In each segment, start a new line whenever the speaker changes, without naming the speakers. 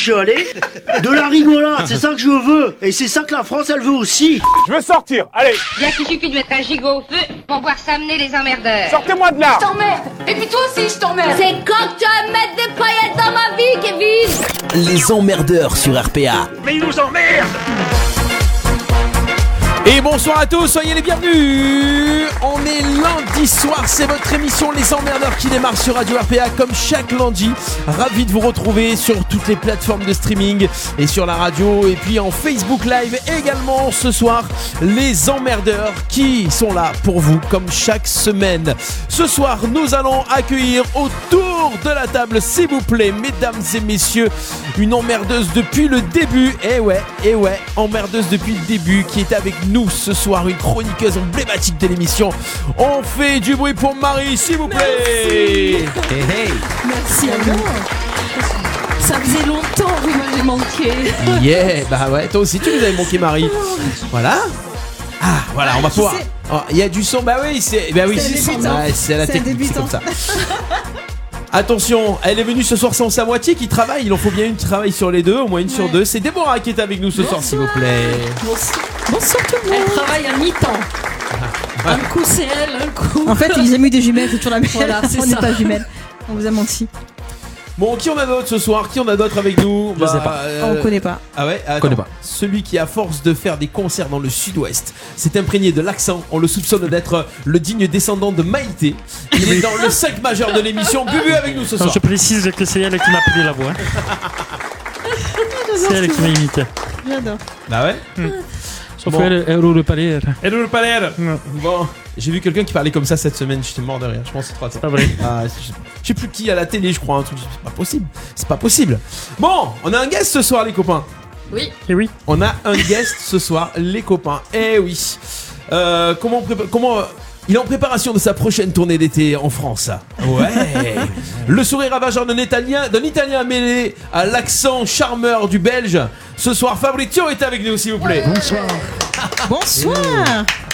chialer, de la rigolade, c'est ça que je veux. Et c'est ça que la France, elle veut aussi.
Je veux sortir, allez,
Bien qu'il suffit de mettre un gigot au feu pour voir s'amener les emmerdeurs.
sortez-moi de là
t'emmerde Et puis toi aussi, je t'emmerde
C'est quand que tu vas me mettre des paillettes dans ma vie, Kevin
Les emmerdeurs sur RPA.
Mais ils nous emmerdent
Et bonsoir à tous, soyez les bienvenus On est lundi soir, c'est votre émission Les Emmerdeurs qui démarre sur Radio RPA comme chaque lundi. Ravi de vous retrouver sur toutes les plateformes de streaming et sur la radio et puis en Facebook Live également ce soir. Les Emmerdeurs qui sont là pour vous comme chaque semaine. Ce soir, nous allons accueillir autour de la table, s'il vous plaît, mesdames et messieurs, une emmerdeuse depuis le début. Eh ouais, eh ouais, emmerdeuse depuis le début qui est avec nous ce soir, une chroniqueuse emblématique de l'émission. On fait du bruit pour Marie, s'il vous plaît. Hey, hey.
Merci à vous. Ça faisait longtemps que moi j'ai manqué.
Yeah, bah ouais, toi aussi tu nous avais manqué Marie. Voilà. Ah, voilà, on va pouvoir.
sais.
Oh, Il y a du son, bah oui, c'est bah oui,
C'est un
c'est
débutant.
ouais, c'est la hein.
C'est un
technique, c'est
débutant.
comme ça. Attention, elle est venue ce soir sans sa moitié qui travaille. Il en faut bien une qui travaille sur les deux, au moins une sur deux. C'est Déborah qui est avec nous ce soir, s'il vous plaît.
Bonsoir, Bonsoir tout le monde. Elle travaille à mi-temps.
Ah,
Un coup c'est elle, un coup.
En fait, ils aiment eu des jumelles, c'est toujours la même.
Voilà, c'est
on n'est
ça.
pas jumelles. On vous a menti.
Bon, qui on a d'autres ce soir Qui on a d'autres avec nous Je sais pas.
on connaît pas.
Ah ouais Attends.
Connais pas.
Celui qui, à force de faire des concerts dans le sud-ouest, s'est imprégné de l'accent. On le soupçonne d'être euh, le digne descendant de Maïté. Il est dans le 5 majeur de l'émission. Bubu avec nous ce
Non,
soir.
je précise que c'est elle qui m'a pris la voix. hein. C'est elle qui m'a imité. Hmm.
J'adore.
Bah ouais
Sauf
Bon.
qu'elle, elle roule pas l'air.
Hello le palais
Non.
Bon, j'ai vu quelqu'un qui parlait comme ça cette semaine. J'étais mort de rire. Je pense que c'est trop
Pas vrai.
Ah, je je sais plus qui à la télé, je crois. Un truc. C'est pas possible. C'est pas possible. Bon, on a un guest ce soir, les copains.
Et oui.
On a un guest ce soir, les copains. Eh oui. Euh, comment on prépa- comment euh, il est en préparation de sa prochaine tournée d'été en France. Ouais. Le sourire ravageur d'un Italien, d'un Italien mêlé à l'accent charmeur du Belge. Ce soir, Fabrizio est avec nous, s'il vous plaît.
Bonsoir.
Bonsoir.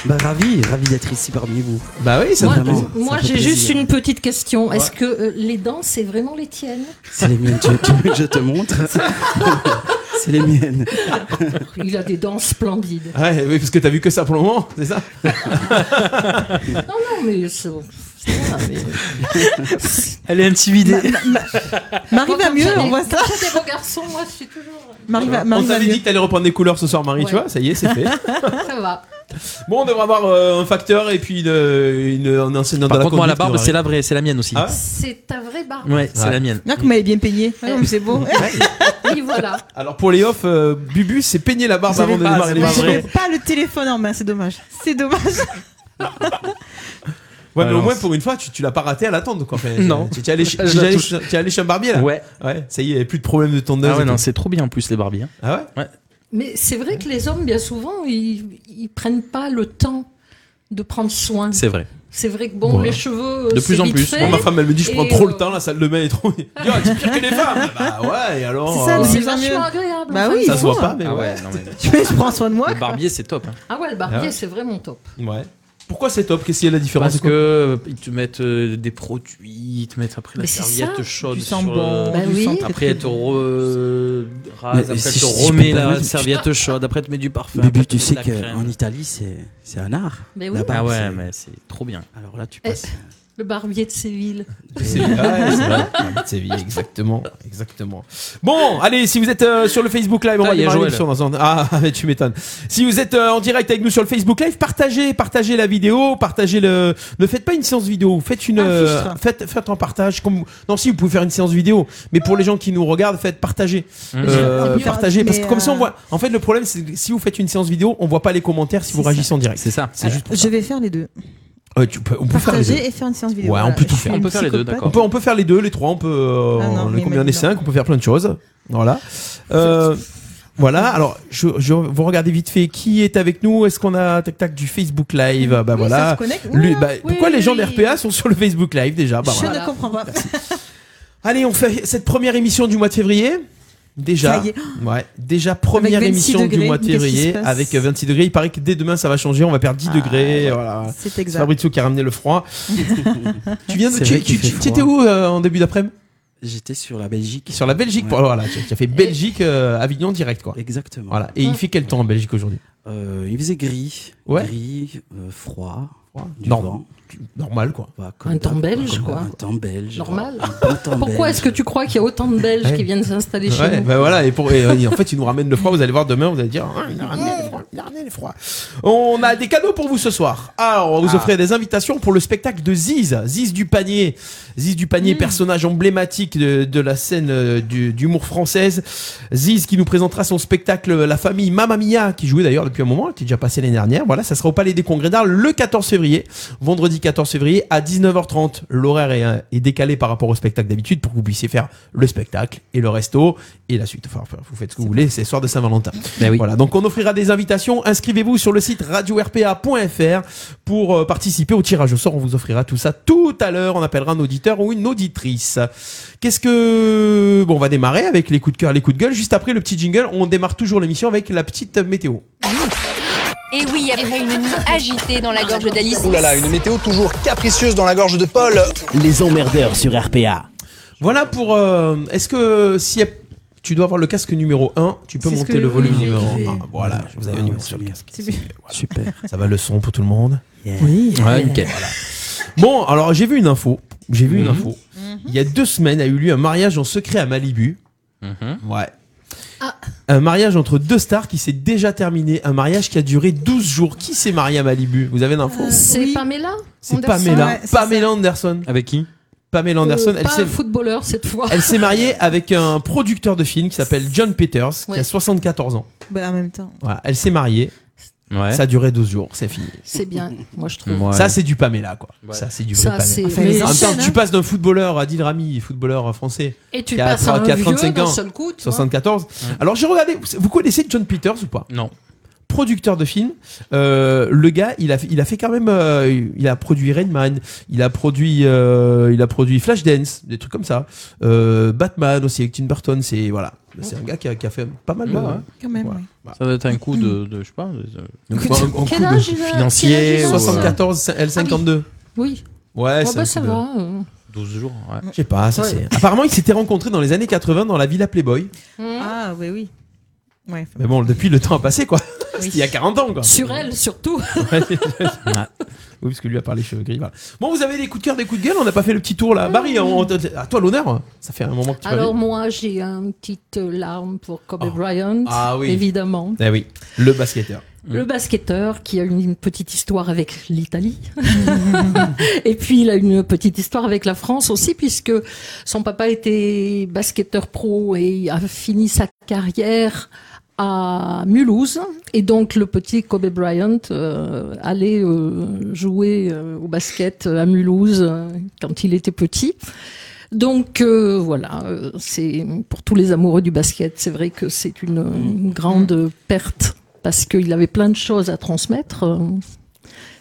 Bah ravi, ravi d'être ici parmi vous.
Bah oui, ça
Moi,
fait
vraiment,
plaisir.
moi,
ça fait
j'ai juste
plaisir.
une petite question. Est-ce que euh, les dents, c'est vraiment les tiennes
C'est les miennes. Tu, tu veux que je te montre
Bah,
C'est les miennes.
Il a des dents splendides.
Ouais, oui, parce que t'as vu que ça pour le moment, c'est ça
Non, non, mais c'est. Ah, mais-
Elle est intimidée.
Marie va mieux, on voit ça.
Quand j'ai des beaux garçons, moi, je suis toujours. euh,
Marie va,
On
Marie va
t'avait
mieux.
dit que t'allais reprendre des couleurs ce soir, Marie, tu
Ouais.
vois, ça y est, c'est fait.
Ça va.
Bon, on devrait avoir euh, un facteur et puis une, une, un enseignant
Par
de la
contre, moi, la
conduite qui
barbe,
devrait
c'est la vraie, c'est la mienne aussi.
Ah
C'est ta vraie barbe.
Ouais, c'est
Ouais.
la mienne.
Bien que vous m'avez bien peigné. Ah non, mais c'est beau.
Oui, voilà.
Alors pour les offs, euh, Bubu s'est peigné la barbe
Vous avez
avant de
pas,
démarrer
c'est pas
l'émission.
vrai.
J'avais pas le téléphone en main, c'est dommage. C'est dommage.
Ouais, mais au
Alors,
moins pour une fois, tu, tu l'as pas raté à l'attente quoi. Enfin,
Non.
Tu tu es allé, chez-
Je
tu es
la
allé
touche.
chez- tu es allé chez un barbier là.
Ouais.
Ouais, ça y est, plus de problème de tondeuse.
Ah
et
ouais, non,
tout.
c'est trop bien en plus, les Barbies. hein.
ah ouais.
Mais c'est vrai que les hommes, bien souvent, ils, ils prennent pas le temps de prendre soin.
C'est vrai.
C'est vrai que bon,
Ouais.
les cheveux, euh,
De
c'est
plus en
vite
plus.
fait.
Bon, ma femme elle me dit je
Et
prends trop
euh,
le temps la salle de bain est trop. Dis, ah, t'es pire que les femmes. Bah ouais, et alors.
C'est ça,
euh,
C'est
Ils sont mieux.
vachement agréable.
Bah
en fait.
oui.
ça se
ils
voit
font.
pas, mais
Ah
ouais.
ouais, non, mais...
Tu veux, je prends soin de moi.
Le barbier, c'est top. hein.
Ah ouais, le barbier,
Ah.
c'est vraiment top.
Ouais. Pourquoi c'est top Qu'est-ce qu'il y a de la différence
Parce
quoi
que euh, ils te mettent euh, des produits, ils te mettent après la
Mais c'est
serviette
ça.
chaude.
Tu
sur
sens
le-
bon.
Bah
tu
oui.
sens très,
Après, elle te
très-
re-
Mais
rase, après,
si-
elle te
si je
remet
peux me
la
permettre,
serviette chaude, après, elle te met du parfum. après,
bah,
Bubu,
elle te
tu sais
met de la crème.
qu'en Italie, c'est c'est un art.
Bah
Mais oui.
La barbe,
Ah ouais,
c'est-
mais c'est trop bien.
Alors là, tu
Euh.
Eh,
passes.
le barbier de Séville.
C'est ouais, c'est vrai. Ah, c'est vie, exactement, exactement. Bon, allez, si vous êtes euh, sur le Facebook Live, on
Ah,
va
il y a
démarrer
Joël.
l'émission dans un- Ah, mais tu m'étonnes. Si vous êtes euh, en direct avec nous sur le Facebook Live, partagez, partagez la vidéo, partagez le. Ne faites pas une séance vidéo, faites une.
Un
euh,
fichtre.
faites, faites un partage. Comme... Non, si vous pouvez faire une séance vidéo, mais pour les gens qui nous regardent, faites partager,
Mmh.
Euh,
Mais-
partagez, parce que comme ça on
euh,
voit. En fait, le problème, c'est que si vous faites une séance vidéo, on voit pas les commentaires si vous
C'est
réagissez en direct.
C'est ça.
C'est juste. pour
Je vais faire les deux.
ça. Ouais, tu peux- on peut faire les deux.
Partager et faire une séance vidéo.
Ouais, on
Voilà,
peut tout
je suis
faire.
On
une
peut faire les deux,
psychopathe.
On peut, on peut faire les deux, les trois, on peut. euh,
Ah non,
on est
mais
combien on est
maintenant.
cinq, on peut faire plein de choses. Voilà. Euh, voilà, alors je, je- vous regardez vite fait qui est avec nous. Est-ce qu'on a tac tac du Facebook Live Bah
Oui, ça
voilà.
se connecte.
Lui-
Ouah,
bah,
oui,
pourquoi les gens de
oui.
RPA sont sur le Facebook Live déjà bah,
Je
voilà.
Voilà.
ne comprends pas.
Allez, on fait cette première émission du mois de février. Déjà,
Ça y est.
ouais, déjà première
26
émission du
degrés,
mois de
qu'est-ce qui se
février
passe
avec 26 degrés. Il paraît que dès demain ça va changer, on va perdre 10
Ah,
degrés. Voilà.
C'est
C'est
exact.
Fabrizio qui a ramené le froid. tu viens de.
C'est
Tu,
vrai qu'il
tu-
fait
tu- tu étais
froid.
où euh, en début d'après-midi
J'étais sur la Belgique.
Sur la Belgique,
Ouais.
voilà, tu as fait Belgique, euh, Avignon direct, quoi.
Exactement.
Voilà. Et il fait quel temps en Belgique aujourd'hui
Euh, il faisait gris,
Ouais.
gris, euh, froid, du
Norm-
vent.
Normal, quoi.
Bah, comme
Un temps
d'hab-
belge,
comme
quoi.
Un temps belge.
Normal.
Un bon temps
Pourquoi
belge.
est-ce que tu crois qu'il y a autant de Belges
Ouais.
qui viennent s'installer chez
Ouais,
nous
bah voilà, et, pour, et, euh, en fait, il nous ramène le froid. Vous allez voir demain, vous allez dire Ah, il a ramené le froid, il a ramené le froid. On a des cadeaux pour vous ce soir. Alors, on va vous offrir des invitations pour le spectacle de Ziz, Ziz du panier. Ziz du panier, personnage emblématique de, de la scène euh, du- d'humour française. Ziz qui nous présentera son spectacle euh, La famille Mamma Mia, qui jouait d'ailleurs depuis un moment, qui est déjà passé l'année dernière. Voilà, ça sera au Palais des Congrès d'Art le 14 février, vendredi 14 février à 19h30. L'horaire est, euh, est décalé par rapport au spectacle d'habitude pour que vous puissiez faire le spectacle et le resto et la suite. Enfin, enfin, vous faites ce que vous voulez, c'est soir de Saint-Valentin. Voilà, donc on offrira des invitations. Inscrivez-vous sur le site radio-rpa.fr pour euh, participer au tirage au sort. On vous offrira tout ça tout à l'heure. On appellera un auditeur ou une auditrice. Qu'est-ce que... Bon, on va démarrer avec les coups de cœur, les coups de gueule. Juste après le petit jingle, on démarre toujours l'émission avec la petite météo.
Et oui, après une nuit agitée dans la gorge d'Alice.
Ouh là là, une météo toujours capricieuse dans la gorge de Paul.
Les emmerdeurs sur RPA.
Voilà pour... euh, Est-ce que si... Tu dois avoir le casque numéro 1, tu peux
C'est ce
monter
que-
le volume
oui,
numéro
j'ai-
1. Voilà, vous avez un
Ah,
numéro
ouais,
sur le casque.
C'est bien.
Ah,
Super.
Ça va le son pour tout le monde
Oui.
Ouais, nickel. Bon, alors j'ai vu une info. J'ai vu
Mhm.
une info. Il y a deux semaines a eu lieu un mariage en secret à Malibu.
Mhm.
Ouais.
Ah.
Un mariage entre deux stars qui s'est déjà terminé. Un mariage qui a duré 12 jours. Qui s'est marié à Malibu Vous avez l'info
C'est
Oui.
Pamela
C'est
Anderson
Pamela.
ouais, c'est
Pamela Anderson.
Avec qui
Pamela Anderson,
Euh,
elle
Pas
s'est.
un footballeur cette fois.
Elle s'est mariée avec un producteur de film qui s'appelle John Peters, qui
Ouais.
a 74 ans.
Bah, en même temps.
Voilà, elle s'est mariée,
Ouais.
ça a duré 12 jours, c'est fini.
C'est bien, moi je trouve.
Ouais.
Ça, c'est du Pamela, quoi.
Ouais.
Ça, c'est du vrai
Ça,
Pamela.
c'est. hein.
Enfin,
mais-
les
En même temps,
anciennes,
tu passes d'un footballeur à Rami, footballeur français,
Et tu
qui a
passes à un
qui a
vieux
35
d'un
ans,
seul coup. tu vois.
74. Alors j'ai regardé, vous- vous connaissez John Peters ou pas
Non.
Producteur de films, Euh, le gars, il a, il a fait quand même, euh, il a produit Rain Man, il a produit, euh, il a produit Flashdance, des trucs comme ça, Euh, Batman aussi avec Tim Burton, c'est voilà, c'est un gars qui a, qui a fait pas mal hein. de.
Ouais, ouais.
Quand même.
Voilà.
oui.
Ça doit être un coup de, de- je sais pas. de- de-
Donc,
un- un
Quel âge il a- quel âge
financier.
il a
ou, euh,
74, elle 52.
Oui,
Ouais,
Oh,
c'est un
bah,
coup
ça
de-
va. euh.
12 jours, ouais.
Je sais pas, ça
Ouais.
c'est. Apparemment, ils s'étaient rencontrés dans les années 80 dans la Villa Playboy.
Hmm.
Ah, oui, oui. Ouais, enfin,
Mais bon, depuis le temps a passé quoi.
oui.
C'était il y a 40 ans quoi.
Sur elle surtout.
Ouais. oui, parce que lui a parlé cheveux gris. voilà. Bon, vous avez des coups de cœur, des coups de gueule, on n'a pas fait le petit tour là. Barry, on- on- à toi l'honneur. hein. Ça fait un moment que tu
Ah Alors
parles.
moi j'ai une petite euh, larme pour Kobe
Oh.
Bryant,
Ah oui.
évidemment.
Eh Mm. oui, le basketteur.
Le basketteur qui a une, une petite histoire avec l'Italie. Et puis il a une petite histoire avec la France aussi puisque son papa était basketteur pro et a fini sa carrière à Mulhouse. Et donc le petit Kobe Bryant euh, allait euh, jouer euh, au basket à Mulhouse euh, quand il était petit. Donc euh, voilà, euh, c'est pour tous les amoureux du basket, c'est vrai que c'est une, une grande perte parce qu'il avait plein de choses à transmettre. Euh,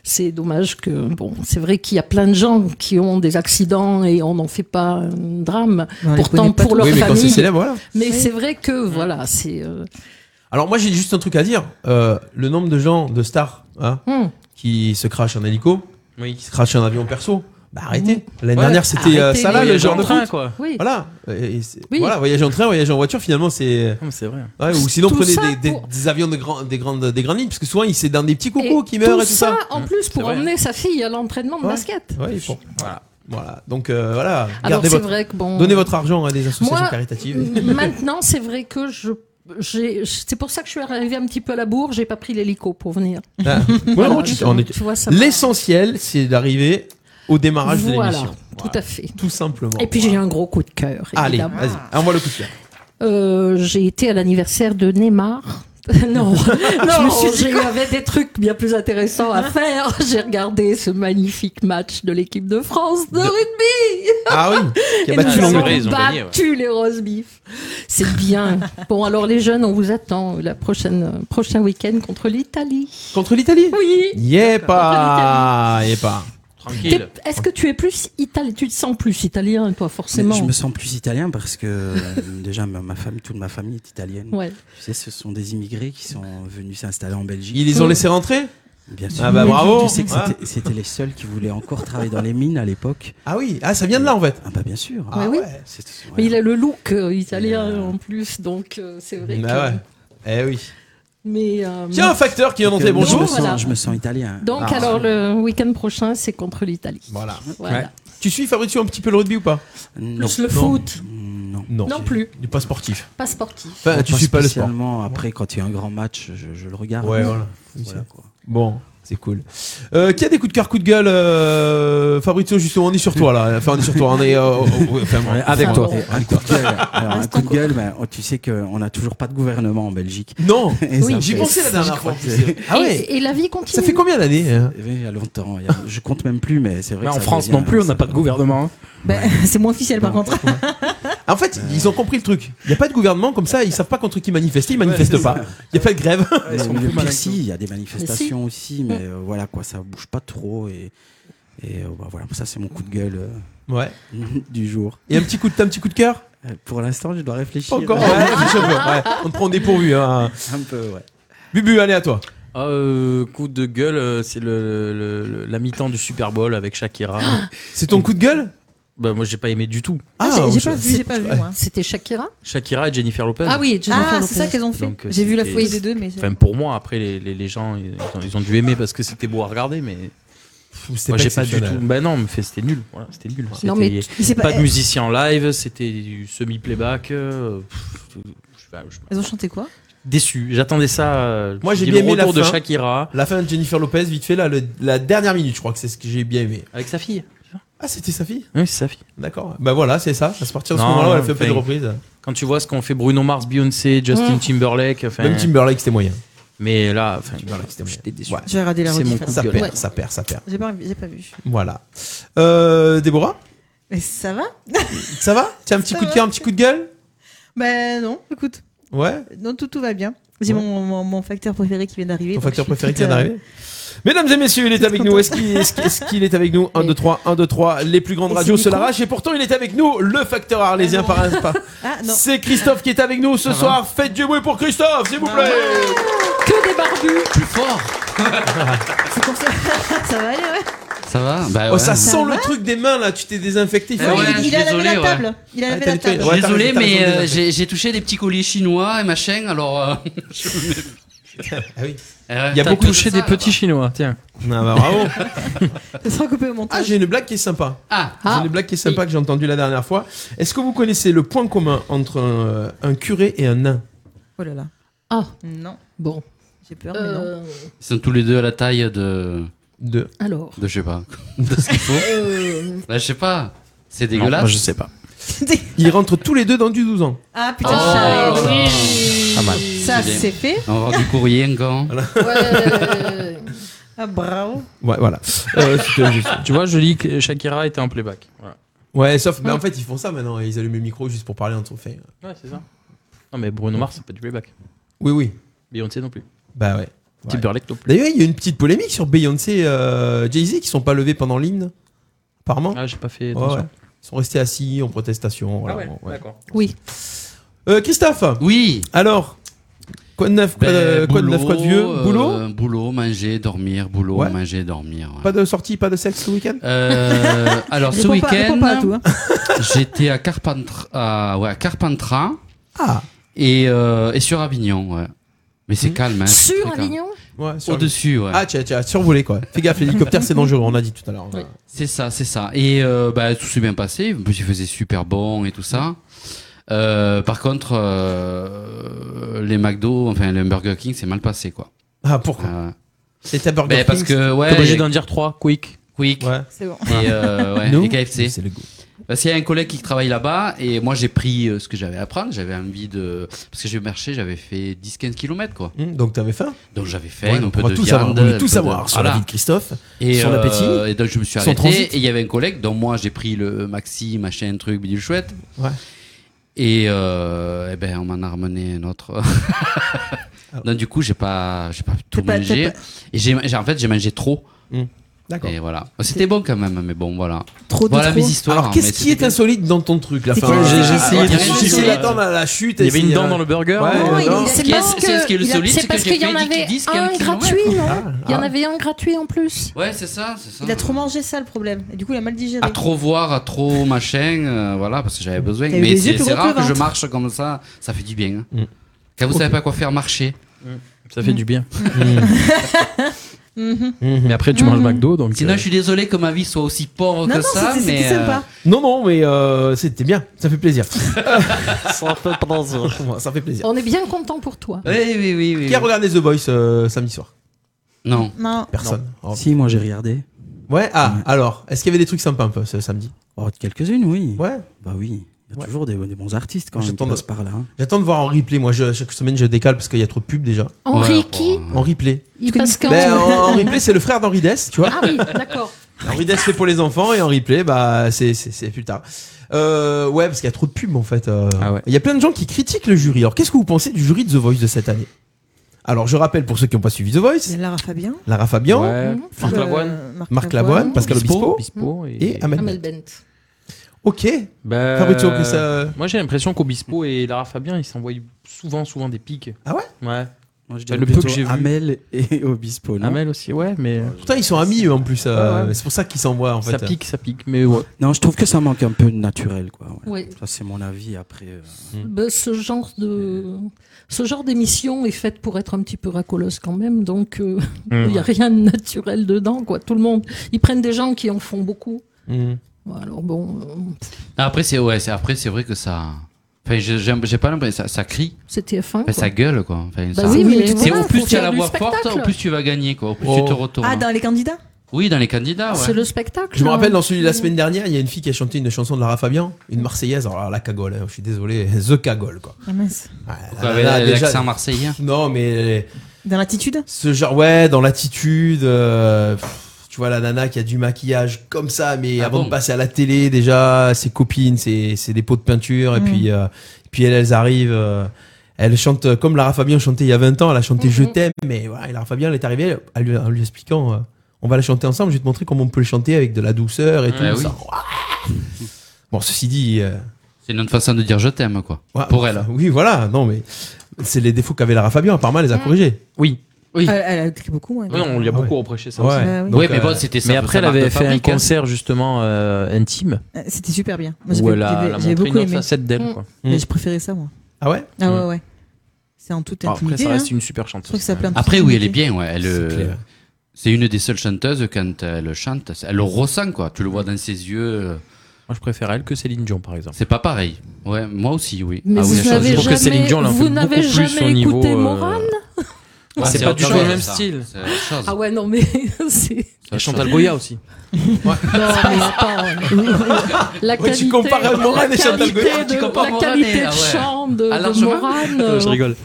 C'est dommage que bon, c'est vrai qu'il y a plein de gens qui ont des accidents et on n'en fait pas un drame.
on les
Pourtant,
connaît pas
pour
tous.
leur
oui, mais quand c'est
famille.
célèbre, voilà.
Mais c'est vrai que voilà, c'est euh,
Mm. Alors, moi, j'ai juste un truc à dire. Euh, le nombre de gens, de stars, hein,
hum,
qui se crachent en hélico, qui
Oui.
se crachent en avion perso, bah arrêtez. L'année
Ouais,
dernière, c'était euh,
Mmh. arrêtez
ça là,
les-
le genre de
train,
foot.
quoi.
oui.
Voilà. Et- et c'est-
Oui. Ah,
voilà, voyager en train, voyager en voiture, finalement, c'est.
Non, mais c'est vrai.
Ouais, ou sinon,
Tout
prenez
ça
des, des-
pour-
des avions de grand- des, grandes, des grandes lignes, parce que souvent, ils- c'est dans des petits
Et
cocos qui meurent et tout ça.
en plus pour
vrai.
emmener sa fille à l'entraînement de
Ouais.
basket.
Oui, bon, voilà. Voilà. Donc euh, voilà,
Alors
gardez
c'est
votre,
vrai que bon,
donnez votre argent à des associations
Moi,
caritatives.
M- Maintenant, c'est vrai que je. j'ai- C'est pour ça que je suis arrivée un petit peu à la bourre, j'ai pas pris l'hélico pour venir.
Ah. Ouais,
Voilà,
on dit-
je-
on est-
tu vois, ça va.
L'essentiel, c'est d'arriver au démarrage de
Voilà,
l'émission.
tout à fait.
Tout simplement.
Et puis j'ai eu un gros coup de cœur.
Voilà. Allez,
évidemment.
vas-y, envoie le coup de cœur.
Euh, j'ai été à l'anniversaire de Neymar. non, non,
me suis dit
j'avais des trucs bien plus intéressants à faire. J'ai regardé ce magnifique match de l'équipe de France de
De-
rugby.
Ah oui, qui a
Et
battu
nous
l'Angleterre.
avons
l'Angleterre.
Ils ont gagné,
battu les roast beef. C'est bien. bon, alors les jeunes, on vous attend la prochaine prochain week-end contre l'Italie.
Contre l'Italie
Oui.
Yé pas, yé pas.
Tranquille.
T'es- Est-ce que tu es plus italien Tu te sens plus italien, toi,
Mais
forcément.
Je me sens plus italien parce que euh, déjà ma, ma famille, toute ma famille est italienne.
Ouais.
Tu sais, ce sont des immigrés qui sont venus s'installer en Belgique.
Ils les ont laissés rentrer
Bien sûr.
Ah bah
Mais
bravo.
Tu sais que
Ah.
c'était- c'était les seuls qui voulaient encore travailler dans les mines à l'époque.
Ah oui, ah, ça vient de là en fait.
Ah bah bien sûr.
Mais oui.
C'était- ouais.
Mais il a le look euh, italien en plus, donc euh, c'est vrai. que-
Bah ouais. Eh oui.
Mais euh,
Tiens, un facteur qui a
Donc,
noté
euh, Je
bonjour.
me sens,
Voilà.
je me sens italien.
donc
Ah.
alors le week-end prochain, c'est contre l'Italie.
Voilà.
Voilà.
Ouais.
Tu suis Fabrizio un petit peu le rugby ou pas
Non.
Plus le foot,
Non.
Non plus.
Il est pas sportif.
pas sportif.
Enfin, tu suis pas le sport.
spécialement. Après, quand il y a un grand match, je, je le regarde.
Ouais, voilà.
Voilà, quoi.
Bon, c'est cool. Euh, qui a des coups de cœur, coups de gueule euh, Fabrizio, justement, on est sur toi là. Enfin, on est sur toi. On est, euh, oh, oh, enfin, bon.
Ouais,
Avec toi.
Et un coup de gueule. Alors, un coup de gueule, ben, oh, tu sais qu'on n'a toujours pas de gouvernement en Belgique.
Non
Et ça,
J'y
et
pensais la
ça,
dernière
je
fois.
crois que c'est-
Ah
Et-
ouais
et, la vie continue.
Ça fait combien d'années hein
Oui, Il y a longtemps, il y a- je compte même plus, mais c'est vrai.
Mais
que
en
ça
France
devient-
non plus, on n'a pas de gouvernement. hein.
Ben, c'est moins officiel par contre.
En fait, ils ont compris le truc. Il n'y a pas de gouvernement comme ça, ils savent pas contre qui manifester, ils manifestent pas. Il n'y a pas de grève.
Mais
sont
le
plus
pire,
malins que
si, il y a des manifestations aussi, mais euh, voilà quoi, ça bouge pas trop et, et euh, bah, voilà, ça c'est mon coup de gueule
Ouais.
euh, du jour.
Et un petit coup de, t'as un petit coup de cœur
Euh, Pour l'instant, je dois réfléchir
Encore ouais, je veux, ouais. On te prend dépourvu. Hein.
un peu, ouais.
Bubu, allez à toi.
Ah, euh, coup de gueule, euh, c'est le, le- le- la mi-temps du Super Bowl avec Shakira.
C'est ton coup de gueule oh,
bah, moi, j'ai pas aimé du tout.
Ah,
ouais,
j'ai- j'ai
je-
pas vu, j'ai pas vu moi.
hein. C'était Shakira
Shakira et Jennifer Lopez.
Ah oui, Jennifer
Ah,
Lopez.
c'est ça qu'elles ont fait.
Donc, euh,
J'ai vu la
c'était-
fouille des deux, mais
Enfin, pour moi, après, les, les- les gens, ils ont, ils ont dû aimer parce que c'était beau à regarder, mais
Pff, c'est
moi, j'ai pas du tout.
exceptionnel.
Bah non, mais fait, c'était nul. Voilà, c'était nul.
Non,
C'était-
mais
Il s'est
pas de musicien en live, c'était du semi-playback. euh, pff, je sais pas, je-
Elles ont chanté quoi
Déçu. J'attendais ça. euh,
Moi,
je
j'ai
dis
bien
le
aimé la
retour de
fin.
Shakira
La fin de Jennifer Lopez, vite fait, là, le- la dernière minute, je crois que c'est ce que j'ai bien aimé.
avec sa fille.
Ah, c'était sa fille
Oui, c'est sa fille.
D'accord. Bah voilà, c'est ça. À se partir de ce
Non,
moment-là,
non,
elle fait pas de
enfin,
reprise.
Quand tu vois ce qu'ont fait Bruno Mars, Beyoncé, Justin
Mmh.
Timberlake, enfin,
Même Timberlake, c'était moyen.
mais là, enfin,
Timberlake, c'était moyen.
j'étais déçu.
Ouais.
J'ai regardé la
C'est mon
rediff.
coup de
Ça
après.
perd,
Ouais.
ça perd, ça perd.
J'ai pas, j'ai pas vu.
Voilà. Euh, Déborah,
Mais ça va
ça va T'as un petit
Ça
coup de
va.
cœur, un petit coup de gueule
Ben non, écoute,
Ouais.
non, tout, tout va bien. J'ai
Ouais.
mon, mon, mon facteur préféré qui vient d'arriver.
Ton
donc
facteur
je suis
préféré qui vient
toute, euh,
d'arriver Mesdames et messieurs, il est avec nous. Est-ce qu'il est, est avec nous 1, 2, 3, 1, 2, 3. Les plus grandes
Et
radios
c'est
se
Nico
l'arrachent. Et pourtant, il est avec nous, le facteur arlésien par un pas.
Ah non,
C'est Christophe qui est avec nous ce soir. Faites du bruit pour Christophe, s'il vous plaît.
que des barbus.
Plus fort
c'est pour ça. ça va aller, ouais.
Ça va bah,
Oh, ça
ouais.
sent le truc des mains là. Tu t'es désinfecté.
Ah ouais,
Fabien.
je
il,
suis
il a lavé
désolé,
la
ouais.
table. Il a
Ah,
lavé
t'as
la
nettoyé.
table.
Je suis
Ouais, t'as
désolé,
raison, t'as
mais
raison,
euh,
t'as
j'ai j'ai touché des petits colis chinois et machin, alors. euh, je-
Ah oui.
Euh,
Il y a
t'as
beaucoup
deux
touché
de ça, alors.
chinois, tiens.
Ah, bah, bravo.
Ça sera coupé au
Ah,
montage.
j'ai une blague qui est sympa.
Ah
J'ai une blague qui est sympa que j'ai entendue la dernière fois. Est-ce que vous connaissez le point commun entre un, euh, un curé et un nain
oh là là.
Ah
Non,
bon.
j'ai peur, mais non.
Euh,
Ils sont tous les deux à la taille de.
Deux.
alors.
de je sais pas. De ce qu'il faut.
Euh,
Bah, je sais pas. C'est dégueulasse.
je sais pas.
Ils rentrent tous les deux dans du 12 ans.
Ah putain, ça,
Oh, Pas mal.
ça
C'est bien.
c'est fait.
On va avoir du courrier encore.
ouais.
Ah bravo.
Ouais, voilà. Euh, c'était juste.
Tu vois, je dis que Shakira était en playback.
Ouais, sauf. Mais en fait, ils font ça maintenant. Ils allument le micro juste pour parler entre eux. Fait.
Ouais, c'est ça. Non, mais Bruno Mars, c'est pas du playback.
Oui, oui.
Beyoncé non plus.
Bah ouais.
Timberlake non plus.
D'ailleurs, il y a une petite polémique sur Beyoncé, euh, Jay-Z qui sont pas levés pendant l'hymne. Apparemment.
Ah, j'ai pas fait
Ouais, ouais.
attention.
Ils sont restés assis en protestation. voilà, bon, ouais.
d'accord.
Oui.
Euh, Christophe,
Oui
alors, quoi de neuf, quoi, de,
Ben,
quoi de neuf, quoi de vieux
euh,
Boulot
Boulot, manger, dormir, boulot,
Ouais.
manger, dormir. ouais.
Pas de sortie, pas de sexe ce week-end
Euh, alors ce
Réponds pas- réponds pas à tout,
week-end,
hein.
j'étais à Carpentras, à- ouais, à Carpentras
Ah
et, euh, et sur Avignon. ouais. Mais c'est calme. Hein, c'est
Sur
très calme.
Avignon
Ouais, sur-
Au-dessus, ouais.
Ah, tiens, tiens, survolé quoi. Fais gaffe, l'hélicoptère c'est dangereux, on a dit tout à l'heure.
Oui.
C'est ça, c'est ça. Et euh, bah, tout s'est bien passé. En plus, il faisait super bon et tout ça. Euh, par contre, euh, les McDo, enfin les Burger King, c'est mal passé quoi.
Ah, pourquoi
Euh,
Et ta Burger
Bah,
mais parce
King,
que
T'es
ouais,
obligé d'en dire 3, quick.
Quick
Ouais.
C'est bon.
et euh, ouais,
Nous,
et KFC.
C'est le goût.
Parce qu'il y a un collègue qui travaille là-bas et moi j'ai pris euh, ce que j'avais à prendre. J'avais envie de. Parce que j'ai marché, j'avais fait 10-15 km quoi.
Hum, donc t'avais faim
Donc j'avais
Ouais,
faim, un
donc,
peu
On va
de
tout
viande.
savoir, on
un
veut tout
peu de-
savoir sur la
voilà.
vie de Christophe.
et,
son appétit,
euh, et donc je me suis
son
arrêté
transit.
et il y avait un collègue dont moi j'ai pris le maxi, machin, truc, bidule chouette.
Ouais.
Et, euh, eh ben on m'en a ramené un autre.
Ah.
donc du coup j'ai pas, j'ai pas tout
pas- t'as
mangé.
pas-
Et j'ai, j'ai- en fait j'ai mangé trop.
Mm. D'accord.
Et voilà. Oh, C'était bon quand même, mais bon, voilà.
Trop de
voilà
trop.
mes histoires.
Alors, qu'est-ce
mais
qui est
c'était-
insolite dans ton truc là
C'est
Enfin,
quoi
j'ai-
Ah,
J'ai essayé
ouais, il
de
y avait une
j'ai essayé
souris.
d'attendre à la chute.
Il y avait une
essayer,
dent
euh,
dans le burger. hein.
Ouais,
Non, il-
non.
il-
Ce qui est,
parce
ce- ce qui est le
euh,
que-
solide,
c'est
c'est que
parce
j'ai
qu'il y en
fait dix-
avait
dix
un
calculs.
Gratuit,
Ah,
non Il y en avait un gratuit en plus.
Ouais, c'est ça, c'est ça.
Il a trop mangé ça le problème. Et du coup, il a mal digéré.
Ah,
à trop voir, à trop machin, euh, voilà, parce que j'avais besoin.
T'as eu
Mais
les
c'est
yeux plus
c'est
gros que
rare que
le
je
ventre.
marche comme ça, ça fait du bien. hein.
Mm.
Quand vous savez pas quoi faire, Hmm. marcher.
Hmm. Ça fait du bien.
Mhm.
Mmh,
Mais après, tu
Mmh.
manges McDo, donc.
Sinon, je suis désolé que ma vie soit aussi pauvre
Non,
que
non,
ça,
c'était- c'était
mais. euh,
sympa.
Non, non, mais euh, c'était bien. Ça fait plaisir. ça fait plaisir.
On est bien content pour toi.
Oui, oui, oui. oui,
Qui a
oui.
regardé The Voice euh, samedi soir
Non.
Non.
Personne. Oh.
Si, moi j'ai regardé.
Ouais, ah, alors, est-ce qu'il y avait des trucs sympas un peu ce samedi
Oh, quelques-unes, oui.
Ouais.
Bah oui. Il y a
Ouais.
toujours des, des bons artistes quand même qui
J'attends
passent
de-
par là. hein.
J'attends de voir en replay. Moi, je- chaque semaine, je décale parce qu'il y a trop de pubs déjà.
Henri
Ouais,
qui
bon,
En replay.
Il passe quand
Ben, en, en replay, c'est le frère d'Henri Dess, tu vois.
Ah oui, d'accord.
Henri Dess fait pour les enfants et en replay, bah, c'est, c'est, c'est plus tard. Euh, ouais, parce qu'il y a trop de pubs en fait. euh.
Ah ouais.
Il y a plein de gens qui critiquent le jury. Alors, qu'est-ce que vous pensez du jury de The Voice de cette année Alors, je rappelle pour ceux qui n'ont pas suivi The
Il y a
Voice,
Lara Fabien.
Lara Fabian,
Franck
Euh,
Lavoine,
Marc Lavoine, Pascal Obispo,
Bispo et.
et Ahmed.
Amel Bent.
Ok,
Bah,
Fabrizio, que ça- euh.
Moi, j'ai l'impression qu'Obispo et Lara Fabien, ils s'envoient souvent, souvent des pics.
Ah ouais
Ouais.
Moi, je
Bah,
dirais
le peu
plutôt
que j'ai vu.
Amel et Obispo. Non,
Amel aussi, ouais, mais.
Pourtant, ils sont amis eux en plus. euh,
Ouais, ouais.
C'est pour ça qu'ils s'envoient en fait.
Ça pique, ça pique, mais ouais.
non, je trouve que ça manque un peu de naturel. Quoi. Ouais.
Oui.
Ça, c'est mon avis après. euh.
Mmh.
Ben, ce genre de ce genre d'émission est faite pour être un petit peu racoleuse quand même, donc euh, il n'y a rien de naturel dedans quoi. Tout le monde, ils prennent des gens qui en font beaucoup.
Mhm.
Bon, Alors bon, euh,
Après, c'est ouais, c'est- après, c'est vrai que ça. Enfin, j'ai j'aime- j'ai pas l'impression. Ça, ça crie,
c'est TF1.
enfin,
quoi.
ça gueule, quoi. Enfin,
Bah
ça-
oui, mais
C'est-
voilà,
au plus
faut
tu as
faire
la
du
voix forte,
spectacle.
au plus tu vas gagner, quoi. Au plus
Oh.
tu te retournes.
Ah, dans les candidats
Oui, dans les candidats, ouais.
C'est le spectacle.
Je me rappelle
hein.
dans celui de la semaine dernière, il y a une fille qui a chanté une chanson de Lara Fabian, une Marseillaise. Alors là, la cagole, hein, je suis désolé, the cagole quoi.
Ah mince.
Ouais,
Quoi, avec
là, là, déjà-
L'accent marseillais.
Non mais
Dans l'attitude
ce genre, ouais, dans l'attitude, euh, pff, tu vois la nana qui a du maquillage comme ça, mais
Ah
avant
bon
de passer à la télé déjà, ses copines, c'est c'est des pots de peinture et
Mm.
puis euh, et puis elles, elles arrivent. euh, elle chante euh, comme Lara Fabian chantait il y a 20 ans, elle a chanté
Mm-hmm.
Je t'aime, mais voilà, et Lara Fabian elle est arrivée elle- en lui, en lui expliquant euh, On va la chanter ensemble, je vais te montrer comment on peut le chanter avec de la douceur et tout.
Ah oui.
ça. Bon, ceci dit. euh,
C'est une autre façon de dire je t'aime, quoi.
ouais,
Pour elle.
Oui, voilà, non, mais c'est les défauts qu'avait Lara Fabian, apparemment,
Mm.
elle les a corrigés.
Oui.
Oui.
elle, elle a écrit beaucoup. hein.
Non, on lui a
Ah ouais.
beaucoup reproché ça aussi.
Bah oui.
donc,
oui, mais
euh,
bon, c'était ça.
Mais après,
ça
elle
marque
avait
de
fait un
fabrique, hein. Ah,
concert justement euh, intime
Euh, C'était super bien. Moi,
où
j'avais-
elle a, elle a
j'avais- J'avais
montré
beaucoup
une autre
aimé.
facette d'elle. quoi.
Mais je préférais ça, moi.
Ah ouais
Ah
Mm.
ouais, ouais. C'est en toute
Alors, Après,
intimité.
ça
hein.
reste une super
Je trouve
chanteuse.
que ça a plein de
Après, oui, elle est
subtilités.
bien, ouais. Elle, euh,
C'est clair.
c'est une des seules chanteuses, quand elle chante, elle le ressent, quoi. Tu le vois dans ses yeux. euh,
Moi, je préfère elle que Céline Dion, par exemple.
C'est pas pareil. Ouais, moi aussi, oui.
Mais
ah, oui,
vous
la chanson.
je
n'avez
trouve que Céline
jamais,
Dion, elle en fait
vous n'avez
beaucoup plus au
jamais
niveau,
écouté
euh,
Morane
Ouais,
c'est
Ah, c'est
pas
autre
du tout
chose,
le même
ça.
style.
C'est autre chose.
Ah ouais, non mais c'est
C'est
Et
autre
Chantal
chose.
Goya aussi.
non mais pas la
Ouais,
qualité.
tu compares Morane et
la
Chantal
qualité
Goya,
de-
tu compares
La
Morane
qualité
et-
de
ah ouais.
chant de,
Ah,
de
largement.
Morane.
je
euh,
rigole.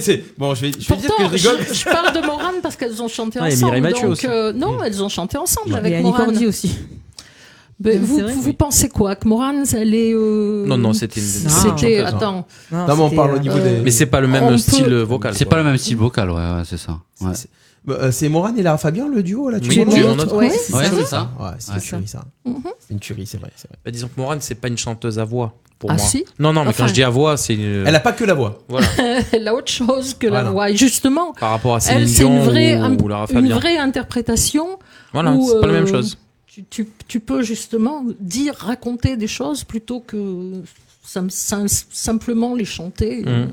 C'est- bon, je vais, je vais dire
Pourtant,
que je
je,
rigole.
je parle de Morane parce qu'elles ont chanté
Ah, et
ensemble.
Mireille Mathieu
donc,
aussi.
euh, non, elles ont chanté ensemble
Et
avec
Annie Cordy
Morane.
aussi.
Mais
C'est
vous,
vrai.
vous pensez quoi Que Morane, elle est. euh,
Non, non, c'était une.
Non.
C'était.
chanteuse,
Attends.
Non, mais on
c'était,
parle au
euh,
niveau
euh,
des.
Mais c'est pas le
On
même
peut-
style vocal.
C'est
quoi.
pas le même style vocal, ouais, ouais, c'est ça. Ouais,
C'est- Bah, euh, c'est Morane et Lara Fabian, le duo, là, tu
Oui,
vois,
duo.
non
en autre-
Ouais.
Ouais, c'est
Ouais,
ça.
c'est ça.
Ouais, c'est
Ouais.
une tuerie, ça.
Mhm.
C'est Une tuerie, c'est vrai, c'est vrai.
Bah, disons que Morane, c'est pas une chanteuse à voix pour
Ah,
moi.
si
Non, non, mais
Enfin.
quand je dis à voix, c'est une- euh,
Elle a pas que la voix.
voilà.
Elle a autre chose que la
Voilà.
voix. Et justement,
par rapport à Céline
elle, c'est
Dion
une vraie,
ou,
un-
ou Lara
une
Fabian.
vraie interprétation.
Voilà,
ou,
c'est pas la même
euh,
chose.
Tu, tu- tu peux justement dire, raconter des choses plutôt que sim- sim- simplement les chanter. Euh,
Mhm.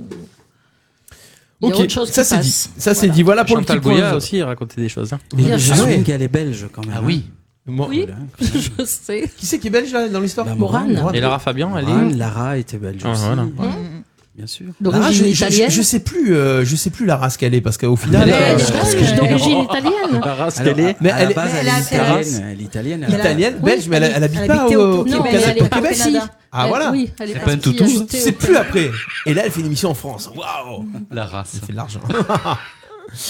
Il y a
Ok,
autre chose
ça
qui
c'est
passe.
dit. Ça c'est
Voilà.
dit. Voilà pour
Chantal
le petit point.
Goya aussi elle racontait des choses. hein.
Mais
Bien
je
sûr.
souligne qu'elle est belge quand même.
Ah
hein.
oui.
Moi-
Oui.
Voilà.
Je sais.
Qui c'est qui est belge là dans l'histoire
Bah,
Morane.
Et Lara Fabian, elle est.
Morane, Lara était belge
Ah,
aussi.
voilà.
Ouais,
Mm.
Bien sûr.
Lara, je,
Mhm. Mmh. D'origine
je-
italienne.
je- je sais plus, euh, je sais plus la race qu'elle est parce qu'au final.
Elle est-
Elle
euh,
est basque d'origine italienne.
La race
Alors, à-
Mais
à
elle
la
est-
base,
mais
elle
elle
est
a-
italienne. Elle est italienne.
Mais elle a-
italienne,
oui,
belge, mais elle,
elle
elle habite
habite
pas
au-
au,
au
Non,
Québec,
mais elle est
au
pas
Québec.
si.
Ah
Elle-
voilà.
Oui, elle est
C'est pas
partie
un toutou.
habiter
C'est
au
plus
Canada.
après. Et là, elle fait une émission en France. Waouh.
La race.
Elle fait de l'argent.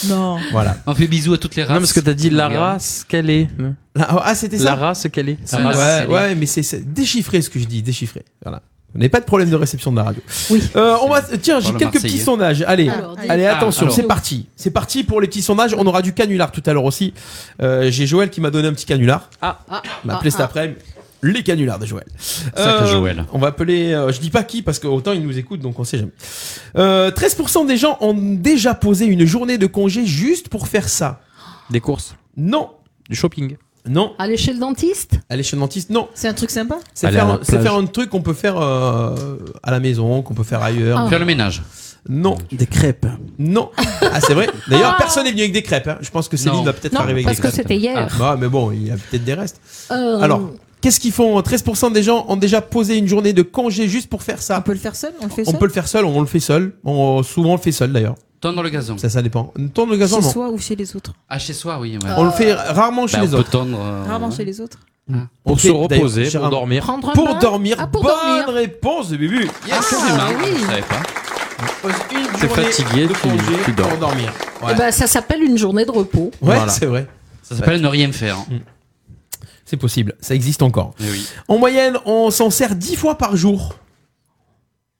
Non.
voilà.
On fait bisous à toutes les races.
Non, parce que t'as dit la
Regarde.
race qu'elle est.
Là- Ah, c'était ça.
La race qu'elle est.
Ah,
Ouais,
c'est-
ouais, mais c'est c'est- déchiffré ce que je dis, déchiffré. Voilà. On n'avait pas de problème de réception de la radio.
Oui.
Euh, on va...
Oh,
Tiens, j'ai
Par le
quelques petits
Marseillais.
sondages. Allez,
Alors, dis-
allez
Ah,
attention,
alors.
c'est parti. C'est parti pour les petits sondages. On aura du canular tout à l'heure aussi. Euh, j'ai Joël qui m'a donné un petit canular.
Ah,
Il m'a appelé Bah,
ah,
cet après-midi. Les canulars de Joël. Euh,
Sacré Joël.
On va appeler. euh, je dis pas qui parce que autant ils nous écoutent donc on sait jamais. Euh, 13% des gens ont déjà posé une journée de congé juste pour faire ça.
Des courses,
Non,
du shopping.
non.
ah. Aller chez le dentiste
Aller chez le dentiste, non.
C'est un truc sympa
C'est
Aller
faire,
à la
un- c'est
plage.
faire un truc qu'on peut faire euh, à la maison, qu'on peut faire ailleurs.
Ah.
Faire le ménage.
Non,
Des crêpes.
non. Ah c'est vrai. D'ailleurs personne n'est venu avec des crêpes. hein. Je pense que Céline
Non.
va peut-être
Non,
arriver avec des
parce que
crêpes.
c'était hier.
Ah mais bon, il y a peut-être des restes.
Euh,
Alors, qu'est-ce qu'ils font 13% des gens ont déjà posé une journée de congé juste pour faire
On
ça.
peut le faire seul On le fait
On
seul
peut le faire seul, on le fait seul. On, souvent on le fait seul d'ailleurs.
Tendre le gazon.
Ça, ça dépend. Tendre le gazon,
Chez
non.
soi ou chez les autres
Ah, chez soi, oui. ouais.
On le fait rarement chez
Bah,
les
on peut
autres.
tendre. euh,
Rarement
ouais.
chez les autres.
Pour
Ok,
se reposer,
d'ailleurs,
pour
Gérard-
dormir.
prendre un
Pour
bain
dormir.
Ah, pour
Bonne
dormir.
réponse de Bubu.
Ah,
Yes.
carrément,
oui.
je savais pas.
une
T'es
journée
fatigué,
de
tu-
congé
tu dors.
pour dormir. Ouais,
eh ben, ça s'appelle une journée de repos.
Ouais,
Voilà.
c'est vrai.
Ça s'appelle ne rien faire.
Mm. C'est possible. Ça existe encore.
Eh oui.
En moyenne, on s'en sert 10 fois par jour.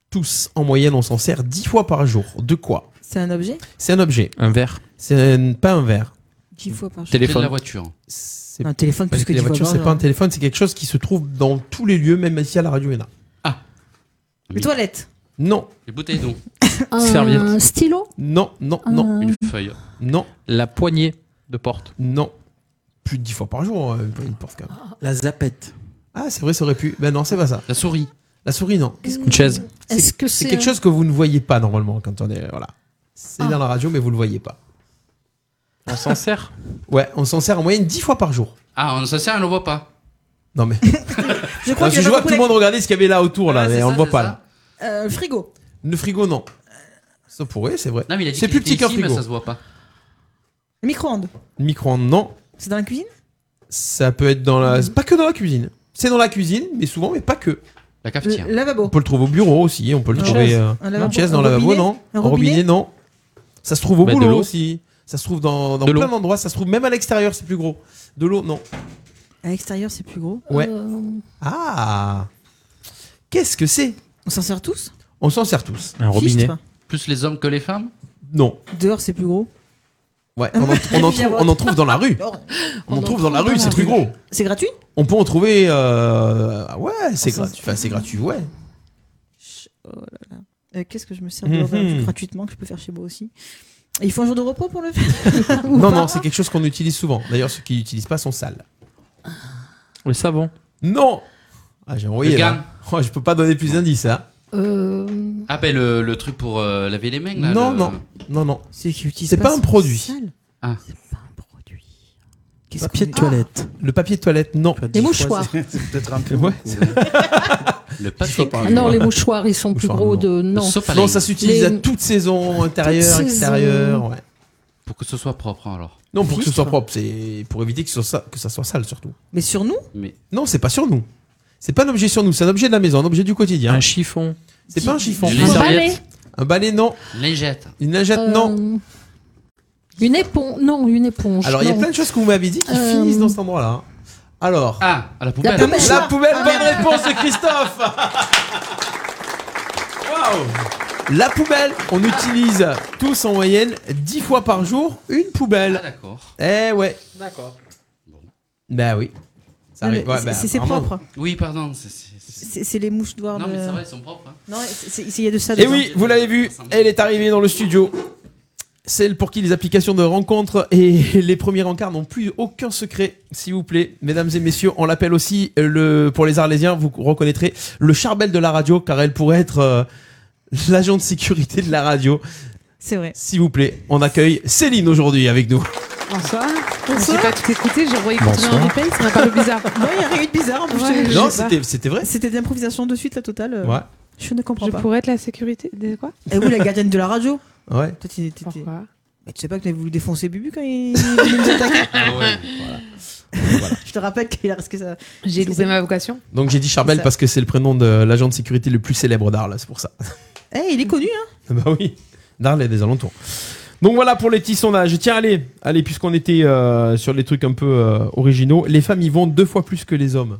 Tous, en moyenne, on s'en sert 10 fois par jour. De quoi
C'est un objet
C'est un objet.
Un verre.
C'est un- pas un verre.
10 fois par
Téléphone.
jour.
Téléphone.
de la voiture.
C'est
Un téléphone,
Parce
parce
que
que
la
10 fois
voiture,
par
c'est
jour.
pas un téléphone, c'est quelque chose qui se trouve dans tous les lieux, même ici à la radio, il y en a.
Ah.
Les toilettes.
Non,
Les bouteilles d'eau.
Un
Serviette.
stylo
non, non, non,
Une feuille.
non,
La poignée de porte.
non. Plus de 10 fois par jour, euh, une porte quand même.
La zapette.
Ah, c'est vrai, ça aurait pu. Ben non, c'est pas ça.
La souris.
La souris, non.
Une chaise.
Est-ce que
C'est
c'est
quelque
un- Ah.
chose que vous ne voyez pas normalement quand on est. Voilà. C'est dans la radio, mais vous le voyez pas.
On s'en sert.
Ouais, on s'en sert en moyenne 10 fois par jour.
Ah, on s'en sert, on le voit pas.
Non, mais.
Je crois
Parce
que
que je
j'ai
vois
pas
que tout le monde regardait ce qu'il y avait là autour, là,
Ouais,
mais
c'est
on
ça,
le voit
c'est
pas.
ça.
là.
compris. Euh, le frigo.
Le frigo, non. Ça pourrait, c'est vrai.
Non, mais il a dit
C'est
qu'il
plus petit
était
qu'un
ici, mais
frigo.
Ça se voit pas.
Le micro-ondes.
Le Micro-ondes, non.
C'est dans la cuisine
Ça peut être dans la. c'est Pas que dans la cuisine. C'est dans la cuisine, mais souvent, mais pas que.
La
Le
cafetière.
On
lavabo.
peut le trouver au bureau aussi, on peut le
Une
trouver
chaise.
euh,
Un lavabo.
une chaise
Un
dans le lavabo,
robinet.
non
Un
robinet,
robinet,
non. Ça se trouve au
Bah, de
boulot
l'eau.
aussi. Ça se trouve dans, dans
De l'eau.
plein d'endroits, ça se trouve même à l'extérieur, c'est plus gros. De l'eau, non.
À l'extérieur, c'est plus gros.
Ouais.
Euh,
Ah Qu'est-ce que c'est
On s'en sert tous
On s'en sert tous.
Un
Fiche,
robinet.
toi.
Plus les hommes que les femmes.
Non.
Dehors, c'est plus gros.
Ouais, on en, on en trouve, on en trouve dans la rue. On, en trouve dans la rue, c'est plus gros.
C'est gratuit
On peut en trouver. euh, ah Ouais, c'est
On s'en
gratuit. Enfin, c'est gratuit, ouais.
Oh là là. Euh, Qu'est-ce que je me sers dehors de la rue
Mhm.
gratuitement que je peux faire chez moi aussi Et Il faut un jour de repos pour le faire Ou
Non,
pas
non, c'est quelque chose qu'on utilise souvent. D'ailleurs, ceux qui l'utilisent pas sont sales.
Ah.
Le savon.
Non Ah, j'ai envoyé.
Le
là.
gant.
Oh, je peux pas donner plus d'indices, hein.
euh,
Ah, ben le, le truc pour euh, laver les mains. Là,
Non,
le-
non, non, non.
Ceux qui utilisent
C'est pas un
sont
produit.
sales.
Ah.
C'est pas un produit. Qu'est-ce
Papier
qu'on
de
est- Ah.
toilette.
Le papier de toilette, non.
Enfin, dix
Des
fois,
mouchoirs.
c'est- C'est peut-être un peu.
Ouais.
beaucoup.
hein.
Le
Je sais
papier.
pas.
ah non, les mouchoirs, ils sont plus
Mouchoirs,
gros
non.
de non.
Le sopalin.
Non, ça s'utilise
Les-
à toute saison, intérieur,
saison.
extérieur. ouais.
Pour que ce soit propre, hein, alors.
Non, pour que ce
Filtre.
soit propre, c'est pour éviter que, ce soit, que ça soit sale surtout.
Mais sur nous
Mais
Non, c'est pas sur nous. C'est pas un objet sur nous, c'est un objet de la maison, un objet du quotidien.
Un chiffon.
C'est pas un chiffon.
Les
Un balai.
serviettes.
Un balai, non.
Lingette.
Une lingette,
Euh,
non.
Une éponge, non, une éponge.
Alors, il y a
non.
plein de choses que vous m'avez dit qui
Euh,
finissent dans cet endroit-là. hein. Alors,
Ah, à la poubelle.
La poubelle. Ah,
la poubelle, bonne réponse de Christophe Waouh La poubelle, on utilise tous en moyenne 10 fois par jour une
Ah,
poubelle.
d'accord.
Eh ouais.
D'accord.
Bah oui. Ça
Non, mais
arrive. Ouais,
c'est-
bah,
C'est c'est
vraiment.
propre.
Oui, pardon. c'est- c'est- c'est-
C'est c'est les mouches d'oie.
Non, mais
de-
ça va, ils sont propres. hein.
Non, c'est- c'est- il y a de ça
Et
dedans.
Eh oui, vous l'avez vu, elle est arrivée dans le studio. Celle pour qui les applications de rencontres et les premiers rencarts n'ont plus aucun secret, s'il vous plaît. Mesdames et messieurs, on l'appelle aussi, euh, le, pour les Arlésiens, vous reconnaîtrez, le charbel de la radio, car elle pourrait être euh, l'agent de sécurité de la radio.
C'est vrai.
S'il vous plaît, on accueille Céline aujourd'hui avec nous.
Bonsoir. J'ai pas tout écouté, j'ai envoyé continuer en
Bonsoir.
replay, c'est un peu bizarre.
Non, il y a rien eu de bizarre en plus.
Ouais.
je-
Non,
je sais pas.
c'était c'était vrai.
C'était de l'improvisation de suite, la totale. euh,
Ouais,
Je ne comprends
Je
pas.
pourrais être la sécurité. Des quoi
Et vous, la gardienne de la radio
ouais.
Toi, t'es- t'es- t'es-
Pourquoi
Mais tu sais pas que t'avais voulu défoncer Bubu quand il il nous attaquait
Ah ouais.
Je te rappelle qu'il a risqué ça.
J'ai loupé ma vocation.
Donc j'ai dit
C'est
charbel
ça.
parce que c'est le prénom de l'agent de sécurité le plus célèbre d'Arles, c'est pour ça.
Eh, il est connu, hein
Bah oui, d'Arles et des alentours. Donc voilà pour les petits sondages. Tiens, allez, allez puisqu'on était euh, sur les trucs un peu euh, originaux, les femmes y vont deux fois plus que les hommes.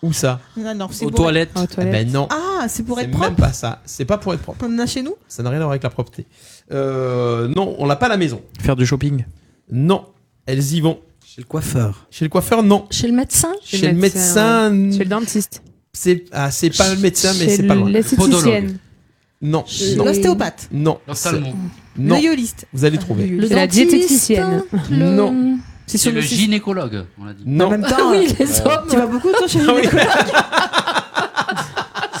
Où ça
Non, non, c'est
Aux
pour
toilettes.
être-
Ah, ben non.
Ah, c'est pour être
C'est même
propre.
pas ça. C'est pas pour être propre.
On en a chez nous
Ça n'a rien à voir avec la propreté. Euh, non, on l'a pas à la maison.
Faire du shopping
Non, elles y vont. Chez le coiffeur. Chez le coiffeur, non.
Chez le médecin
Chez, le médecin.
Chez le dentiste.
C'est ah, c'est pas le médecin, mais
Chez
c'est pas loin.
l'esthéticienne.
Non.
Chez
non.
l'ostéopathe.
Non.
L'ophtalmo.
Non.
Le yoliste.
Vous allez trouver.
Le C'est la dentiste, diététicienne. le-
Non.
C'est le gynécologue, on l'a dit.
Non.
En même temps, euh, Tu vas beaucoup, toi, chez
Ah
le gynécologue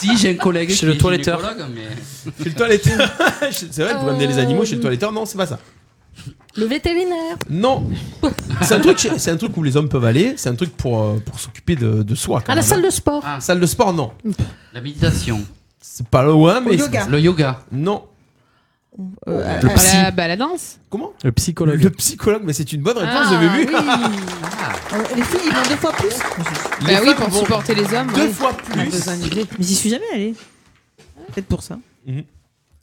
Si, j'ai un collègue
Chez
qui
le
est
toiletteur.
gynécologue, mais-
Chez le toiletteur. c'est vrai, vous
Euh.
pouvez amener les animaux chez le toiletteur. Non, c'est pas ça.
Le vétérinaire.
Non. C'est un truc, chez- c'est un truc où les hommes peuvent aller. C'est un truc pour euh, pour s'occuper de, de soi.
Ah,
quand
À la
même. hein.
salle de sport.
Ah.
Salle de sport, non.
La méditation.
C'est pas loin,
Le
mais
yoga. Le yoga.
Non.
Euh,
Le bah, psy. la- bah, la danse. Ah,
Comment
Le psychologue.
Le psychologue, mais c'est une bonne réponse, vous avez vu Ah.
Euh, Les filles, ils vont deux fois plus.
Bah oui, pour supporter les hommes.
Deux
oui.
fois
On a
plus.
besoin d'y aller. Mais j'y suis jamais allée. Peut-être pour ça.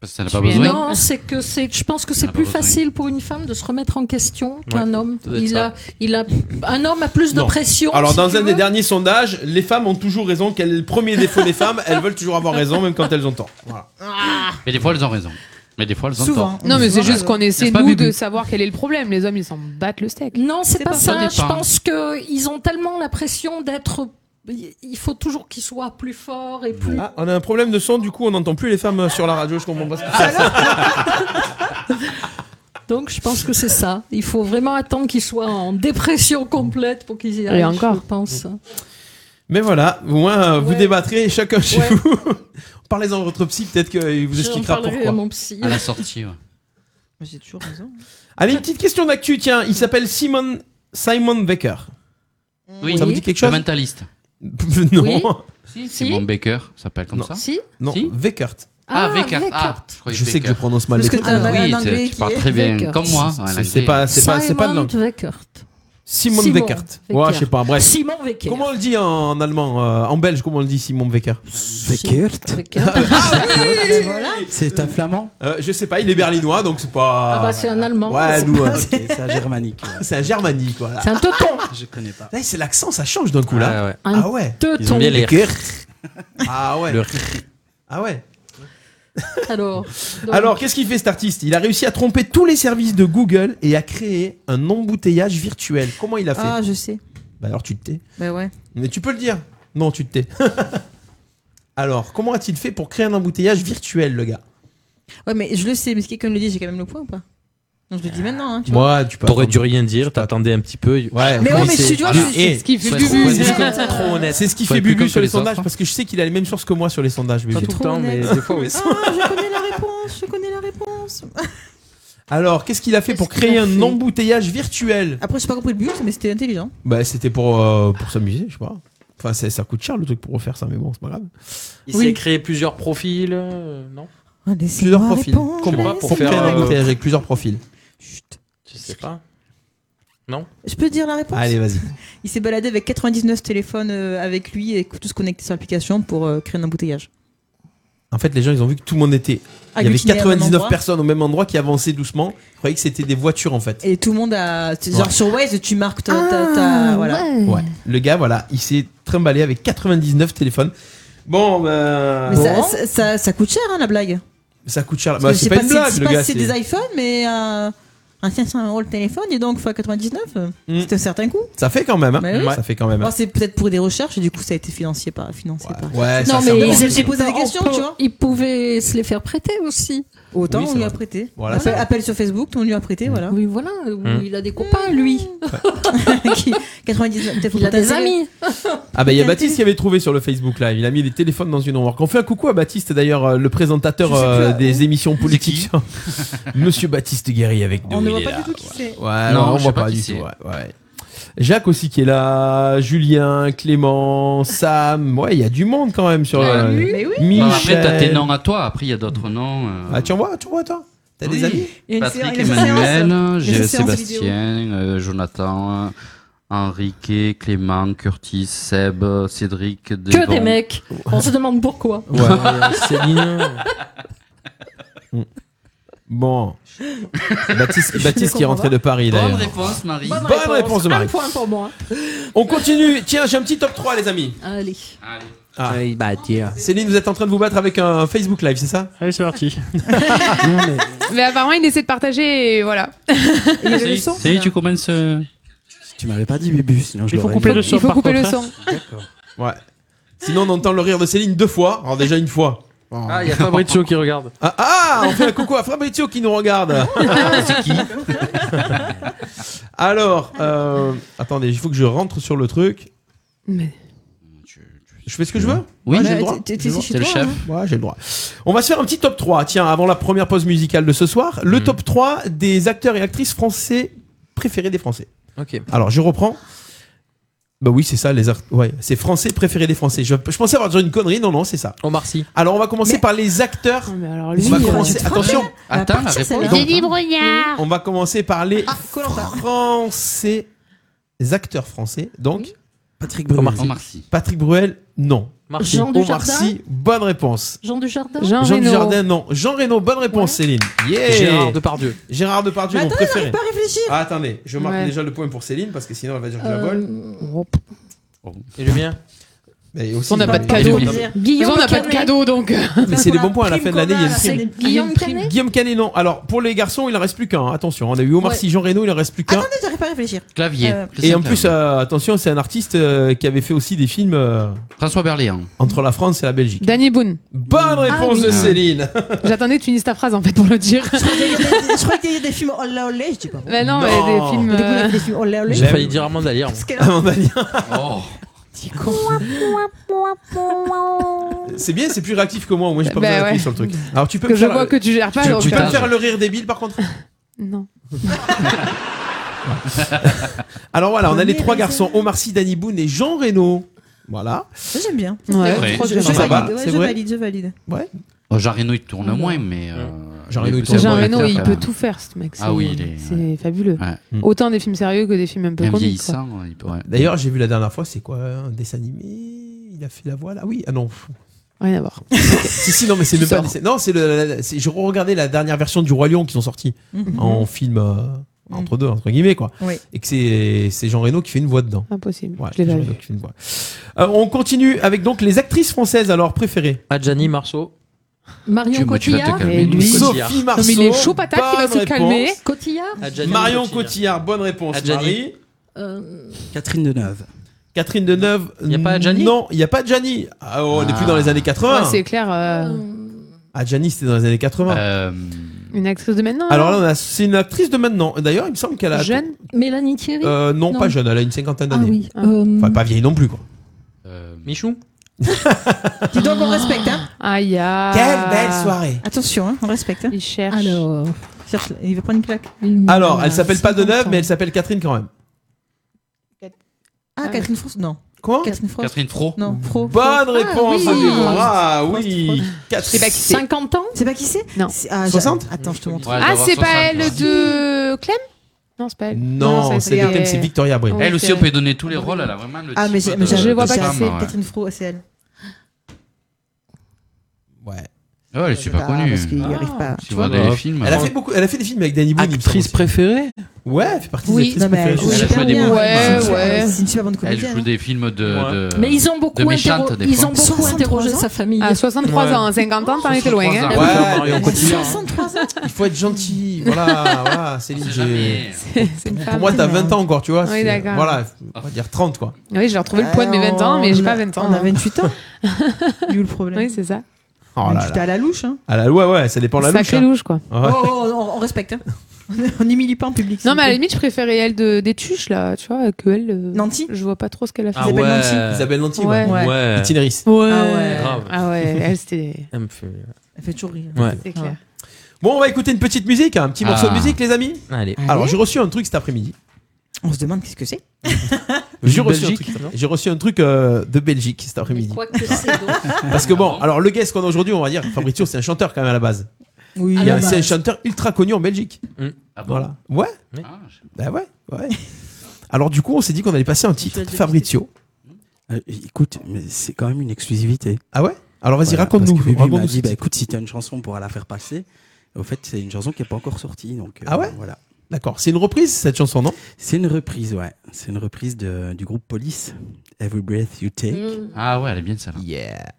Parce que ça n'a pas
Mais
besoin.
Non, c'est que c'est. Je pense que c'est
Ah,
plus
bah, oui.
facile pour une femme de se remettre en question qu'un
Ouais,
homme.
ça doit être
Il
ça.
a, il a, un homme a plus de
Non.
pression.
Alors,
si
dans
tu
un
veux.
des derniers sondages, les femmes ont toujours raison. Quel est le premier défaut des femmes Elles veulent toujours avoir raison, même quand elles ont tort. Voilà.
Mais des fois, elles ont raison. Mais des fois, elles ont
Souvent.
tort.
Non, mais c'est juste qu'on essaie,
N'est-ce pas,
nous,
Bubu
de savoir quel est le problème. Les hommes, ils s'en battent le steak.
Non, c'est
C'est
pas
pas
ça.
ça
Je
dépend.
pense que ils ont tellement la pression d'être. Il faut toujours qu'ils soient plus forts et plus.
Ah, on a un problème de son, du coup, on n'entend plus les femmes euh, sur la radio. Je comprends pas ce que c'est.
Donc, je pense que c'est ça. Il faut vraiment attendre qu'ils soient en dépression complète pour qu'ils y arrivent.
encore.
Je pense.
Ah, Mais voilà, au moins, euh, vous
Ouais.
débattrez chacun chez
Ouais.
vous. Parlez-en à votre psy, peut-être qu'il vous
Je
expliquera
en parlerai
pourquoi.
à mon psy.
À la sortie, ouais.
Mais J'ai toujours raison.
Allez, une petite question d'actu, tiens. Il s'appelle Simon, Simon Baker.
Oui,
Ça vous dit quelque
le
chose
mentaliste.
Non.
Oui.
Si,
si.
Simon euh, Baker, ça s'appelle comme
Non.
ça.
Si.
Non,
Si.
Weckert.
Ah,
Ah,
Baker. Ah,
Weckert.
croyais
Je sais que je
Baker.
prononce mal les
Parce que
trucs.
t'as un
Oui,
malade
tu-
anglais
tu
qui
parles
est-
très bien,
Baker.
comme moi. en
C'est- C'est
anglais.
pas, c'est pas, c'est pas de
Simon
langue.
Weckert.
Simon
Simon
Weckert. Ouais,
Weckert.
je sais pas. Bref.
Simon Wecker.
Comment on le dit en allemand euh, En belge, comment on le dit Simon Becker ben
C'est un flamand
Euh, Je sais pas, il est berlinois, donc c'est pas.
Ah bah c'est un allemand.
Ouais, nous, euh,
Ok, c'est un germanique. ouais.
c'est un germanique, quoi.
C'est un teuton.
Je connais pas.
Là, c'est l'accent, ça change d'un coup, là.
Ah ouais.
Ah ouais.
Ils ont
Teuton.
bien les
Ah ouais.
Le-
Ah ouais.
Alors. donc,
Alors, qu'est-ce qu'il fait cet artiste Il a réussi à tromper tous les services de Google et à créer un embouteillage virtuel. Comment il a fait
Ah, je sais.
Bah alors, tu te tais.
Bah ouais.
Mais tu peux le dire. Non, tu te tais. alors, comment a-t-il fait pour créer un embouteillage virtuel, le gars
Ouais, mais je le sais, mais si quelqu'un le dit, j'ai quand même le point ou pas Non, je le dis maintenant, hein, tu vois.
Moi, tu peux.
T'aurais dû rien dire, t'attendais un petit peu.
Ouais,
Mais ouais, mais
c'est-
tu vois,
voilà.
je-
Et-
Ce qui fait
Faut
du
être
but.
honnête.
Trop honnête.
C'est ce qui
Faut
fait
être plus
Bubu
comme
sur les
les autres.
sondages parce que je sais qu'il a les mêmes sources que moi sur les sondages. Bubu.
Pas tout le temps, mais des fois, oui.
Ah, je connais la réponse, je connais la réponse.
Alors, qu'est-ce qu'il a fait pour créer un embouteillage virtuel
Après, j'ai pas compris le but, mais c'était intelligent.
Bah, c'était pour euh, pour s'amuser, je sais pas. Enfin, c'est- ça coûte cher le truc pour refaire ça, mais bon, c'est pas grave.
Il
Oui. Oh,
s'est créé plusieurs profils, euh, non
Plusieurs profils.
Comment
Comment
pour
pour créer
faire,
un
euh,
embouteillage avec plusieurs profils
Je sais pas.
Je peux dire la réponse
Allez, vas-y.
Il s'est baladé avec 99 téléphones euh, avec lui et tous connectés sur l'application pour euh, créer un embouteillage.
En fait, les gens, ils ont vu que tout le monde était. Il y avait
Agglutiné à un
99
endroit.
personnes au même endroit qui avançaient doucement. Ils croyaient que c'était des voitures en fait.
Et tout le monde a. c'est Genre
Ouais.
sur Waze, tu marques ta. ta- ta-
Ah,
voilà.
ouais.
Ouais. Le gars, voilà, il s'est trimballé avec 99 téléphones. Bon, bah,
Mais ça,
bon.
ça, ça- ça coûte cher, hein, la blague.
ça coûte cher.
Parce
Bah,
que
c'est pas une
si-
blague,
c'est
le
pas-
gars.
C'est
c'est-
des iPhones, mais. euh, un 500 euros le téléphone, et donc, fois 99, euh,
Mm.
c'est un certain coût.
Ça fait quand même. hein.
Bah oui.
Ça fait quand même. hein.
Alors, c'est peut-être pour des recherches, et du coup, ça a été financé par. Financé par.
Ouais, ça
Non
fait
mais
un
ils
bon-
étaient- posé des
on
questions,
peut-
tu vois.
Ils pouvaient se les faire prêter aussi.
Autant
Oui,
on
c'est
lui a
vrai.
prêté.
Voilà, c'est
appel,
vrai.
appel sur Facebook, on lui a prêté,
Mm.
voilà.
Oui, voilà. où
Hmm.
Il a des copains, lui.
Qui- 99, peut-être faut
Il a des
t'intéresser.
amis.
Ah bah il y a
Quel
Baptiste qui avait trouvé sur le Facebook Live. Il a mis les téléphones dans une armoire. On fait un coucou à Baptiste d'ailleurs, euh, le présentateur
Je sais plus,
euh,
euh,
des émissions politiques. Monsieur Baptiste Guéry avec nous.
On ne
il
voit
est
pas
là.
du tout qui c'est.
Ouais,
Non,
non, on
je sais
voit
pas
pas
qui
du tout.
c'est.
ouais, ouais. Jacques aussi qui est là, Julien, Clément, Sam. Ouais, il y a du monde quand même sur. euh,
Mais Bah oui.
Bon, après, t'as tes
Michel.
noms à toi. Après, il y a d'autres noms. euh,
Ah tu en vois, tu en vois toi. T'as des
oui.
amis
Il y a une séance-
Patrick,
il y a une séance.
Emmanuel,
Il y a une
j'ai
séance
Sébastien, euh, Jonathan, euh, Enrique, Clément, Curtis, Seb, Cédric,
Que des
Devon.
mecs. On se demande pourquoi.
Ouais.
Céline.
Bon. Baptiste, Baptiste qui est
comprends
rentré de Paris
Bonne
d'ailleurs.
réponse, Marie.
Bonne réponse de Marie.
Un point pour moi.
On continue. Tiens, j'ai un petit top 3, les amis.
Allez.
Ah. Céline, vous êtes en train de vous battre avec un Facebook Live, c'est ça Allez, c'est parti.
Mais apparemment, il essaie de partager et voilà.
Ça y est, ça y est, tu commences. euh,
Tu m'avais pas dit Bubu, sinon je
Il faut
l'aurais
couper
dit.
le son, Il faut par couper contre, le hein. son.
D'accord.
Ouais. Sinon, on entend le rire de Céline deux fois. Alors, déjà une fois. Oh.
Ah, il y a Fabrizio qui regarde.
Ah, ah, on fait un coucou à Fabrizio qui nous regarde.
Ah,
C'est qui Alors, euh, attendez, il faut que je rentre sur le truc.
Mais-
Je fais ce que je veux
Oui,
Ouais, j'ai
bah,
le droit.
t'es- t'es-
J'ai le
t'es
droit.
chez toi, hein.
Ouais, j'ai le droit. On va se faire un petit top 3, tiens, avant la première pause musicale de ce soir. Le
Mhm.
top 3 des acteurs et actrices français préférés des Français.
Ok.
Alors, je reprends. Bah oui, c'est ça, les art- ouais, c'est français préférés des Français. Je, je pensais avoir déjà une connerie, non, non, c'est ça.
Omar Sy.
Alors, on va commencer par les acteurs.
alors,
on va commencer, attention.
Attends, la réponse. Donc,
euh,
Brognard.
on va commencer par les français, les acteurs français. Donc, Patrick
Bruel. Omar Sy. Omar
Patrick Bruel, non.
Sy. Jean
Omar
Dujardin
Sy, bonne réponse.
Jean Dujardin
Jean, Dujardin, non. Jean Reno, bonne réponse, Céline. Yeah.
Gérard Depardieu.
Gérard Depardieu,
Mais
mon
attends,
préféré.
j'arrive pas à réfléchir.
Ah, attendez, je marque
Ouais.
déjà le point pour Céline parce que sinon elle va dire que je la
Euh,
vole.
Et le mien
Mais aussi,
On n'a pas de
mais-
cadeau.
Guillaume
on n'a pas de
Canet.
cadeau donc. euh.
Mais c'est les bons points à la fin de l'année, il y a une prime.
Guillaume
Canet
Guillaume Canet, non. Alors, pour les garçons, il en reste plus qu'un. hein. Attention, on a eu Omar
Ouais.
Sy, Jean Reno, il en reste plus qu'un.
Attendez, j'arrive pas à réfléchir. Euh,
Et en plus, euh, attention, c'est un artiste euh, qui avait fait aussi des films. euh,
François Berléand.
Entre la France et la Belgique.
Danny Boone.
Bonne réponse
Ah oui.
de Céline.
J'attendais que tu finisses ta phrase en fait pour le dire.
Je crois qu'il y a des films olé olé, je dis pas.
Mais non, mais des
Non.
films.
Des
euh,
Des films olé olé.
J'ai failli dire Armand Dalier.
Armand Dalier.
Oh.
C'est bien, c'est plus réactif que moi. Moi, j'ai pas
Bah
besoin d'appuyer
ouais.
sur le truc. Alors, tu peux
Que
me
je
faire
vois
le-
que tu gères pas,
Tu,
alors
tu peux
putain.
me faire le rire débile, par contre.
Non.
Alors voilà, on a les trois garçons Omar Sy, Danny Boone et Jean Reno. Voilà.
Ça, J'aime bien.
Ouais.
Je-
Ouais.
Je, je
Ça va,
valide, ouais,
c'est
je
vrai.
valide, je valide.
Ouais.
Oh, Jean Reno, il tourne moins, mais. euh,
Jean Reno, il
c'est
tourne
un
Jean
bon
Reno,
acteur,
il
quand
peut
même.
tout faire, ce mec.
Ah oui, il est.
C'est fabuleux.
Mm.
Hmm.
Autant des films sérieux que des films un peu
Bien
comiques. quoi.
vieillissant. il peut- ouais.
D'ailleurs, j'ai vu la dernière fois, c'est quoi Un dessin animé Il a fait la voix là Oui, ah non.
Rien à voir.
si, si, non, mais c'est même pas. Non, c'est le. la- la- c'est- Je regardais la dernière version du Roi Lion qu'ils ont sorti
Mhm.
en film euh, entre deux, entre guillemets, quoi.
Oui.
Et que c'est c'est Jean Reno qui fait une voix dedans.
Impossible.
Ouais,
Je l'ai
Jean
pas
Reno qui fait une voix. Euh, on continue avec donc les actrices françaises alors préférées.
Adjani Marceau.
Marion
Tu- moi, tu vas te
Cotillard.
calmer, Et lui. Sophie
Sophie
Marceau,
Marceau.
Mais il est chaud patate, il va
bonne
se calmer.
réponse.
Cotillard.
Adjani
Marion
Cotillard.
Cotillard, bonne réponse.
Adjani.
Marie.
Euh,
Catherine Deneuve.
Catherine Deneuve. Il n'y a pas
Adjani
Non, il n'y a pas Adjani. Ah, oh, on n'est plus dans les années 80.
Ouais, c'est clair. euh,
Adjani, c'était dans les années 80.
Euh,
Une actrice de maintenant.
Alors là, on a- c'est une actrice de maintenant. D'ailleurs, il me semble qu'elle a.
Jeune
Mélanie Thierry.
Euh, non, pas jeune, elle a une cinquantaine
Ah
d'années.
oui. euh,
Enfin, pas vieille non plus, quoi.
Euh,
Michou
Dis donc, on respecte, hein.
Aïe, aïe.
Attention, hein, on respecte. Hein.
Il cherche.
Alors.
Cherche- Il va prendre une claque.
Alors, elle s'appelle pas Deneuve, mais elle s'appelle Catherine quand même.
Ah, Catherine France Non.
Quoi
Catherine France
Catherine Fro.
Non, Fro. Ah,
Bonne réponse,
oui.
Alexandra. Ah oui.
Je sais pas qui c'est.
50 ans
C'est pas qui c'est
Non.
C'est- ah,
60
j'a- Attends, je te montre.
Ouais, elle doit
Ah,
avoir
c'est pas
60,
elle
ouais.
de Euh, Clem Non, c'est pas elle.
Non, c'est le thème, c'est Victoria Abril.
Elle
Oui,
aussi,
c'est-
on peut lui donner tous les rôles. Elle a vraiment le.
Ah, mais j'ai- mais j'ai-
Je vois pas qui
j'ai-
c'est,
c'est Catherine Fro, c'est elle.
Ouais.
Ouais, elle est super
Ah,
connue.
parce qu'il y arrive pas.
Tu vois dans les films. euh,
Elle a fait beaucoup, elle a fait des films avec Danny Boone. il me
Actrice
semble aussi.
préférée
Ouais, elle fait partie
Oui,
des
non,
actrices
mais elle joue
préférées.
Elle a
super
joué des
bien.
bons
Ouais,
C'est une-
ouais.
C'est une super bonne
Elle
comédienne.
joue
hein.
des films de. de-
Mais ils ont
de
beaucoup, interro-
méchantes, des
ils
fois.
ont beaucoup
63
interrogé
ans.
sa famille.
À 63
Ouais.
Ah, ans, 50 ans, t'en étais loin. hein.
ans.
Ouais,
Marion
mais-
Cotillard.
63 ans.
Il faut être gentil. hein. Voilà, voilà, Céline. j'ai-
Jamais.
C'est une femme.
Pour moi, t'as 20 ans encore, tu vois.
Oui,
c'est-
d'accord.
Voilà, on va dire 30, quoi.
Oui, j'ai retrouvé le poids de mes 20 ans, mais j'ai pas 20 ans.
Euh, On a
hein.
28 ans. Il est où le
Oui,
problème
c'est ça.
Oh là
T'es
là.
à la louche. Hein.
Ah là, ouais, ouais, ça dépend de la louche.
Sacré
hein.
louche, quoi.
Ouais.
Oh, oh, oh, on, on respecte. Hein. on n'humilie pas en public.
Non,
s'il
mais à
vous
la
plaît.
limite, je préférais elle de, des tuches, là, tu vois, que elle. euh,
Nancy
Je vois pas trop ce qu'elle a fait.
Ah
Isabelle Nanty.
ouais.
Isabelle Lanty, ouais.
Ouais.
Ouais.
Itinéris.
Ouais.
Ah ouais.
Grave.
Ah ouais, elle, c'était.
Elle me fait-
Elle fait toujours
oh.
rire.
Ouais.
C'est clair.
Bon, on va écouter une petite musique, un petit morceau de
Ah.
musique, les amis.
Allez.
Alors, j'ai reçu un truc cet après-midi.
On se demande qu'est-ce que c'est.
J'ai reçu, un
Belgique,
truc-
non
j'ai reçu un truc euh, de Belgique cet après-midi.
Quoi que c'est donc.
Parce que bon, alors le guest qu'on a aujourd'hui, on va dire, Fabrizio, c'est un chanteur quand même à la base.
Oui.
Il y a- C'est un chanteur ultra connu en Belgique.
Ah bon
Voilà. Ouais,
Ah, je-
bah ouais, ouais. Alors du coup, on s'est dit qu'on allait passer un titre de Fabrizio.
Euh, écoute, mais c'est quand même une exclusivité.
Ah ouais Alors vas-y,
Voilà,
raconte-nous.
parce que Bubu m'a
raconte-nous ce
dit, bah,
titre.
écoute, si t'as une chanson, on pourra la faire passer. Au fait, c'est une chanson qui est pas encore sortie. Donc, euh,
Ah ouais
voilà.
D'accord. C'est une reprise cette chanson, non
C'est une reprise, ouais. C'est une reprise de- du groupe Police, Every Breath You Take.
Ah ouais, elle est bien celle-là.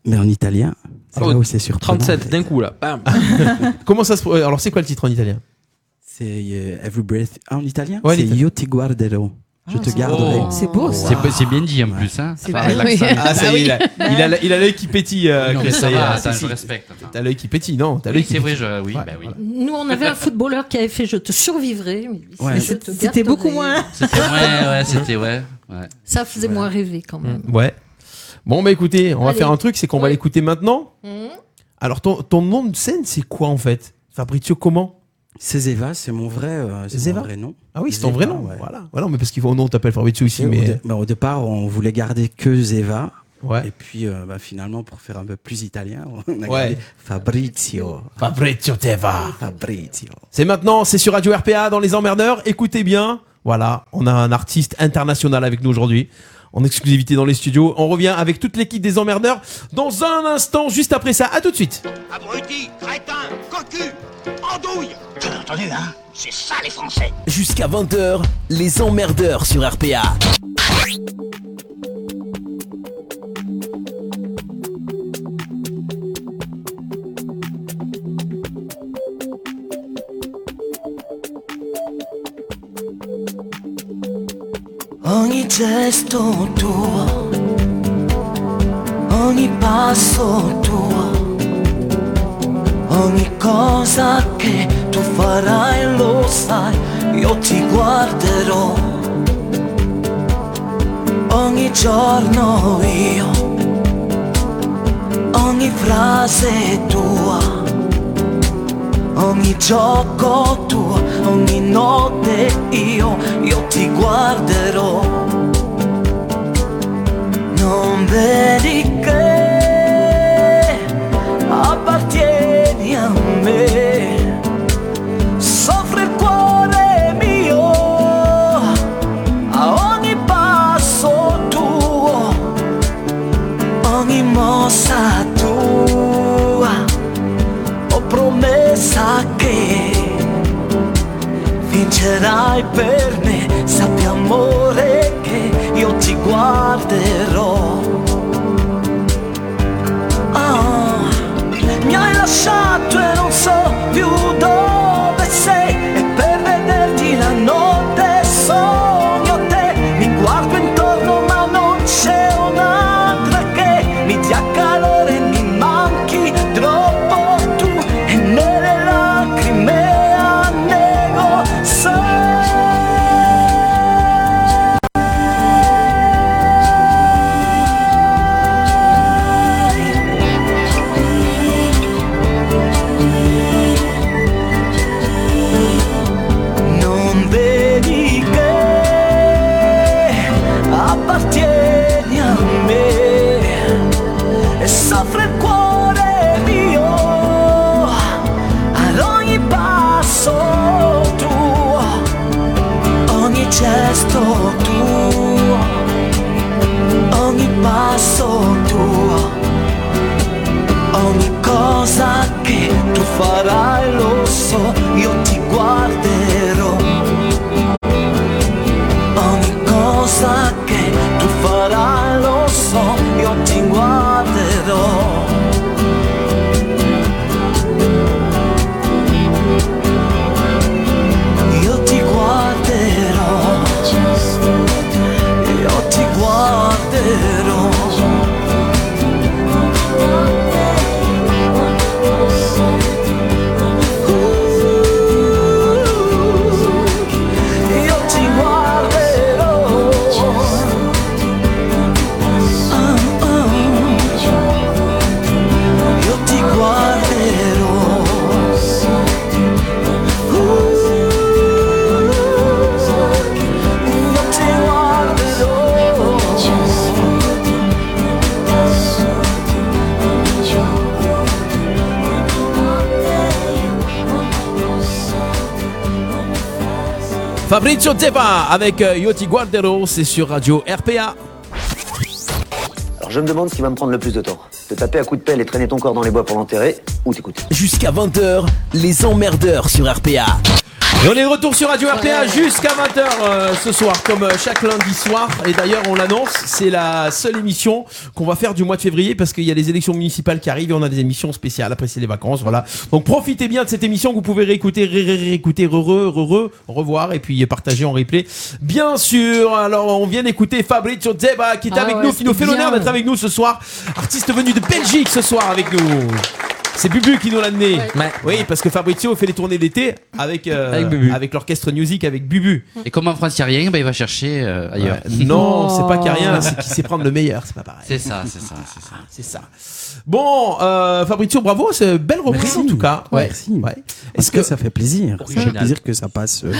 Mais en italien, c'est
Ah,
Oh,
là
au-
où c'est surprenant.
37, d'un coup, là. Bam. Comment ça se. euh, Alors, c'est quoi le titre en italien
C'est euh, Every Breath. Ah, en italien
Ouais, en
C'est
italien.
Io ti guarderò. Je te garderai.
Oh. C'est beau, ça. C'est pas- c'est bien dit, en plus, hein. C'est
Ah,
vrai.
l'accent.
Oui.
Ah, ça y est, il a-
Ah oui.
il a il a l'œil qui pétille. euh,
Non,
Chris,
mais ça
y est,
va,
ah,
attends,
si,
je
si.
respecte, attends.
T'as l'œil qui pétille, non t'as l'œil
Oui,
qui
c'est vrai,
pétille.
je- oui, bah oui.
Nous, on avait un footballeur qui avait fait Je te survivrai. mais lui,
Ouais.
c'est Je te
C'était
garderai.
beaucoup moins. hein.
C'était ouais, ouais, c'était ouais. ouais.
Ça faisait moins rêver quand même.
Mm. Ouais. Bon, bah écoutez, on va
Allez.
faire un truc, c'est qu'on va l'écouter maintenant. Alors, ton, ton nom de scène, c'est quoi en fait Fabrizio, comment
C'est Zeva, c'est mon vrai, euh, c'est mon vrai nom.
Ah oui, c'est ton vrai nom.
ouais.
Voilà. voilà, mais parce qu'il faut, non, on t'appelle Fabrizio ici,
Au
mais.
dé- bah, au départ, on voulait garder que Zeva.
Ouais.
Et puis, euh, bah, finalement, pour faire un peu plus italien, on a
Ouais.
gardé Fabrizio.
Fabrizio Teva.
Fabrizio.
C'est maintenant, c'est sur Radio RPA dans Les Emmerdeurs. Écoutez bien. Voilà, on a un artiste international avec nous aujourd'hui. En exclusivité dans les studios. On revient avec toute l'équipe des Emmerdeurs dans un instant, juste après ça. À tout de suite.
Abruti, crétin, cocu, andouille T'as entendu, hein C'est ça les Français
Jusqu'à 20h, les emmerdeurs sur RPA.
Ogni gesto tuo, ogni passo tuo, ogni cosa che tu farai lo sai, io ti guarderò. Ogni giorno io, ogni frase tua, ogni gioco tuo, ogni notte io, io ti guarderò. Non vedi che appartieni a me, soffre il cuore mio a ogni passo tuo, ogni mossa tua ho promessa che vincerai per me, sappi amore che io ti guarderò. Ah, mi hai lasciato e non so più dove sei e per vederti la notte sogno te, mi guardo intorno ma non c'è un'altra che mi dia calore, mi manchi troppo tu e nelle lacrime annego sei. Non vedi che appartieni a me e soffre il cuore mio ad ogni passo tuo, ogni gesto tuo, ogni passo tuo. Ogni cosa che tu farai lo so, io ti guarderò. Ogni cosa che tu farai lo so, io ti guarderò. Io ti guarderò. Io ti guarderò. Io ti guarderò Ah, ah. Io ti guarderò Io ti guarderò
Fabrizio Teva avec euh, Yoti Guardero, c'est sur Radio RPA.
Alors je me demande ce qui va me prendre le plus de temps. Te taper à coups de pelle et traîner ton corps dans les bois pour l'enterrer, ou t'écouter.
Jusqu'à 20h, les emmerdeurs sur RPA.
Et on est de retour sur Radio RPA jusqu'à 20h ce soir, comme euh, chaque lundi soir. Et d'ailleurs, on l'annonce, c'est la seule émission qu'on va faire du mois de février parce qu'il y a les élections municipales qui arrivent et on a des émissions spéciales. Après, c'est les vacances, voilà. Donc profitez bien de cette émission que vous pouvez réécouter, ré- ré- réécouter, re- re- re- re- revoir et puis partager en replay. Bien sûr, alors on vient d'écouter Fabrizio Zeba qui est
Ah
avec
ouais,
nous, qui nous fait
c'était
l'honneur
bien.
d'être avec nous ce soir. Artiste venu de Belgique ce soir avec nous. C'est Bubu qui nous l'a amené. Oui, parce que Fabrizio fait les tournées d'été avec, euh,
Avec Bubu.
avec l'orchestre music, avec Bubu.
Et comme en France, il n'y a rien, bah, il va chercher euh, ailleurs.
Ouais. Non, c'est pas qu'il y a rien, c'est qu'il sait prendre le meilleur, c'est pas pareil.
C'est ça, c'est ça, c'est ça.
C'est ça. Bon, euh, Fabrizio, bravo, c'est une belle reprise en tout cas. Ouais.
Merci. Est-ce que ça fait plaisir Ça fait
Original.
plaisir que ça passe euh,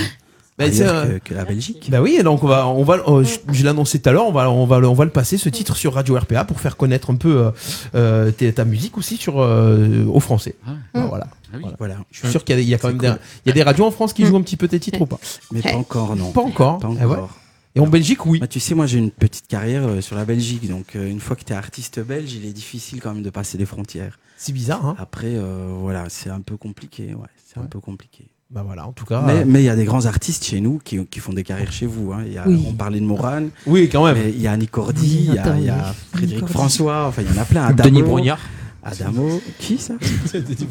Bah,
ailleurs
c'est un-
que, que la Belgique.
Bah oui, et donc on va, on va, euh, je, je l'ai annoncé tout à l'heure, on va, on va, le- on va le passer ce titre sur Radio RPA pour faire connaître un peu euh, euh, tes- ta musique aussi sur euh, aux Français.
Mmh.
Bah, voilà.
Ah
Voilà. Je suis sûr qu'il y a, il y a quand même des, il y a des radios en France qui jouent un petit peu tes titres ou pas
Mais pas encore, non.
Pas encore.
Pas
Ah ouais.
encore.
Et en Belgique, oui.
Bah, tu sais, moi j'ai une petite carrière euh, sur la Belgique, donc euh, une fois que tu es artiste belge, il est difficile quand même de passer les frontières.
C'est bizarre, hein
Après, euh, voilà, c'est un peu compliqué, ouais, c'est un peu compliqué.
Bah voilà, en tout cas.
Mais
euh,
mais il y a des grands artistes chez nous qui, qui font des carrières chez vous. hein. Il y a-
Oui.
On parlait de Morane.
Oui, quand même.
Mais il y a Annie Cordy, il y a, il y a
Attends, oui.
Frédéric
Cordy.
François, enfin il y en a plein. Adamo,
Denis Brognard.
Adamo. Qui ça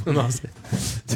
Non, c'est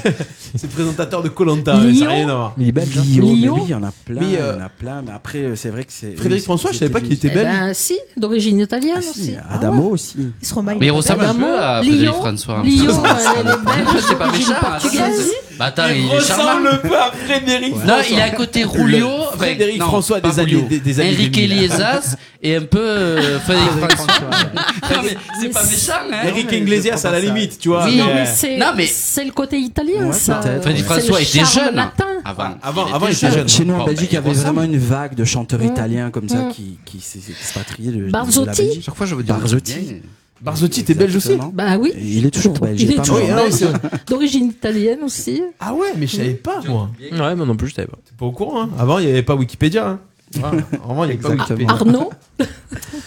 c'est le présentateur de Colanta, ça n'a rien à voir.
Il est belge. Lyon. mais Oui, il y en a plein.
Mais, euh,
Il y en a plein. Mais après, euh, c'est vrai que c'est. Ah
Frédéric
oui,
François, je savais pas qu'il était Ah,
Eh ben, si, d'origine italienne aussi.
belge. Adamo aussi.
Il se remet.
Mais il ressemble un peu à
Lyon,
Frédéric François.
Lyon, elle est belge,
c'est pas
d'origine
méchant.
portugaise.
Bah attends,
Il
il est charmant.
ressemble pas à Frédéric
Non,
François.
il a un côté
Le
Rulio, enfin,
Frédéric
non,
François
pas
des années,
Rulio.
des, des années
Enrique
2000.
Iglesias et un peu
Ah,
euh, Frédéric François.
Non, mais
Ah,
Ah,
c'est pas méchant, hein.
Eric Iglesias à la limite, tu vois.
Oui,
mais-
non, mais
C'est
Non, mais-
c'est le côté italien, ça.
Frédéric
C'est le
François était
charme
jeune.
latin.
Avant,
Avant- avant, il était jeune.
Chez nous en
Bon,
Belgique, il
bah,
y avait
il ressemble.
vraiment une vague de chanteurs
Mm.
italiens comme ça
Mm.
qui, qui s'est expatrié de, de la
Barzotti
Belgique.
Chaque fois, je veux dire
Barzotti.
Barzotti était belge aussi
Exactement.
Bah oui.
Il est toujours belge.
Il est
pas
toujours
mort.
belge. d'origine italienne aussi.
Ah ouais, hein, mais je savais
Oui.
pas, moi.
Ouais, moi non plus, je savais pas.
T'es pas au courant, hein Avant, il n'y avait pas Wikipédia. Hein. Avant, il n'y avait pas
Exactement.
Wikipédia.
Arnaud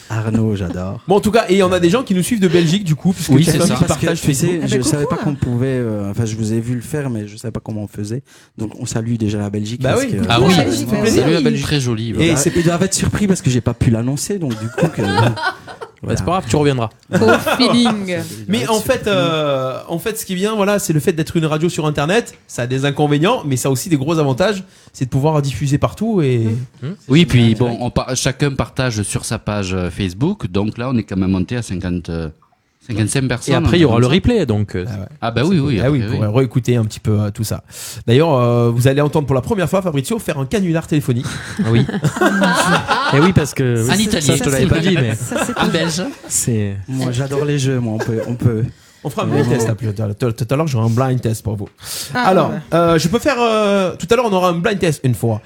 Arnaud, j'adore.
Bon, en tout cas, et on a des gens qui nous suivent de Belgique, du coup, puisque tu as fait un
Parce que,
partage
tu sais,
Facebook.
je savais pas qu'on pouvait. euh, enfin, je vous ai vu le faire, mais je savais pas comment on faisait. Donc, on salue déjà la Belgique.
Bah
parce
oui.
que-
Ah oui, Salut la Belgique.
Salut la Belgique. Très jolie, ouais.
Et
Ouais.
c'est- ils doivent être surpris parce que j'ai pas pu l'annoncer. Donc, du coup, que. euh,
Bah, c'est pas grave, tu reviendras.
feeling.
Mais en fait, euh, en fait, ce qui vient, voilà, c'est le fait d'être une radio sur Internet. Ça a des inconvénients, mais ça a aussi des gros avantages. C'est de pouvoir diffuser partout et.
Mmh.
Oui, puis bon, on par- chacun partage sur sa page euh, Facebook. Donc là, on est quand même monté à 50, euh, 55 personnes.
Et après, il y aura le replay, donc.
Ah, ouais.
Ah bah oui, oui.
Ah oui,
après,
pour réécouter un petit peu euh, tout ça. D'ailleurs, euh, vous allez entendre pour la première fois Fabrizio faire un canular téléphonique.
Ah oui. Et oui, parce que.
En Italie.
Ça, je te l'avais pas dit, mais.
En Belge.
C'est.
Moi, j'adore les jeux. Moi, on peut. On, peut...
on fera un blind test. là, plus tard. Tout tout à l'heure, j'aurai un blind test pour vous.
Ah,
Alors,
ouais.
euh, je peux faire. euh, tout à l'heure, on aura un blind test une fois.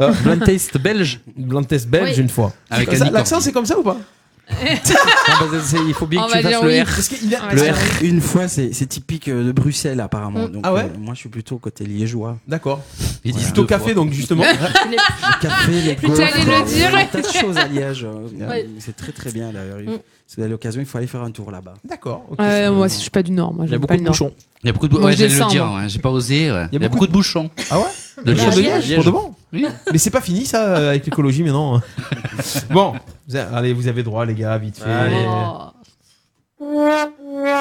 Euh,
Blind test belge.
Blind test belge
Oui.
une fois.
Avec
C'est comme ça-
Andy
L'accent,
Cordy.
c'est comme ça ou pas
Ah, bah, c'est- il faut bien que tu fasses le R.
le
Le
Ah
R.
R.
Une fois, c'est c'est typique euh, de Bruxelles, apparemment.
Mm.
Donc,
Ah ouais
euh, moi, je suis plutôt côté liégeois.
D'accord.
Ils
disent deux fois.
le café, les
Plus t'allais
gaufres, euh,
le
il y a
dire.
un tas de choses à Liège. euh,
Ouais.
C'est très très bien d'ailleurs.
Mm.
Si vous avez l'occasion, il faut aller faire un tour là-bas.
D'accord.
Ouais, moi, je suis pas du Nord. Moi, j'aime pas le Nord.
Il y a beaucoup de bouchons.
Moi, je
j'allais le
descends,
dire,
moi.
ouais, j'ai pas osé. ouais. Il y a beaucoup de bouchons.
Ah ouais
De
Liège,
Liège.
Liège, pour de bon Mais c'est pas fini ça euh, avec l'écologie maintenant. bon, vous avez- allez, vous avez droit les gars, vite fait. Oh.
Allez.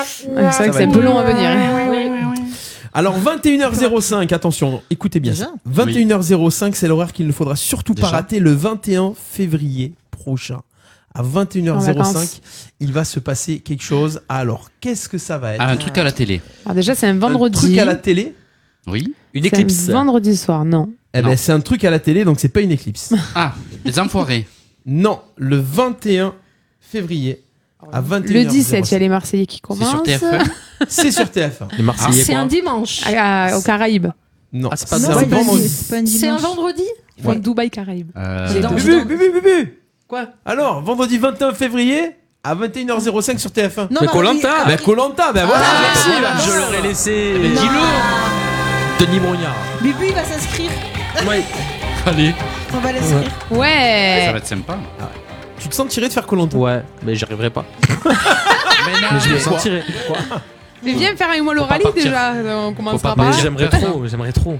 C'est
Ouais, c'est vrai que c'est un peu long à venir. hein.
Alors 21h05, attention, écoutez bien. ça. 21h05, c'est l'horaire qu'il ne faudra surtout pas
Déjà
rater le 21 février prochain. À
En vacances.
21h05, il va se passer quelque chose. Alors, qu'est-ce que ça va être
Ah, un truc à la télé.
Alors déjà, c'est un vendredi.
Un truc à la télé
Oui.
Une
C'est un vendredi soir, non.
Eh ben,
Non.
c'est un truc à la télé, donc c'est pas une éclipse.
Ah, les enfoirés.
Non, le 21 février à 21h.
Le 17, il y a les Marseillais qui commencent.
C'est sur TF1.
Les Marseillais,
Ah,
Ah,
C'est un
dimanche.
aux ah, Caraïbes.
Non,
c'est
c'est un vendredi.
C'est un vendredi
Ouais. Ah.
Dubaï Caraïbes.
Euh,
J'ai dans-
Bubu, Bubu, Bubu Quoi Alors, vendredi 21 février à 21h05 sur TF1.
Non, Mais bah, Koh-Lanta. oui, ah,
Ben Colanta, ben voilà,
Ah,
merci
voilà.
là.
Je l'aurais laissé.
Mais
dis-le Denis Brognard.
Bubu, il va s'inscrire.
Ouais.
Allez.
On va
Ouais.
l'inscrire.
Ouais.
être sympa.
Ah, Tu te sentirais de faire Colanta
Ouais, mais j'y arriverai pas.
Mais
Mais je
mais
le
quoi
sentirais.
Mais viens me faire un moelle rallye déjà. euh, On commence par
Mais
là.
J'aimerais trop, j'aimerais trop.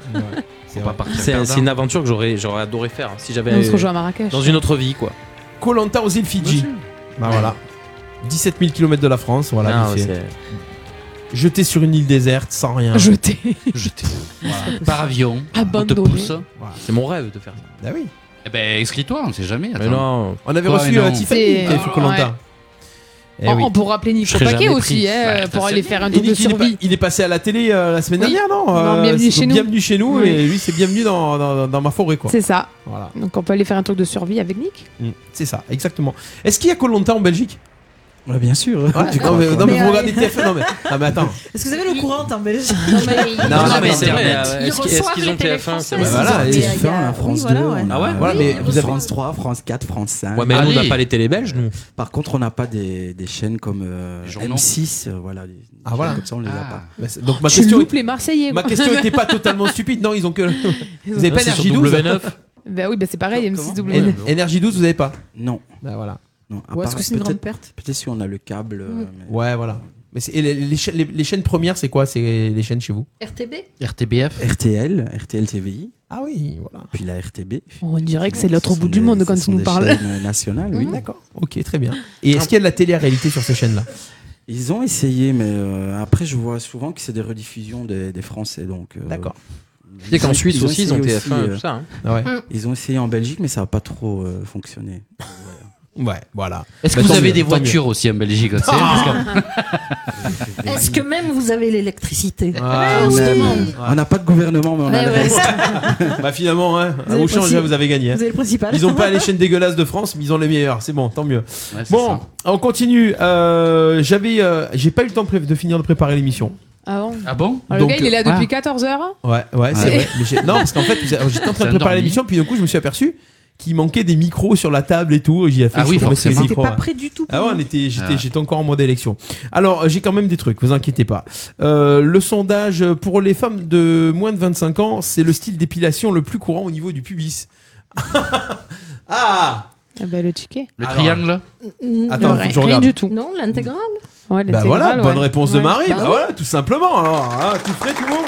C'est vrai.
C'est
perdant.
c'est une aventure que j'aurais j'aurais adoré faire si j'avais
On se
euh,
rejoint à Marrakech.
dans une autre vie quoi.
Colanta aux îles Fidji. Bah voilà. 17 000 km de la France, voilà.
Non,
vite fait.
c'est-
Jeté sur une île déserte sans rien.
Jeté.
Jeté.
Voilà. Par avion. On te pousse.
C'est mon rêve de faire ça.
Bah oui.
Eh ben, inscris-toi, on sait jamais.
Mais non.
On avait
Toi et
reçu euh,
non.
Tiffany
C'est-
qui avait fait Colanta. Eh
Oh, On peut rappeler Nico Paquet aussi hein,
Bah,
pour aller faire un tour de
il est,
survie.
pa- il est passé à la télé euh, la semaine
Oui.
dernière, non, Euh,
Non, Bienvenue
c'est
chez
donc
nous.
Bienvenue chez nous.
Oui.
Et lui, c'est bienvenue dans, dans, dans ma forêt, quoi.
C'est ça.
Voilà.
Donc on peut aller faire un truc de survie avec Nick.
Mm. C'est ça, exactement. Est-ce qu'il y a Colanta en Belgique
Bien sûr.
tu non, mais, non, mais
Mais,
vous
euh,
regardez TF1, non, mais, non, mais attends.
Est-ce que vous avez le courant en Belgique
Ah
Non, non, mais c'est
vrai, euh,
Ils
est-ce qu'ils- est-ce
reçoivent
qu'ils
les
ont
télés
TF1 c'est
Bah
vrai.
voilà,
Ouais,
et
il y a-
TF1, on a
oui,
France
voilà,
2,
ouais.
on a-
Ah ouais
voilà,
Oui,
mais
ils
vous avez
reçoivent.
France 3, France 4, France 5.
Ouais, mais nous, on n'a pas les télés belges, nous.
Par contre, on n'a pas des, des chaînes comme euh, M6, euh, voilà. ah
voilà.
Comme ça, on les a pas.
Bah, c'est- donc ma
Tu
question,
loupes les Marseillais.
ma
quoi.
question était pas totalement stupide. Non, ils ont que. Vous avez
Non,
pas
c'est sur
Energy 12
W9.
Bah oui, bah c'est pareil, M6W.
Energy 12, vous avez pas
Non.
Bah voilà.
Non, à
Ouais, est-ce
part-
que c'est une grande
peut-être-
perte
Peut-être si on a le câble. euh,
Mm.
mais-
Ouais, voilà. Mais c'est- et les, les cha- les- les chaînes premières, c'est quoi C'est les chaînes chez vous
RTB
RTBF
RTL, RTL TVI.
Ah oui, voilà.
Puis la RTB.
On dirait que c'est l'autre
Ce
bout
sont
du
des-
monde
ce
quand
sont
tu nous
des
parles.
chaînes, euh, nationales, oui. D'accord.
Ok, très bien. Et est-ce qu'il y a de la télé-réalité sur ces chaînes-là
Ils ont essayé, mais euh, après, je vois souvent que c'est des rediffusions des, des Français. donc. euh, D'accord.
C'est qu'en Suisse aussi, ils ont TF1 et tout ça, hein. Ah ouais. Mm.
euh, Ils ont essayé en Belgique, mais ça n'a pas trop euh, fonctionné.
Ouais, voilà.
Est-ce que vous avez des voitures aussi en Belgique aussi
Ah.
Est-ce que même vous avez l'électricité
Ah,
Eh oui.
On n'a pas de gouvernement, mais on a
Ouais,
le
ouais.
reste.
Bah finalement, hein,
Vous
à
avez
Auchan, déjà,
le principe.
vous avez gagné. hein.
Vous avez le principal.
Ils ont pas les chaînes dégueulasses de France, mais ils ont les meilleures. C'est bon, tant mieux.
c'est
bon, on continue. Euh, J'avais, euh, j'ai pas eu le temps pré- de finir de préparer l'émission.
Ah bon
Ah bon
Alors, Le
Donc,
gars, il est là
euh,
depuis
ah.
14h.
Ouais, ouais, c'est
Ouais.
vrai. Mais j'ai- non, parce qu'en fait, j'étais en train de
J'ai
préparer
endormi.
l'émission, puis d'un coup, je me suis aperçu qu'il manquait des micros sur la table et tout. J'y ai fait
Ah
je
oui,
vais remettre les
forcément.
micros,
T'étais pas
ouais.
prêt du tout pour
Ah ouais,
nous.
on était, j'étais,
Ah.
j'étais encore en mode élection. Alors, euh, j'ai quand même des trucs, vous inquiétez pas. Euh, le sondage pour les femmes de moins de 25 ans, c'est le style d'épilation le plus courant au niveau du pubis. ah
Ah bah le ticket.
Le triangle
Attends, faut que je regarde.
Non, l'intégrale
Ouais,
Bah voilà,
l'intégrale,
bonne
ouais.
réponse de
Ouais.
Marie.
Bah
Bah
ouais.
voilà, tout simplement. Alors, hein, tout frais, tout bon.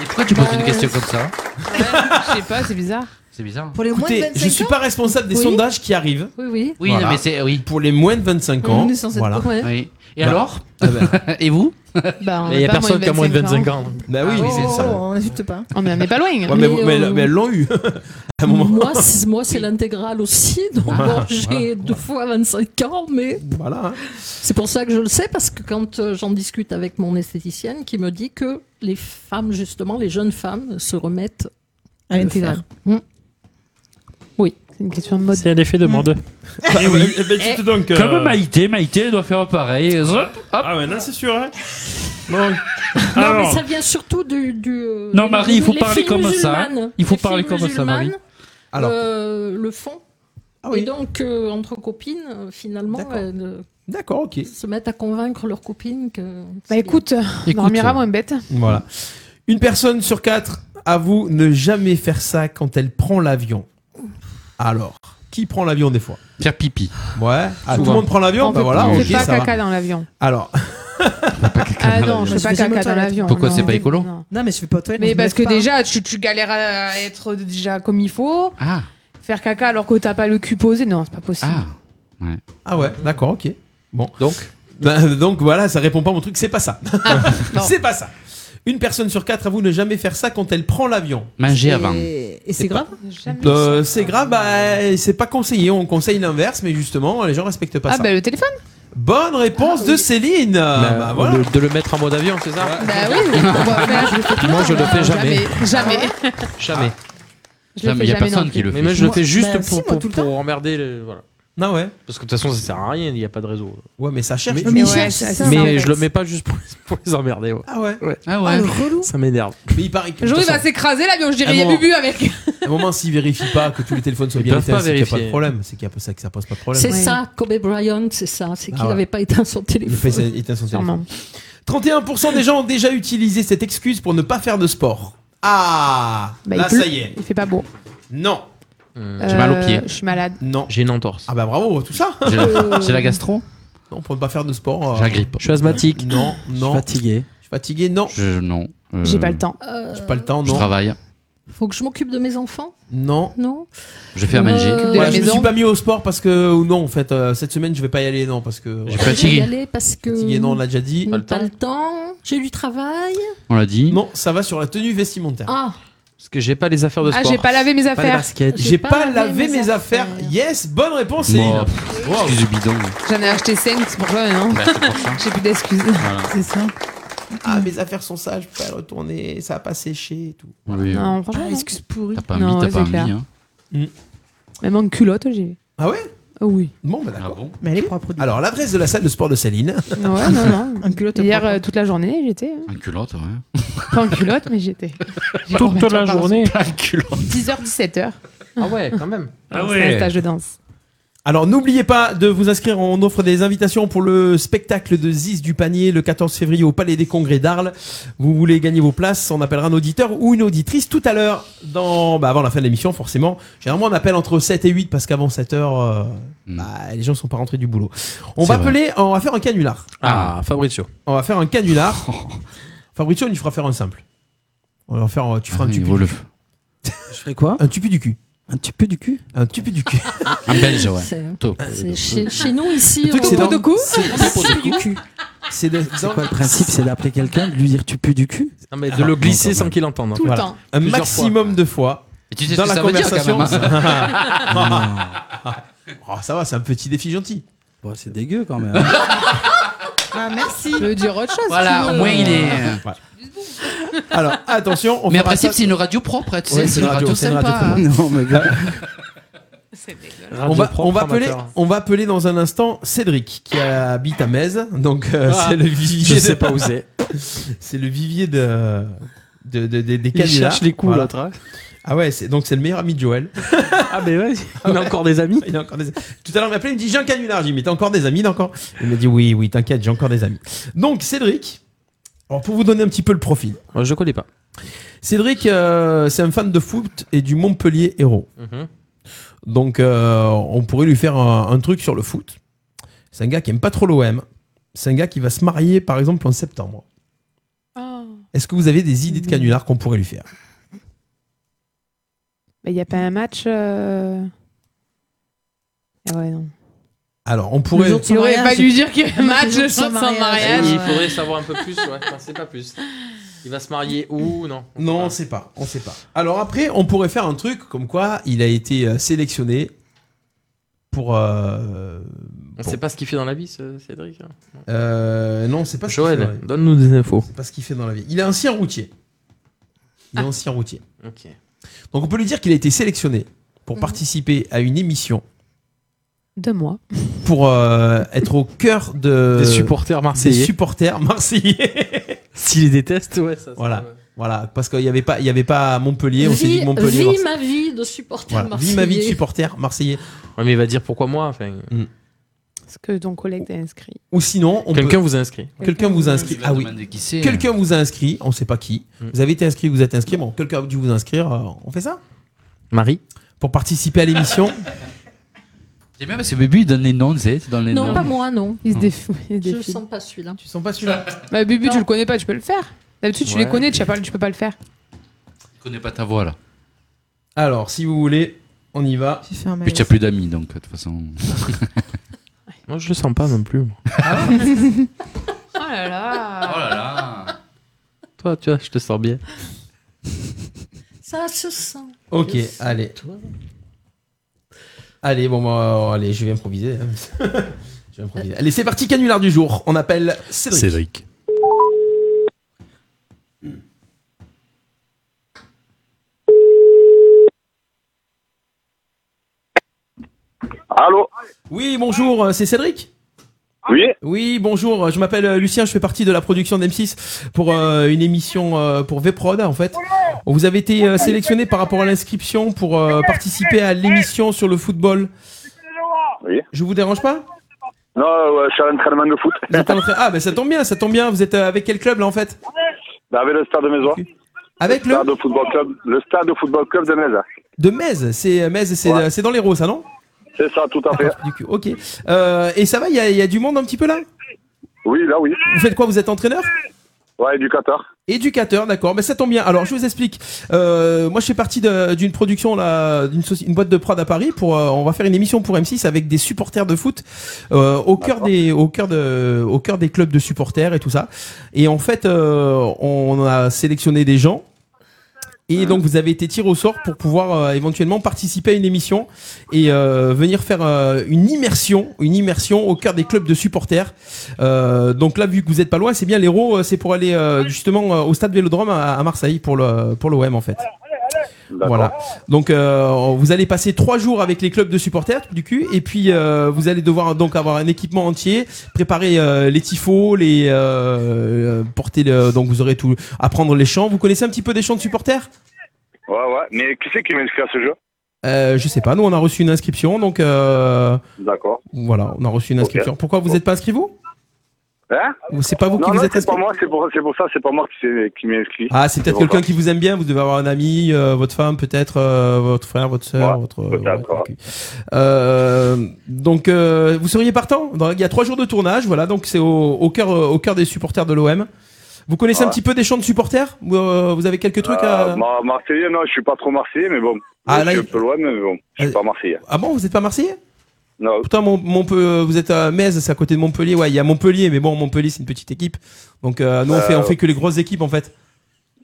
Et pourquoi tu poses une question comme ça
Euh, Je sais pas, c'est bizarre.
C'est bizarre.
Pour les moins de
Écoutez,
25
je suis pas responsable des
Oui.
sondages qui arrivent.
Oui, oui.
Oui, mais c'est- oui.
Pour les moins de 25 ans.
On est censé être
voilà. Bah. Ah ben.
pour- ouais.
Oui. Et alors Et vous
Bah,
Il y a personne qui a moins de 25 ans. Bah
Ah
oui, mais c'est
Oh,
ça.
On n'insulte pas.
Oh, On n'en est pas loin.
Ouais, mais, vous- mais- mais elles l'ont eu. à un moment.
euh, Moi, c'est- moi, c'est l'intégrale aussi,
Ah.
donc
Voilà,
bon, j'ai
voilà.
deux fois 25 ans, mais
voilà.
hein.
c'est pour ça que je le sais, parce que quand euh, j'en discute avec mon esthéticienne, qui me dit que les femmes, justement, les jeunes femmes, se remettent
Ah,
À
le
l'intégrale.
faire. Mm. Oui.
Hum. C'est une question de mode. Hum.
C'est un effet de mode.
Eh oui, eh ben,
dites
donc, euh,
Comme Maïté, Maïté doit faire pareil.
Ah ouais, non, c'est sûr. Hein. Bon.
Non,
Alors,
mais ça vient surtout du. du, euh,
Non,
des-
Marie, il faut
les
parler
filles
comme ça,
musulmanes.
hein. Il faut
Les filles
parler comme ça,
musulmanes,
Marie. Ah
Alors.
euh, le fond. Et donc, euh, entre copines, euh, finalement, elles euh,
D'accord, ok.
se mettent à convaincre leurs copines que.
Bah écoute,
Écoute.
dormira moins bête.
Voilà. Une personne sur quatre avoue ne jamais faire ça quand elle prend l'avion. Alors, qui prend l'avion des fois
Faire pipi.
Ouais. Ah, tout le
Souvent.
monde prend l'avion
On
Bah
fait-
voilà,
on
ok,
fait pas
ça
caca
va.
dans l'avion.
Alors,
Ah non, je fais pas
Je fais jamais
caca dans
toilette.
l'avion.
Pourquoi
non.
c'est pas écolo
Non, mais je fais pas toi.
Mais parce que déjà, tu, tu galères à être déjà comme il faut.
Ah.
Faire caca alors que t'as pas le cul posé, non, c'est pas possible.
Ah ouais, d'accord, ok. Bon. Donc Donc voilà, ça répond pas à mon truc, c'est pas ça. c'est pas ça. Une personne sur quatre avoue ne jamais faire ça quand elle prend l'avion.
Manger avant.
Et c'est grave
Euh, c'est grave, bah, c'est pas conseillé. On conseille l'inverse, mais justement, les gens respectent pas
Ah
ça.
bah le Ah, téléphone
Bonne réponse de Céline. Bah, voilà.
de, de le mettre en mode avion, c'est ça
Bah oui, on va faire-
Moi, je le fais jamais.
Jamais.
Jamais.
Je le fais jamais non plus.
Mais moi, je le fais juste
Bah,
pour,
si, moi,
pour,
tout le
pour emmerder. les- voilà.
Non, Ah ouais.
Parce que de toute façon, ça sert à rien, il n'y a pas de réseau.
Ouais, mais ça cherche.
Mais,
Mais ils cherchent, c'est ça, en fait.
je le mets pas juste pour, pour les emmerder. ouais.
Ah ouais.
Ah
ouais. Ah, le relou.
Ça m'énerve.
Mais il paraît que.
Le jour où il
de toute
va
façon,
s'écraser l'avion, je dirais
Ah
il y a
bon.
Bubu avec.
à un moment, s'ils vérifient pas que tous les téléphones soient
Ils
bien
peuvent
éteints,
pas
c'est qu'il n'y a pas de
vérifier.
problème. C'est qu'il y a pas ça, que ça pose pas de problème.
C'est ça, Kobe Bryant, c'est ça. C'est
Ah
qu'il
ouais.
n'avait pas éteint son
Il a
téléphone.
fait- il a éteint son téléphone. 31% des gens ont déjà utilisé cette excuse pour ne pas faire de sport. Ah
Bah, il
Là,
pleut.
ça y est.
Il fait pas beau.
Non.
Euh,
J'ai mal aux Euh, pieds. je Euh, suis malade.
Hum. Non.
J'ai une entorse.
Ah bah bravo, tout ça.
Euh,
J'ai la- j'ai la gastro.
Non, pour ne pas faire de sport. euh,
J'agrippe. Je suis asthmatique.
Non,
Je suis
non.
fatigué.
Je suis fatigué, non.
Je, non. euh,
temps.
J'ai pas le temps, non.
Je travaille.
Faut que je m'occupe de mes enfants
Non.
Non.
Je fais à manger.
Euh,
Voilà, je me
maison.
suis pas mis au sport parce que ou non en fait euh, cette semaine je vais pas y aller non parce que
suis fatigué.
Je vais y aller euh, parce que.
Fatigué, non, on l'a déjà dit.
Pas le temps. J'ai du travail.
On l'a dit.
Non, ça va sur la tenue vestimentaire.
Ah.
Parce que j'ai pas les affaires de
Ah,
sport.
j'ai pas lavé mes affaires.
J'ai J'ai pas pas lavé lavé mes mes affaires. Yes, bonne réponse
Bon,
Céline.
pff, excuse du bidon.
J'en ai acheté 5, c'est pour ça, hein. non
Bah, c'est pour ça.
J'ai plus d'excuses.
Voilà.
C'est ça.
Ah mes affaires sont sales, je peux pas y retourner, ça va pas sécher et tout.
Oui,
Non, franchement.
Ah, excuse
pourrie.
T'as pas envie, t'as pas envie. Hein.
Même en culotte, j'ai.
Ah ouais
Ah oui.
Bon bah d'accord.
Mais elle est propre.
Alors l'adresse de la salle de sport de Céline.
Ouais, non, non. En culotte. Hier, euh, toute la journée, j'étais. hein.
Un culotte, ouais.
Pas en culotte, mais j'étais. J'ai
Toute
remettre
la
par-
journée. Un culotte.
10h, 17h.
Ah ouais, quand même.
Ah
C'est
ouais.
un stage de danse.
Alors n'oubliez pas de vous inscrire, on offre des invitations pour le spectacle de Ziz du Panier le 14 février au Palais des Congrès d'Arles. Vous voulez gagner vos places, on appellera un auditeur ou une auditrice tout à l'heure, dans, bah, avant la fin de l'émission forcément. Généralement on appelle entre 7 et 8 parce qu'avant 7 heures, euh, bah, les gens sont pas rentrés du boulot. On
Hmm. C'est
va
vrai.
appeler, on va faire un canular.
Ah, Fabrizio.
On va faire un canular. Fabrizio, on lui fera faire un simple. On va en faire, un- tu
Ah,
feras un tupu.
le...
Je ferai quoi Un tupu du cul. Un tupu du cul Un tupu du cul.
Un belge, ouais.
C'est-
Tôt.
C'est chez, chez nous ici.
Le truc,
on-
c'est dans-
C'est c'est du cul.
C'est
quoi le principe C'est d'appeler quelqu'un, de lui dire tu pues du cul
Ah, mais de le glisser sans qu'il entende. hein. Voilà.
Un
Plusieurs
maximum de fois.
Et tu sais ce
dans
que
la
ça veut dire,
conversation.
quand même, hein.
Oh, ça va, c'est un petit défi gentil. c'est dégueu quand même.
Ah, merci. Je veux dire autre chose.
Voilà, au moins il est.
Alors, attention, on
Mais en
fera
principe,
ça-
c'est une radio propre, hein, tu sais,
Ouais,
c'est une radio
c'est une radio
sympa.
propre.
hein.
on va,
propre,
on, va appeler,
amateur.
on va appeler dans un instant Cédric qui habite à Metz. Donc euh,
Ah,
c'est le vivier.
je
de-
sais pas où c'est.
C'est le vivier de, de, de- de- des
Il
candidats.
cherche les coups, l'autre, hein. ben
Ah ouais, c'est, donc c'est le meilleur ami de Joël. ah mais ouais, il a encore des amis. Il a encore des... Tout à l'heure il m'a appelé, il me dit j'ai un canular. J'ai dit mais t'as encore des amis, t'as encore. Il m'a dit oui, oui, t'inquiète, j'ai encore des amis. Donc Cédric, alors pour vous donner un petit peu le profil.
Je connais pas.
Cédric, euh, c'est un fan de foot et du Montpellier Hérault.
Mhm.
Donc, euh, on pourrait lui faire un, un truc sur le foot. C'est un gars qui aime pas trop l'OM. C'est un gars qui va se marier, par exemple, en septembre.
Oh.
Est-ce que vous avez des idées de canular qu'on pourrait lui faire
Mais Bah, il n'y a pas un match. euh, Ah ouais, non.
Alors, on pourrait.
jour de son Il aurait mariage. pas dû dire qu'il y a un match le jour de son mariage.
Ah Il faudrait savoir un peu plus, ouais. Enfin, c'est pas plus. Il va se marier où Non.
Non, on sait pas. On sait pas. Alors après, on pourrait faire un truc comme quoi il a été euh, sélectionné pour. euh,
On
pour-
sait pas ce qu'il fait dans la vie, ce Cédric. hein.
Euh, non, c'est pas ce
Joël,
qu'il fait dans la vie.
donne-nous des infos.
C'est pas ce qu'il fait dans la vie. Il est ancien routier.
Ah.
Il est ancien routier.
Ok.
Donc on peut lui dire qu'il a été sélectionné
Mhm.
pour participer à une émission
Deux mois.
pour euh, être au cœur de
Des supporters marseillais.
Des supporters marseillais.
S'il les déteste, ouais, ça.
voilà. Voilà, parce qu'il n'y avait pas, il y avait pas Montpellier, on s'est dit
Vie,
que Montpellier.
vie
Marseille-
ma vie de supporter
Voilà,
marseillais.
Vie ma vie de supporter marseillais.
Ouais, mais il va dire pourquoi moi. Enfin. euh,
Mm.
Parce que ton collègue t'a inscrit.
Ou sinon, on
Quelqu'un
peut-
vous a inscrit.
Quelqu'un vous a inscrit. Ah oui.
demander qui c'est. hein.
Quelqu'un vous a inscrit. On ne sait pas qui.
Mm.
Vous avez été inscrit. Vous êtes inscrit. Bon, quelqu'un a dû vous inscrire. euh, on fait ça.
Marie.
Pour participer à l'émission.
J'aime bien parce que Bubu il donne les noms, tu sais, dans les
Non,
noms.
pas moi, non.
Il se défoule.
Je le sens pas celui-là.
Tu sens pas celui-là
Bah, Bubu, tu le connais pas, tu peux le faire. D'habitude, tu
Ouais.
les connais, tu, as pas, tu peux pas le faire.
Je connais pas ta voix là.
Alors, si vous voulez, on y va.
Puis tu as plus d'amis donc de toute façon.
Moi, je le sens pas non plus.
Ah
Oh là là.
Oh là là.
Toi, tu vois, je te sens bien.
Ça se sent.
Ok,
Je sens
allez.
toi.
Allez, bon, bah, allez, je vais improviser. hein. je vais improviser. Allez, c'est parti, canular du jour. On appelle Cédric.
Cédric.
Allô Oui, bonjour, euh, c'est Cédric Oui. Oui, bonjour, je m'appelle euh, Lucien, je fais partie de la production d'M6 pour euh, une émission euh, pour Vprod en fait. Vous avez été euh, sélectionné par rapport à l'inscription pour euh, participer à l'émission sur le football.
Oui.
Je vous dérange pas
Non, ouais, je suis à l'entraînement de foot.
Vous êtes en train- Ah, ben ça tombe bien, ça tombe bien. Vous êtes euh, avec quel club là en fait
Avec le stade de Mézois.
Avec
le, stade de football club, le stade de football club de Mézois.
De Metz. C'est Metz, c'est
Ouais.
c'est dans l'Hérault, ça non
C'est ça, tout à fait.
Du cul. Ok. Euh, et ça va, il y, a- il y a du monde un petit peu là
Oui, là, oui.
Vous faites quoi Vous êtes entraîneur
Ouais, éducateur.
Éducateur, d'accord. Mais ça tombe bien. Alors, je vous explique. Euh, moi, je fais partie de- d'une production là, d'une soci- une boîte de prod à Paris. Pour, euh, on va faire une émission pour M6 avec des supporters de foot euh, au cœur des, au cœur de, au cœur des clubs de supporters et tout ça. Et en fait, euh, on a sélectionné des gens. Et donc vous avez été tiré au sort pour pouvoir euh, éventuellement participer à une émission et euh, venir faire euh, une immersion, une immersion au cœur des clubs de supporters. Euh, donc là, vu que vous êtes pas loin, c'est bien l'héros, euh, c'est pour aller euh, justement euh, au stade Vélodrome à, à Marseille pour le pour l'OM en fait. Voilà. Donc euh, vous allez passer trois jours avec les clubs de supporters du cul et puis euh, vous allez devoir donc avoir un équipement entier, préparer euh, les tifos, les euh, euh, porter le- donc vous aurez tout apprendre les chants. Vous connaissez un petit peu des chants de supporters
Ouais, ouais. Mais qui c'est qui m'inscrit à ce jeu
euh, Je sais pas. Nous on a reçu une inscription donc euh,
D'accord.
voilà on a reçu une
Ok.
inscription. Pourquoi vous n'êtes pas inscrit vous
Hein
C'est pas vous
non,
qui
non,
vous êtes
c'est
inscrit
pas moi, c'est pour, c'est pour ça, c'est pas moi qui, s'est- qui m'ai inscrit.
Ah, c'est peut-être
pour
quelqu'un
ça.
qui vous aime bien. Vous devez avoir un ami, euh, votre femme, peut-être euh, votre frère, votre sœur, votre. ouais, ok. Euh, donc, euh, vous seriez partant. Dans- Il y a trois jours de tournage, voilà. Donc, c'est au, au cœur, euh, au cœur des supporters de l'OM. Vous connaissez un
Ouais.
petit peu des chants de supporters vous, euh, vous avez quelques trucs
Euh,
à.
Mar- Marseillais, non, je suis pas trop Marseillais, mais bon.
Ah, là,
je
il-
suis un peu loin, mais bon. Je suis pas Marseillais.
Ah bon, vous êtes pas Marseillais
Non.
Putain, Mon- Montpe- euh, vous êtes à Metz, c'est à côté de Montpellier. Ouais, il y a Montpellier, mais bon, Montpellier, c'est une petite équipe. Donc, euh, nous, on fait, on
Euh,
fait que les grosses équipes, en fait.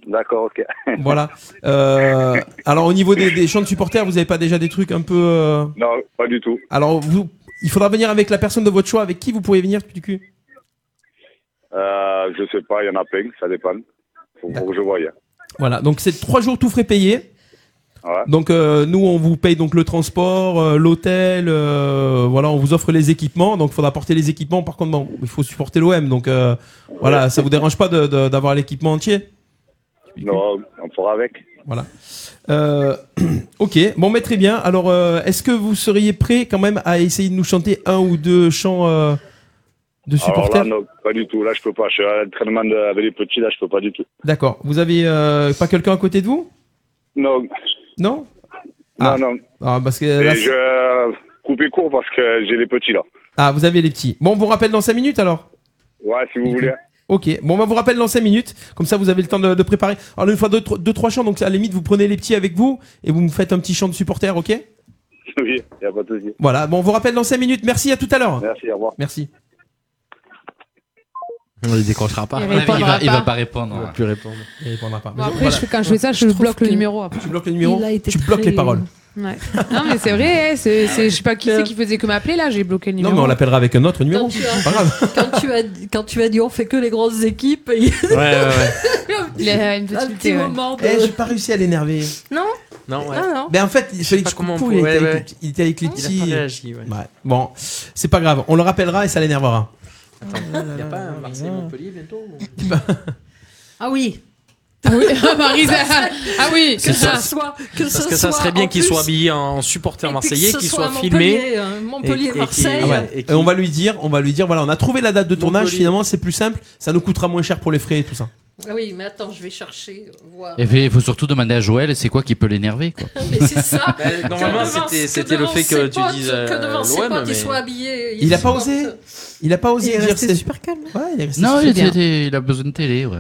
D'accord, ok.
Voilà. Euh, alors au niveau des, des chants de supporters, vous avez pas déjà des trucs un peu. euh,
Non, pas du tout.
Alors vous, il faudra venir avec la personne de votre choix. Avec qui vous pourriez venir du cul
Euh, je sais pas, il y en a plein, ça dépend. Faut, faut que je voie.
Voilà. Donc c'est trois jours tout frais payés.
Ouais.
Donc euh, nous on vous paye donc le transport, euh, l'hôtel, euh, voilà, on vous offre les équipements. Donc il faudra porter les équipements. Par contre, bon, il faut supporter l'OM. Donc euh, voilà, ça vous dérange pas de- de- d'avoir l'équipement entier
Non, on fera avec.
Voilà. Euh, ok, bon, mais très bien. Alors, euh, est-ce que vous seriez prêt quand même à essayer de nous chanter un ou deux chants euh, de
Alors là,
supporters
non, pas du tout. Là, je peux pas. Je suis à l'entraînement de- avec les petits, là, je peux pas du tout.
D'accord. Vous avez euh, pas quelqu'un à côté de vous
Non.
Non
Non, non.
Ah, parce que
Et
là, c'est-
je coupe court parce que j'ai les petits, là.
ah, vous avez les petits. Bon, on vous rappelle dans 5 minutes alors
Ouais, si vous voulez.
Ok, bon, on vous rappelle dans 5 minutes, comme ça vous avez le temps de, de préparer. Alors, une fois 2 deux, trois chants, donc à la limite, vous prenez les petits avec vous et vous me faites un petit chant de supporter, ok
Oui, y a pas de souci.
Voilà, bon, on vous rappelle dans 5 minutes. Merci, à tout à l'heure.
Merci, au revoir.
Merci.
On les décrochera pas.
Il répondra
il, va, il va
pas.
pas répondre.
Il va
plus répondre.
Il répondra pas.
Bon, après, je fais- quand je fais ça, je, bloque le
Oh,
numéro. après.
Tu bloques le numéro,
Il a été
tu bloques
très-
les paroles.
Ouais. Non, mais c'est vrai, hein, c'est, c'est- je sais pas qui c'est qui faisait que m'appeler là, j'ai bloqué
Non,
le numéro.
mais on l'appellera avec un autre numéro. C'est pas grave.
Quand tu as dit- quand tu as dit on fait que les grosses équipes, il y a
Ouais, ouais, ouais.
Il a une
un
petite
Ah, petit
idée, ouais.
moment de.
Eh, j'ai pas réussi à l'énerver.
Non.
Non, ouais.
Non, non.
Ben en fait, Félix
comment on
Coupeau, il,
peut-
était avec
ouais, ouais.
les petits- il était avec les
Il a pas
petits.
réagi, ouais.
Ouais. Bon, c'est pas grave, on le rappellera et ça l'énervera.
Il n'y a pas un
Ah,
Marseille-Montpellier bientôt
Bah.
Ah oui.
Ah oui, ah, Marisa.
Bah,
Ah oui,
Que ça
soit.
Parce que ça serait bien qu'il soit habillé en supporter marseillais, qu'il soit filmé.
euh,
et- et-
Ah ouais. Et, on va lui dire, on va lui dire, voilà, on a trouvé la date de tournage.
Montpellier.
Finalement, c'est plus simple, ça nous coûtera moins cher pour les frais et tout ça.
Ah oui, mais attends, je vais chercher. Voir.
Et puis, il faut surtout demander à Joël, c'est quoi qui peut l'énerver, quoi.
Mais c'est ça.
Bah, normalement,
Que devant-
c'était-
que
c'était le
devant
fait que
ses
tu
potes,
dises,
Que
euh,
devant ses
l'OM,
potes,
mais-
il soit habillé.
Il a pas
supporte.
osé. Il a pas osé
Il est
dire.
resté
c'est-
super calme.
Ouais, il est resté
Non,
super
il,
calme.
était- il a besoin de télé, ouais.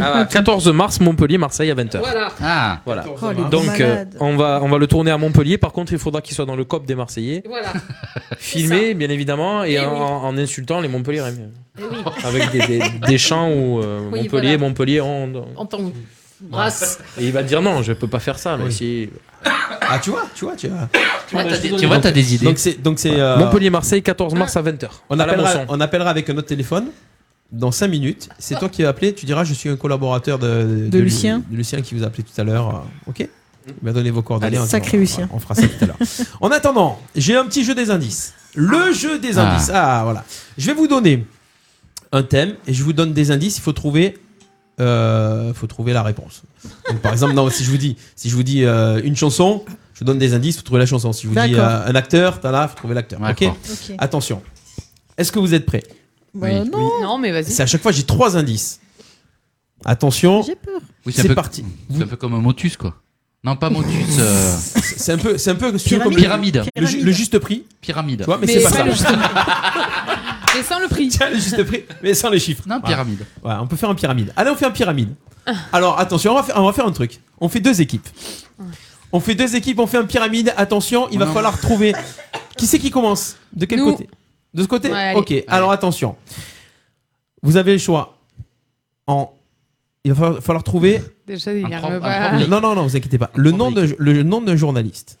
Ah, 14 mars, Montpellier, Marseille à 20h.
Voilà.
Ah.
Voilà.
Oh, les
Donc, euh,
malades.
on, va, on va le tourner à Montpellier. Par contre, il faudra qu'il soit dans le COP des Marseillais.
Voilà.
Filmé, bien évidemment, et, en, en insultant les Montpellierains.
Eh
Avec des, des, des chants où euh,
Oui,
Montpellier,
voilà.
Montpellier, on- on-
En tant que brasse.
Et il va dire non, je peux pas faire ça. Mais si...
Ah, tu vois, tu vois, tu vois.
Ah, t'as des-
tu vois, t'as des idées. Ah.
Donc c'est, donc c'est. euh,
Montpellier-Marseille, 14 mars à 20h.
On
à la
appellera,
Mosson.
on appellera avec un autre téléphone dans 5 minutes. C'est toi qui vas appeler. Tu diras Je suis un collaborateur de,
De Lucien.
de Lucien qui vous a appelé tout à l'heure. euh, Ok Il m'a donné vos coordonnées.
Allez,
on-
sacré
on-
Lucien.
On fera ça tout à l'heure. en attendant, j'ai un petit jeu des indices. Le jeu des
Ah.
indices. Ah, voilà. Je vais vous donner un thème et je vous donne des indices. Il faut trouver. euh, faut trouver la réponse. Donc, par exemple, non, si je vous dis, si je vous dis euh, une chanson, je vous donne des indices, faut trouver la chanson. Si je vous dis
D'accord.
euh, un acteur, t'as là, faut trouver l'acteur. Ok.
D'accord.
Ok.
Attention. Est-ce que vous êtes prêts
Bah, non. non, mais vas-y.
C'est à chaque fois j'ai trois indices. Attention.
J'ai peur.
Oui, c'est un
c'est
peu-
parti.
C'est un peu comme un motus, quoi. Non, pas Motus. euh,
C'est un peu, c'est un peu si tu veux, comme
Pyramide.
Le, le ju- le juste prix.
Pyramide.
Tu vois, mais,
Mais
c'est
pas
pas,
le
ça.
juste
Et sans le prix.
Tiens, le juste prix, mais sans les chiffres.
Non, pyramide.
Voilà, on peut faire un pyramide. Allez, on fait un pyramide. Alors, attention, on va faire, on va faire un truc. On fait deux équipes. On fait deux équipes, on fait un pyramide. Attention, il va
Non.
falloir trouver. Qui c'est qui commence De quel
Nous.
côté De ce côté
Ouais, allez.
Ok, alors attention. Vous avez le choix en. Il va falloir, falloir trouver.
Déjà, il
Non,
me va.
non, non, vous inquiétez pas. Le nom, de, le nom d'un journaliste.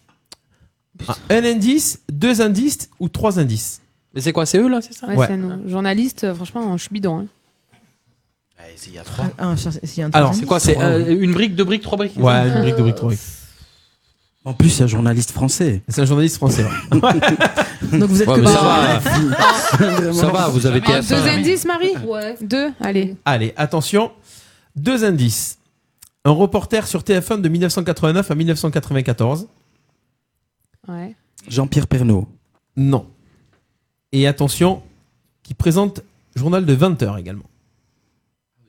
Un indice, deux indices ou trois indices.
Mais c'est quoi C'est eux là, c'est ça
Ouais, c'est nous. Journaliste, euh, franchement, je suis bidon. Hein.
Bah,
Ah, ça, c'est- il y a un
Alors,
troisième.
C'est quoi C'est euh, une brique, deux briques, trois briques
Ouais, une brique, deux briques, trois briques.
Euh, En plus, c'est un journaliste français.
C'est un journaliste français.
Donc vous
êtes
Ouais,
que
mais
par-
va. ça va, vous avez
Ah,
TF1.
deux indices, Marie Ouais. Deux, allez.
Allez, attention. Deux indices. Un reporter sur TF1 de 1989 à 1994.
Ouais.
Jean-Pierre Pernaud. Non. Et attention, qui présente journal de 20h également.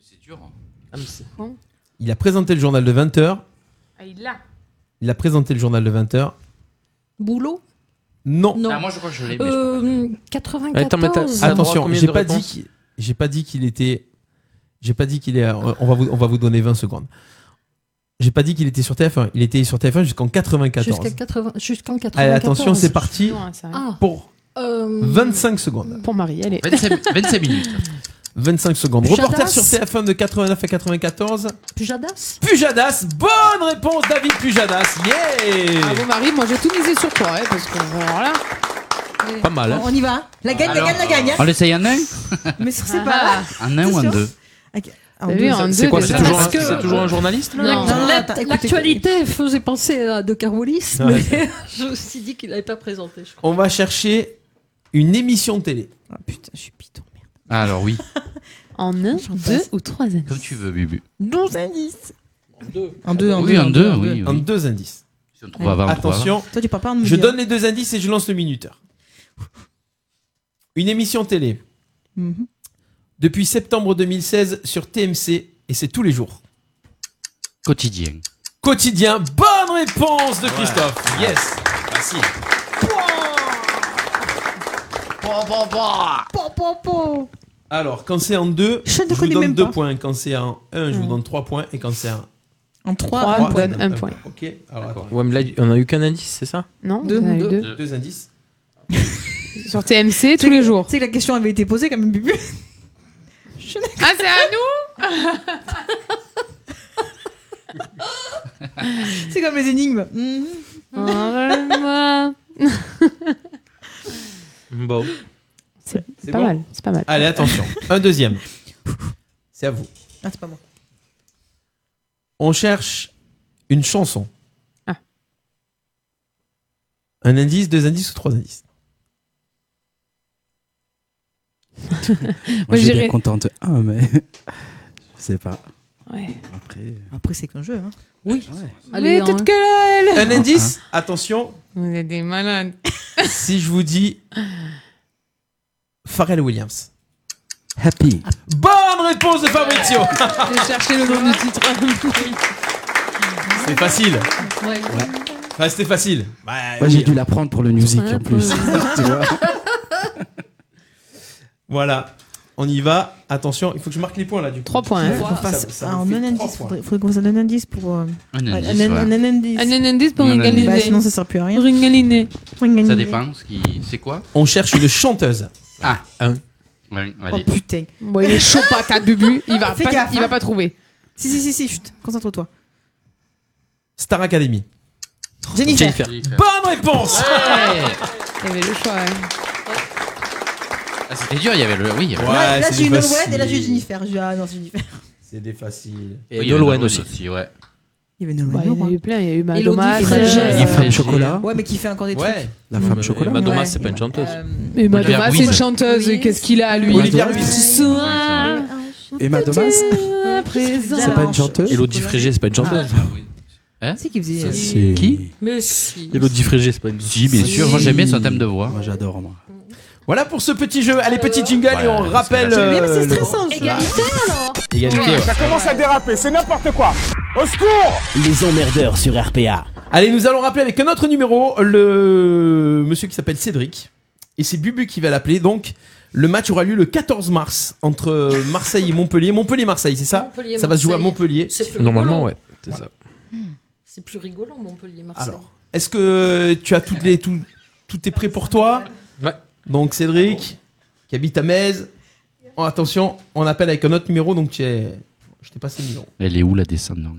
C'est dur.
hein. Il a présenté le journal de 20h.
Ah, il l'a.
Il a présenté le journal de 20h.
Boulot
Non.
Non.
Ah, moi, je crois que je l'ai. mais je-
Euh, 94.
Attention, j'ai pas dit qu'il- j'ai pas dit qu'il était j'ai pas dit qu'il est euh, on va vous on va vous donner 20 secondes. J'ai pas dit qu'il était sur TF1, il était sur TF1 jusqu'en 94.
Jusqu'à 80 jusqu'en Ah. 94.
Allez, attention, c'est parti.
pour Euh,
25 secondes.
Pour Marie, allez.
25 minutes.
25 secondes.
Pujadas.
Reporter sur TF1 de 89 à 94.
Pujadas
Pujadas, bonne réponse David Pujadas. Yeah
Bravo Marie, moi j'ai tout misé sur toi, hein, parce que alors là.
Pas mal. hein.
On y va. La gagne, la gagne, la gagne.
On l'essaye en un
Mais ça,
Ah.
c'est pas.
En un ou en deux
En deux, en
C'est
deux,
quoi
déjà.
C'est toujours,
Parce
un-
que-
c'est toujours un journaliste là
Non, non,
L'act-
attends, écoute,
L'actualité faisait penser à De Carbolis,
Ouais.
mais je me suis dit qu'il n'avait pas présenté. je crois.
On va chercher une émission de télé. Ah putain, je suis
Ah, Alors oui,
En un, deux ou trois indices.
comme tu veux, Bubu.
Douze indices.
En
deux, en Oui, deux, en en deux, deux, en oui, deux. oui.
En deux indices.
on trouvera, on trouvera.
Attention,
Toi, tu parles pas en nous
je
dire.
donne les deux indices et je lance le minuteur. Une émission télé
Mhm.
depuis septembre 2016 sur TMC et c'est tous les jours.
Quotidien.
Quotidien, bonne réponse de Christophe. Yes.
Facile.
Po, po, po.
Alors, quand c'est en deux, je, vous
connais
donne
même
deux
pas.
points. Quand c'est en un, je vous donne trois points. Et quand c'est en
En trois,
Trois,
un
trois,
point.
deux,
Un
deux.
point.
Ok, alors attends.
Ouais, mais là, on a eu qu'un indice, c'est ça
Non
Deux,
on a eu
deux.
Deux. indices.
Sur TMC tous les jours.
Tu sais que la question avait été posée quand même, Bubu.
Ah, c'est à nous
C'est comme les énigmes.
Mhm. Envole-moi.
Bon.
C'est
C'est
pas
bon
mal, c'est pas mal.
Allez, attention. Un deuxième. C'est à vous.
Ah, c'est pas moi.
On cherche une chanson.
Ah.
Un indice, deux indices ou trois indices
Moi, je suis bien
j'irais-
content de un, Ah, mais je sais pas.
Ouais.
euh,
hein.
Après,
Après, c'est qu'un jeu. Hein.
Oui.
Mais toute gueule
Un indice,
Ah, hein.
attention,
Vous êtes des malades.
si je vous dis Pharrell Williams.
Happy.
Bonne réponse de Fabrizio
J'ai cherché le nom du titre.
C'est facile.
Ouais.
Ouais, c'était facile. Bah,
Moi,
oui.
j'ai dû la prendre pour le music en plus. tu vois.
Voilà, on y va. Attention, il faut que je marque les points là du coup.
Trois points, hein.
Faut qu'on
Ça-
fasse-
ça
ah,
vous
en
fait
un
trois
indice.
points.
Faudrait, faudrait qu'on fasse un indice pour. euh,
Un indice,
un-
ouais.
un indice.
Un indice pour
Un indice.
égaliser.
Bah, sinon, ça sert plus à rien.
Pour égaliser.
Ça dépend. ce qui- C'est quoi
On cherche une chanteuse.
Ah,
un.
Ouais,
Oh
allez.
putain.
Bon, il est chaud patate, Bubu. Il va,
Fais
pas,
gaffe,
il va
hein.
pas trouver.
Si, si, si, si, chut, concentre-toi.
Star Academy.
Jennifer.
Bonne réponse
Il y avait le choix. hein.
Ah, C'était dur, il y avait le. Oui, il y avait
Ouais,
là, là
Ah, c'est
j'ai
du
une
facile.
Nolwenn et là, j'ai Jennifer. J'ai- Ah non, c'est Jennifer.
C'est des faciles.
le-
Et Nolwenn
Nolwenn
aussi.
ouais.
Il y avait
Bah,
Nolwenn.
il y en a eu plein. Il y a eu
Elodie
Madonna.
Frégère.
La femme chocolat.
Ouais, mais qui fait encore des trucs.
Ouais.
La femme chocolat.
Madonna,
Ouais.
c'est pas une chanteuse.
Mais
Olivia
Madonna, c'est une
Ruiz.
chanteuse. Qu'est-ce qu'il a, lui
Olivia
Madonna.
Ruiz.
Ce soir,
Emma Thomas,
à présent. Ah.
c'est pas une chanteuse
Elodie Frégé, c'est pas une
Ah.
chanteuse.
C'est qui faisait.
C'est-
Qui
Mais si.
Elodie Frégé, c'est pas une chanteuse.
Si, bien sûr. Moi, j'aime bien son thème de voix.
Moi, j'adore, moi.
Voilà pour ce petit jeu. Allez, petit jingle et on rappelle.
Mais
euh,
c'est
le-
stressant. Égalité alors.
Égalité, ouais.
Ça commence à déraper, c'est n'importe quoi. Au secours
Les emmerdeurs sur RPA.
Allez, nous allons rappeler avec un autre numéro le monsieur qui s'appelle Cédric. Et c'est Bubu qui va l'appeler. Donc, le match aura lieu le 14 mars entre Marseille et Montpellier. Montpellier-Marseille, c'est ça
Montpellier,
Ça va se jouer à Montpellier.
C'est plus Normalement, rigolo. ouais,
C'est ça.
Hmm. C'est plus rigolant, Montpellier-Marseille.
Alors, est-ce que tu as toutes les, tout, tout est prêt pour toi Ouais. Donc, Cédric, qui habite à Metz. Oh, attention, on appelle avec un autre numéro. Donc, tu es. Je t'ai passé le numéro.
Elle est où la descendante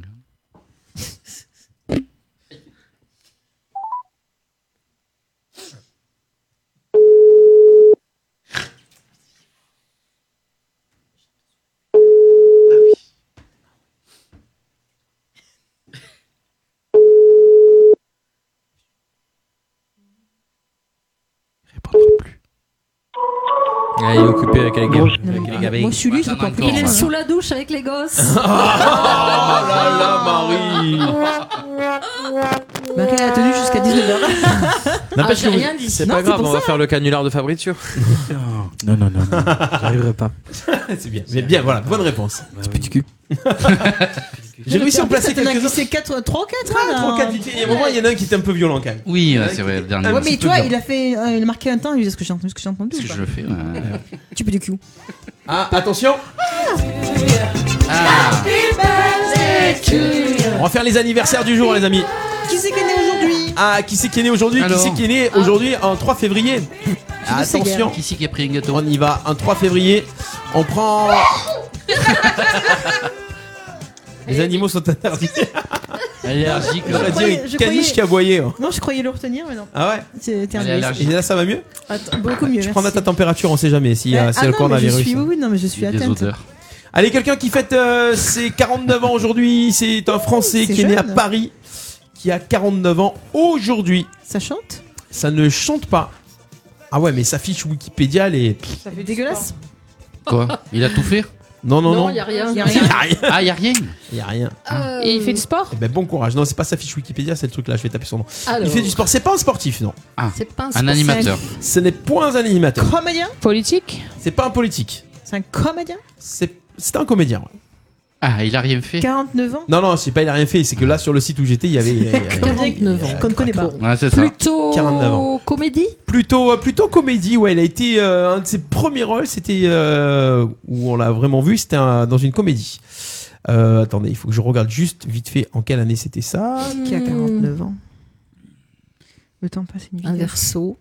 Ah, il est occupé avec les gars.
Bonjour.
Avec les gars.
Moi, je suis lui, je
Attends,
peux plus. Il est
encore.
hein.
sous la douche avec les gosses.
Oh là là, Marie
Marie Bah, elle a tenu jusqu'à 19h.
N'empêche
Ah, j'ai
que vous-
rien dit.
C'est
Non,
pas
c'est
grave,
pour
on va
ça.
faire le canular de Fabrizio.
Non, non, non, non. J'arriverai pas.
c'est bien. Mais bien, voilà, bonne réponse.
C'est petit cul.
J'ai réussi à en placer quelques-uns.
C'est 4, 3 4
Trois, quatre, vite fait. Il y a un moment, il y en a un qui était un peu violent quand même.
Oui, ouais, c'est vrai, le dernier.
Ouais, mais tu vois, il a fait, euh, il a marqué un temps, il dit ce que j'ai entendu, ce que j'ai entendu.
Est-ce que je le fais ouais.
Tu peux du cul.
Ah, attention
Ah.
Ah.
On va faire les anniversaires du jour, les amis.
Qui c'est qui est né aujourd'hui
Ah, qui c'est qui est né aujourd'hui Qui
Alors
c'est qui est né aujourd'hui en 3 février
sais
Attention
guère. Qui c'est qui a pris un gâteau
On y va, en 3 février. On prend. les animaux sont interdits.
Allergique,
là.
J'aurais
Je croyais-
dit
je
une caniche
croyais-
qui aboyait. hein.
Non, je croyais le retenir, mais non.
Ah ouais
C'est terminé.
Et là, ça va mieux
Attends, beaucoup mieux.
Tu
merci.
prendras ta température, on sait jamais s'il y a,
Euh,
s'il y
ah
a le
non, mais je
coronavirus.
suis, oui, oui, non, mais je suis atteinte.
Allez, quelqu'un qui fête euh, ses 49 ans aujourd'hui, c'est un Français
c'est
qui est né à
jeune.
Paris, qui a 49 ans aujourd'hui.
Ça chante
Ça ne chante pas. Ah ouais, mais sa fiche Wikipédia, elle est...
Ça fait dégueulasse.
Quoi
Il a tout fait
Non, non, non.
Non, y a rien.
Y
Y a rien.
Ah, y a rien
Y a rien.
Et il fait du sport
Eh ben, bon courage. Non, c'est pas sa fiche Wikipédia, c'est le truc là, je vais taper son nom.
Alors.
Il fait du sport, c'est pas un sportif, non.
Ah,
C'est pas
un animateur. Ce n'est point un animateur.
Comédien
Politique
C'est pas un politique.
C'est un comédien
C'est c'est un comédien. ouais.
Ah, il a rien fait
49 ans
Non, non, c'est pas il a rien fait, c'est que là sur le site où j'étais, il y avait. il y avait- Euh,
49 ans.
Qu'on ne connaît pas.
Ouais, c'est ça.
Plutôt
49 ans.
comédie
Plutôt, euh, plutôt comédie, ouais. Il a été euh, un de ses premiers rôles, c'était euh, où on l'a vraiment vu, c'était un- dans une comédie. Euh, attendez, il faut que je regarde juste vite fait en quelle année c'était ça.
Qui a 49 ans Le temps passe une
Un verso.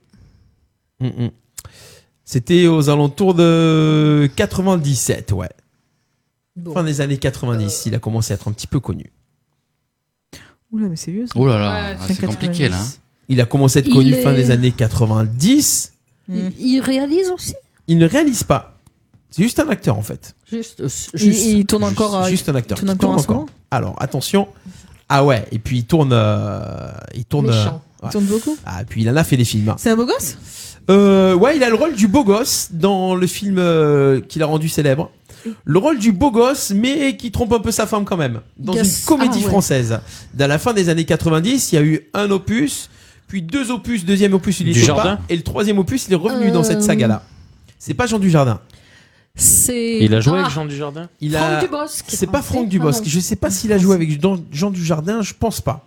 Hum, hum. C'était aux alentours de 97, ouais.
Bon.
Fin des années 90, il a commencé à être un petit peu connu.
Oula, mais c'est vieux ça.
Oh là là, ah, c'est
90.
compliqué là.
hein.
Il a commencé à être
Il
connu
est-
fin des années 90.
Il, il réalise aussi
Il ne réalise pas. C'est juste un acteur en fait.
Juste.
il tourne
Juste-
encore, euh,
Juste un acteur.
il tourne
qui
encore en ce moment
Alors attention. Ah ouais. Et puis il tourne. euh, il tourne.
Méchant.
euh, ouais.
Il tourne beaucoup
Ah, puis il en a fait des films. hein.
C'est un beau gosse
Euh, ouais, il a le rôle du beau gosse dans le film euh, qu'il a rendu célèbre. Le rôle du beau gosse, mais qui trompe un peu sa femme quand même. Dans
Gosse.
une comédie
Ah, ouais.
française. Dans la fin des années 90, il y a eu un opus, puis deux opus, deuxième opus, il
Du
était
Jardin
pas, et le troisième opus, il est revenu dans cette
Euh,
saga-là. C'est pas Jean Dujardin.
C'est.
Il a joué avec
Ah,
Jean Dujardin
Il
Franck
a...
Dubosc, qui est
C'est pas
français.
Franck
Ah
Dubosc.
non.
je sais pas s'il a joué avec Jean, Jean Dujardin, je pense pas.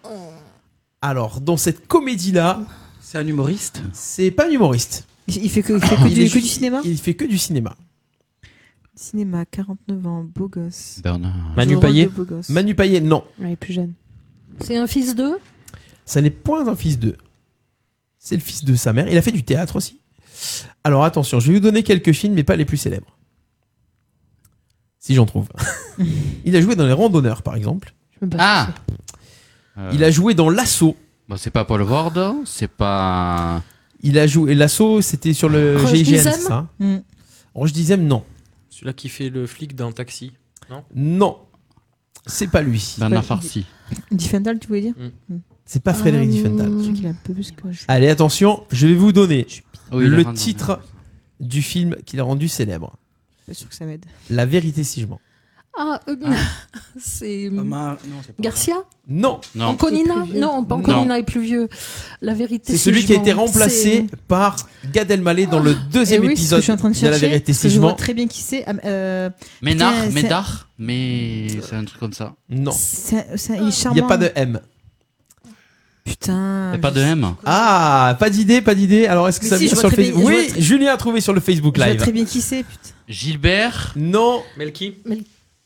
Alors, dans cette comédie-là.
C'est un humoriste
C'est pas un humoriste.
Il il fait que, il fait que
Il
du,
est
que du
juste-
cinéma
Il fait que du cinéma.
Cinéma, 49 ans, beau gosse.
Manu
Laurent
Payet
de beau gosse.
Manu Payet, non.
Il est plus jeune.
C'est un fils d'eux
Ça n'est point un fils d'eux. C'est le fils de sa mère. Il a fait du théâtre aussi. Alors attention, je vais vous donner quelques films, mais pas les plus célèbres. Si j'en trouve. il a joué dans Les Randonneurs, par exemple.
Ah
Euh.
Il a joué dans L'Assaut.
Bon, c'est pas Paul Ward, c'est pas.
Euh, Il a joué. L'Assaut, c'était sur le
Roche
GIGN,
Dizem
c'est ça
Mm.
Roche Dizem, non.
Celui-là qui fait le flic dans Taxi. Non
Non. C'est pas lui.
Bernard Farcy.
Diffendal, tu voulais dire
Mm.
Mm.
C'est pas Frédéric Diffenthal.
Je sais qu'il a un peu plus que je.
Allez, attention, je vais vous donner
Oui, il a
le
rendu-
titre du film qu'il a rendu célèbre.
Pas sûr que ça m'aide.
La vérité si je mens.
Ah, euh, c'est
Omar, non, c'est pas
Garcia
Non.
Anconina
C'est plus vieux.
Non, pas
Non.
Anconina est plus vieux. La vérité,
C'est celui
je
qui a été
mens,
remplacé par Gad Elmaleh dans le deuxième
Eh oui, c'est ce que
épisode
je suis en train de
la
chercher,
vérité.
parce que
Si je
vois
mens,
très bien qui c'est. ah, euh,
Ménard,
putain, c'est-
Médard, mais c'est un truc comme ça.
Non.
c'est- c'est- il est
il
charmant.
n'y a pas de M.
Putain.
pas de M.
Ah, pas d'idée, pas d'idée. Alors est-ce que
Mais
ça
si,
vient
je vois
sur le
très bien,
Facebook
je vois
Oui,
très-
Julien a trouvé sur le Facebook
Je vois très
Live.
bien qui c'est, putain.
Gilbert
Non.
Melki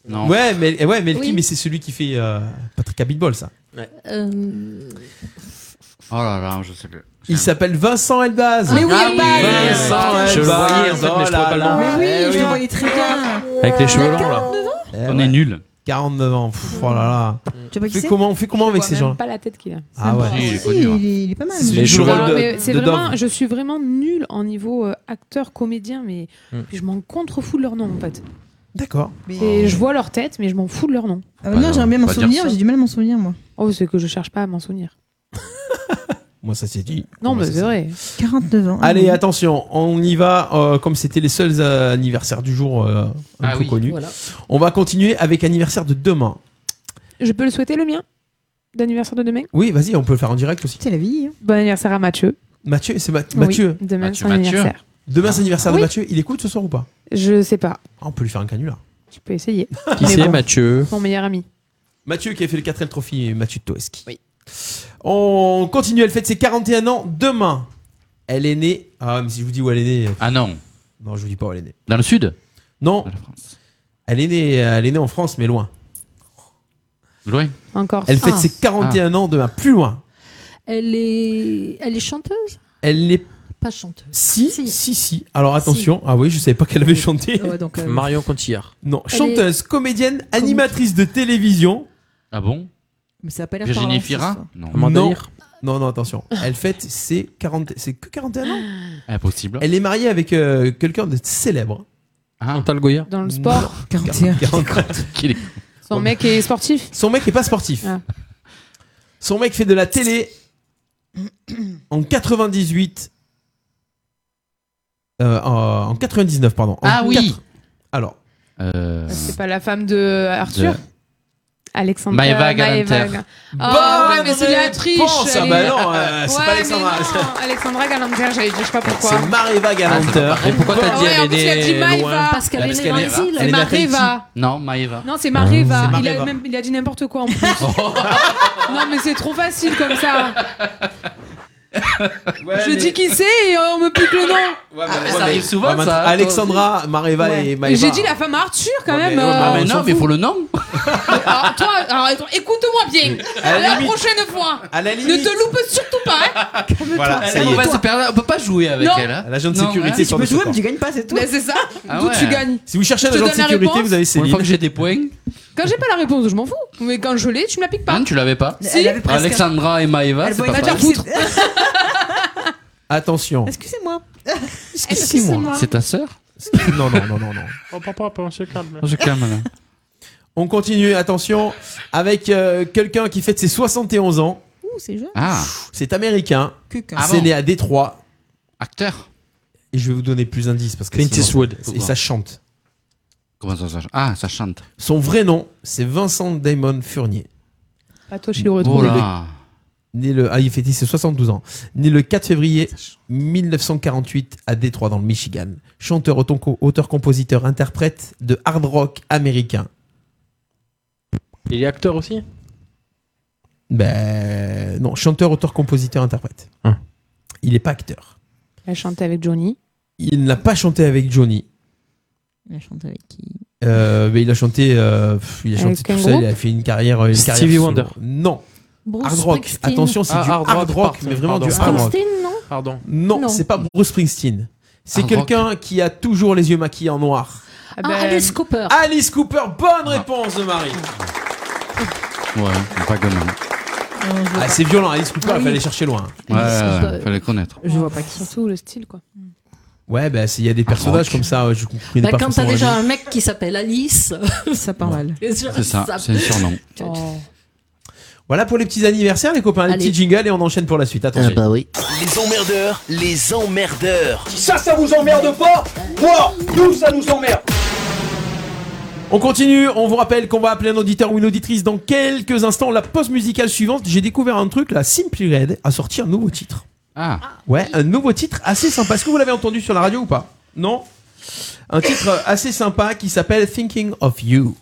Non.
Ouais, mais eh ouais, Melky,
Oui.
mais c'est celui qui fait euh, Patrick Abitbol ça.
c'est- euh,
Oh là là, je sais plus.
Il s'appelle Vincent Elbaz.
Mais oui,
Ah
Elbaz.
Vincent
Je le
Elbaz.
voyais, en fait, mais je trouvais pas le nom.
là là.
Oui,
Eh
je
oui.
le voyais très bien.
Avec les cheveux longs là.
On est nuls.
49 Eh ans. Pff, oh là là.
Tu vois
On
qui
fait
c'est
comment, on fait comment
Je
avec
vois
ces
même
gens
pas la tête qu'il a.
Ah ouais.
Si, il est
Si,
connu, hein.
il est- il est pas mal.
C'est les chevaux
Non,
de-
mais c'est
de
vraiment,
Dove.
je suis vraiment nulle en niveau euh, acteur comédien, mais
Hmm.
je m'en contrefous de leur nom en fait.
D'accord.
Et je vois leur tête, mais je m'en fous de leur nom.
Ah bah non, j'aimerais bien m'en souvenir, j'ai du mal à m'en souvenir, moi.
Oh, c'est que je cherche pas à m'en souvenir.
Moi ça c'est dit.
Non, mais c'est vrai.
49 ans. Ah
Allez, attention, on y va. euh, comme c'était les seuls euh, anniversaires du jour euh, un
Ah
peu
oui,
connus,
voilà.
on va continuer avec anniversaire de demain.
Je peux le souhaiter le mien D'anniversaire de demain
Oui, vas-y, on peut le faire en direct aussi.
C'est la vie. hein.
Bon anniversaire à Mathieu.
Mathieu, c'est Ma-
Oui,
Mathieu.
demain, Mathieu, c'est son Mathieu. anniversaire. Ah
Demain, c'est l'anniversaire
Oui.
de Mathieu. Il écoute ce soir ou pas
Je sais pas,
Ah, On peut lui faire un canular.
je peux essayer.
Qui
Mais
c'est,
bon,
Mathieu
Mon meilleur ami.
Mathieu qui a fait le 4L Trophy, et Mathieu Toeski. Oui. On continue, elle fête ses 41 ans demain. Elle est née. Ah, mais si je vous dis où elle est née.
Ah non.
Non, je vous dis pas où elle est née.
Dans le sud
Non. Elle est née, elle est née en France, mais loin.
Loin.
Encore.
Elle fête
Ah.
ses 41 ans demain, plus loin.
Elle est, elle est chanteuse
Elle est.
Pas chanteuse.
Si, si, si. Alors attention. Ah oui, je savais pas qu'elle avait chanté.
Ouais, donc, euh,
Marion Cotillard.
Non,
Elle
chanteuse, comédienne, animatrice de télévision.
Ah bon
Mais ça a pas l'air
Virginie
parlant,
Fira
ce soir.
Non.
Non. Non, non, attention. Elle fête ses 40. C'est que 41 ans
Impossible.
Elle est mariée avec euh, quelqu'un de célèbre.
Ah.
Chantal Goya
Dans le sport,
41.
son mec est sportif.
Son mec est pas sportif.
Ah.
Son mec fait de la télé en 98. euh, en en 99, pardon. En
Ah oui.
quatre- Alors.
Euh.
Ah, C'est pas la femme de Arthur
Euh, De-
Alexandre euh,
Maëva Galanter. Bah,
Ah, ouais, mais c'est de la
réponse
triche.
Ah
elle
bah
est-
non, euh, c'est
Ouais,
pas Alexandra.
mais non, Alexandra Galanter, j'avais dit, je sais pas pourquoi.
C'est
Ah,
Mareva Galanter.
Et pourquoi t'as dit
Ouais, en
elle
plus, il a dit
est
Maëva.
loin
Parce qu'elle est née en Brésil.
Tahiti.
C'est Mareva.
Tahiti. Non, Maëva.
Non, c'est
Mmh.
Mareva.
C'est
Il, a
Mareva.
même- il a dit n'importe quoi en plus. non, mais c'est trop facile comme ça. je dis qui c'est et euh, on me pique le nom.
Ah, mais ça arrive souvent,
Ouais, maintenant,
ça. hein, toi
Alexandra, Mareva
Ouais.
et
Et
Maeva.
J'ai dit la femme à Arthur quand même. euh,
Ah, mais
on s'en
non, mais
fout.
faut le nom.
alors, toi, alors, attends, écoute-moi bien.
À la
La,
limite-
prochaine fois.
à la
ne te loupe surtout pas. hein.
Voilà, ça
Elle
y
est
est.
mauvaise perle, on peut pas jouer avec
Non. Ah,
elle. hein.
L'agent de
Non,
sécurité
hein.
sur notre corps.
gagnes pas, c'est tout. Mais c'est ça.
Ah
D'où
ouais.
tu gagnes.
Si vous cherchez un
Je te
agent de
donne la
sécurité,
réponse.
vous avez
Une
Céline.
fois que j'ai des points,
Quand j'ai pas la réponse, je m'en fous. Mais quand je l'ai, tu me la piques pas.
tu l'avais pas.
Si. Elle avait presque-
Alexandra et Maeva,
Elle
c'est
voit
pas Ah,
une
pareil.
affaire foutre.
Attention.
Excusez-moi.
Excusez-moi.
C'est ta sœur
Non, non, non, non, non.
Oh, papa, on se calme.
Je calme là.
On continue, attention, avec euh, quelqu'un qui fête ses 71 ans.
Ouh, c'est jeune.
Ah.
C'est américain.
Que
hein.
qu'un.
C'est
Ah bon
né à Détroit.
Acteur.
Et je vais vous donner plus d'indices parce que
Clint
sinon-
Eastwood.
Et ça chante.
Comment ça, ça chante Ah, ça chante.
Son vrai nom, c'est Vincent Damon Furnier.
Pas toi, je le
Oh
retrouve.
là.
Né le, ah, il fêtait ses 72 ans. Né le 4 février 1948 à Détroit, dans le Michigan. Chanteur, auton- auteur-compositeur, interprète de hard rock américain.
Il est acteur aussi
Ben non, chanteur, auteur, compositeur, interprète. Il n'est pas acteur.
Elle chantait avec Johnny.
Il n'a pas chanté avec Johnny,
Il a chanté avec qui
euh, mais il a chanté, euh, pff, il a
Avec
chanté tout
un
seul. Il
groupe
a fait une carrière, une
Stevie
carrière solo.
Wonder.
Non.
Bruce
hard rock.
Springsteen.
Attention, c'est
Ah,
du hard
hard
rock,
rock, pardon,
mais vraiment
pardon.
du hard rock.
Springsteen, non
Pardon.
Non,
Non.
c'est pas Bruce Springsteen. C'est
Hard rock.
quelqu'un qui a toujours les yeux maquillés en noir.
Ah,
Ah,
ben,
Alice Cooper.
Alice Cooper, bonne réponse de Marie.
Ouais, pas comme même.
Ah, c'est violent, Alice Cooper, il
Oui.
fallait aller chercher loin.
Ouais, ouais,
Cooper.
ouais, fallait connaître.
Je vois pas qui.
Surtout le style, quoi.
Hmm.
Ouais, bah, c'est- il y a des personnages comme ça, ouais, je comprenais
Bah,
pas
quand t'as
forcément
déjà
la
un mec qui s'appelle Alice,
Ça part mal.
c'est sûr,
C'est ça, c'est un surnom.
Voilà pour les petits anniversaires, les copains, les
Allez.
petits jingles et on enchaîne pour la suite. Attention.
Ah bah oui. Les emmerdeurs, les emmerdeurs.
Ça, ça vous emmerde pas Moi, nous, ça nous emmerde
On continue, on vous rappelle qu'on va appeler un auditeur ou une auditrice dans quelques instants. La pause musicale suivante, j'ai découvert un truc, la Simply Red a sorti un nouveau titre.
Ah.
Ouais, un nouveau titre assez sympa. Est-ce que vous l'avez entendu sur la radio ou pas Non Un titre assez sympa qui s'appelle Thinking of You.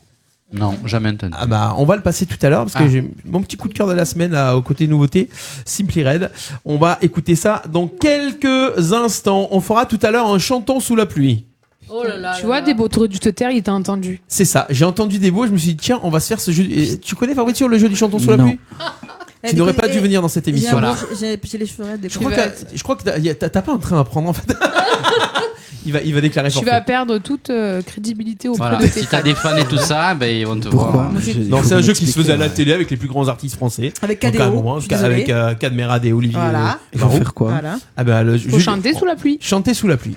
Non, jamais entendu.
Ah bah, on va le passer tout à l'heure parce que
Ah.
j'ai mon petit coup de cœur de la semaine là, au côté nouveauté, Simply Red. On va écouter ça dans quelques instants. On fera tout à l'heure un chantant sous la pluie.
tu vois, des beaux trous du terre, il t'a entendu.
C'est ça. J'ai entendu des mots, je me suis dit tiens, on va se faire ce jeu. Et Tu connais Fabrizio le jeu du chanton sous la pluie Tu n'aurais pas dû venir dans cette émission.
J'ai un
Voilà.
bon- j'ai- j'ai les cheveux raides. des
Je crois,
fois.
que, je crois que t'as- y a- t'as t'as pas un train à prendre en fait. il va, il va déclarer
Tu
forfait.
vas perdre toute euh, crédibilité auprès
Voilà.
de tes
Si t'as des fans et tout ça, ben ils vont te voir.
Non, c'est un jeu qui se faisait à la télé avec les plus grands artistes français.
Avec
Donc, à un
KDO,
moment,
je suis désolée.
Avec euh, Cadmerade et Olivier.
Voilà.
euh, Barou.
faire quoi
Voilà.
Ah ben, le-
Faut
je-
chanter sous la pluie.
Chanter sous la pluie.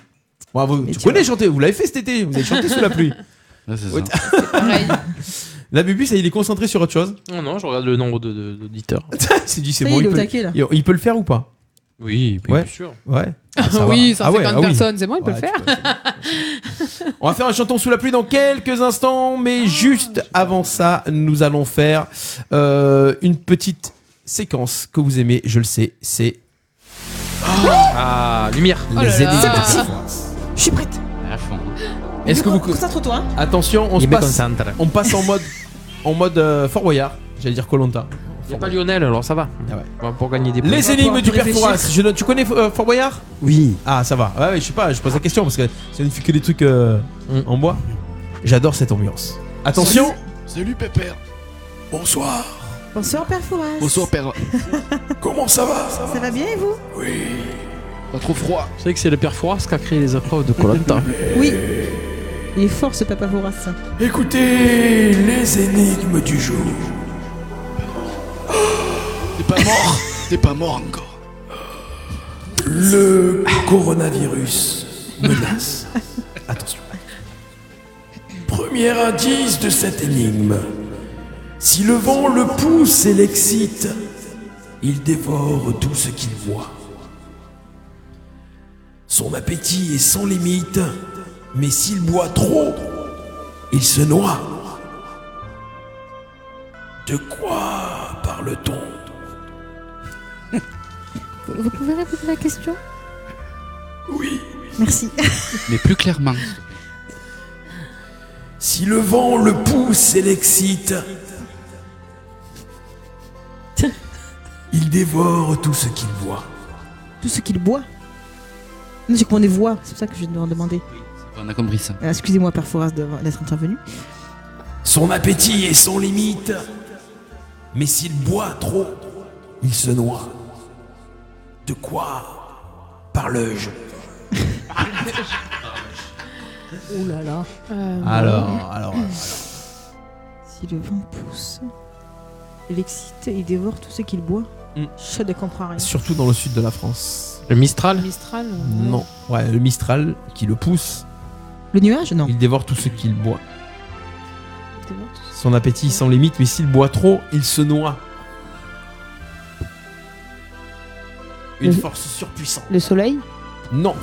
Bon, vous, tu connais chanter, vous l'avez fait cet été, vous avez chanté sous la pluie. Ouais, t'as- La Bubu, ça, il est concentré sur autre chose.
Ah. Non, non, je regarde le nombre de- de- d'auditeurs.
Il s'est dit, c'est
Ça y
bon,
est,
il
il est au
peut,
taquet, là.
il- il peut le faire ou pas
Oui,
ouais.
bien sûr.
Ouais.
Ah oui, 150
ouais, ah oui.
personnes, c'est bon, il peut
Ouais,
le faire.
On va faire un chanton sous la pluie dans quelques instants, mais juste avant ça, nous allons faire euh, une petite séquence que vous aimez, je le sais, c'est...
Ah, lumière.
Oh là Les là. ennemis.
Je suis prête.
Est-ce que vous...
Concentre-toi.
Attention, on,
Il
se
me
passe,
concentre.
on passe en mode, en mode euh, Fort Boyard, j'allais dire Colonta.
Il a pas Lionel, alors ça va. Bon, Pour gagner des points.
Ah Les énigmes du Père Fouras, je note- tu connais euh, Fort Boyard Oui. Ah, ça va. Ouais, ouais, je sais pas, je pose la question parce que ça ne fait que des trucs euh, en bois. J'adore cette ambiance. Attention
Salut Pépère. Bonsoir.
Bonsoir, Père Fouras.
Bonsoir Père. Comment ça va
Ça va bien et vous
Oui. Pas trop froid.
Vous savez que c'est le Père Fouras qui a créé les épreuves de Colanta.
Oui.
Eh.
Il est fort ce Papa Fouras.
Écoutez les énigmes du jour. T'es pas mort T'es pas mort encore. Le coronavirus menace. Attention. Premier indice de cette énigme. Si le vent le pousse et l'excite, il dévore tout ce qu'il voit. Son appétit est sans limite, mais s'il boit trop, il se noie. De quoi parle-t-on
Vous pouvez répéter la question
Merci.
Mais plus clairement.
Si le vent le pousse et l'excite, il dévore tout ce qu'il voit.
Tout ce qu'il boit. Non, j'ai qu'on des voix, c'est pour ça que je vais devoir demander.
On a compris ça.
Euh, Excusez-moi, Père Fouras, d'avoir- d'être intervenu.
Son appétit est sans limite, mais s'il boit trop, il se noie. De quoi parle-je
Oh là là.
Alors, alors,
Euh, Si le vent pousse, l'excite, il dévore tout ce qu'il boit.
Mm.
Je ne comprends rien.
Surtout dans le sud de la France.
Le Mistral
Mistral.
Non. Ouais, le Mistral qui le pousse.
Le nuage Non.
Il dévore tout ce qu'il boit. Son appétit sans limite, mais s'il boit trop, il se noie. Une
Le-
force surpuissante.
Le soleil
Non.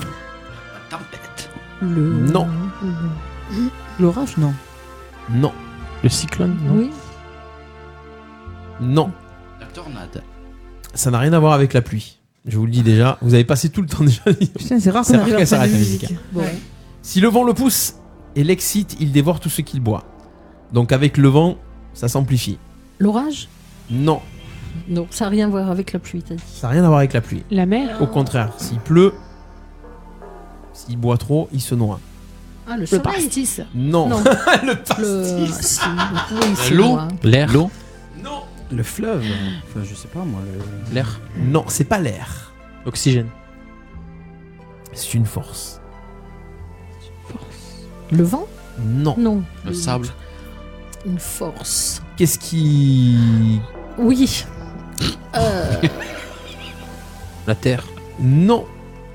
Le...
Non.
L'orage Non.
Non.
Le cyclone
Oui.
Non.
La tornade.
Ça n'a rien à voir avec la pluie. Je vous le dis déjà. Vous avez passé tout le temps déjà.
Putain, c'est rare qu'on arrive à
qu'elle
faire
s'arrête
des
la
musiques.
musique. hein.
Bon.
Si le vent le pousse et l'excite, il dévore tout ce qu'il boit. Donc avec le vent, ça s'amplifie.
L'orage
Non.
Non, ça n'a rien à voir avec la pluie, t'as dit.
Ça n'a rien à voir avec la pluie.
La mer
Au contraire, s'il pleut, s'il boit trop, il se noie.
Ah, le,
soleil.
pastis.
Non. le
pastis.
L'eau.
L'air. L'eau.
Le fleuve.
Enfin, je sais pas moi. le-
L'air.
Non, c'est pas l'air.
L'oxygène.
C'est une force.
Le vent
Non.
Non.
Le sable.
Une force.
Qu'est-ce qui.
Oui. Euh,
La terre.
Non.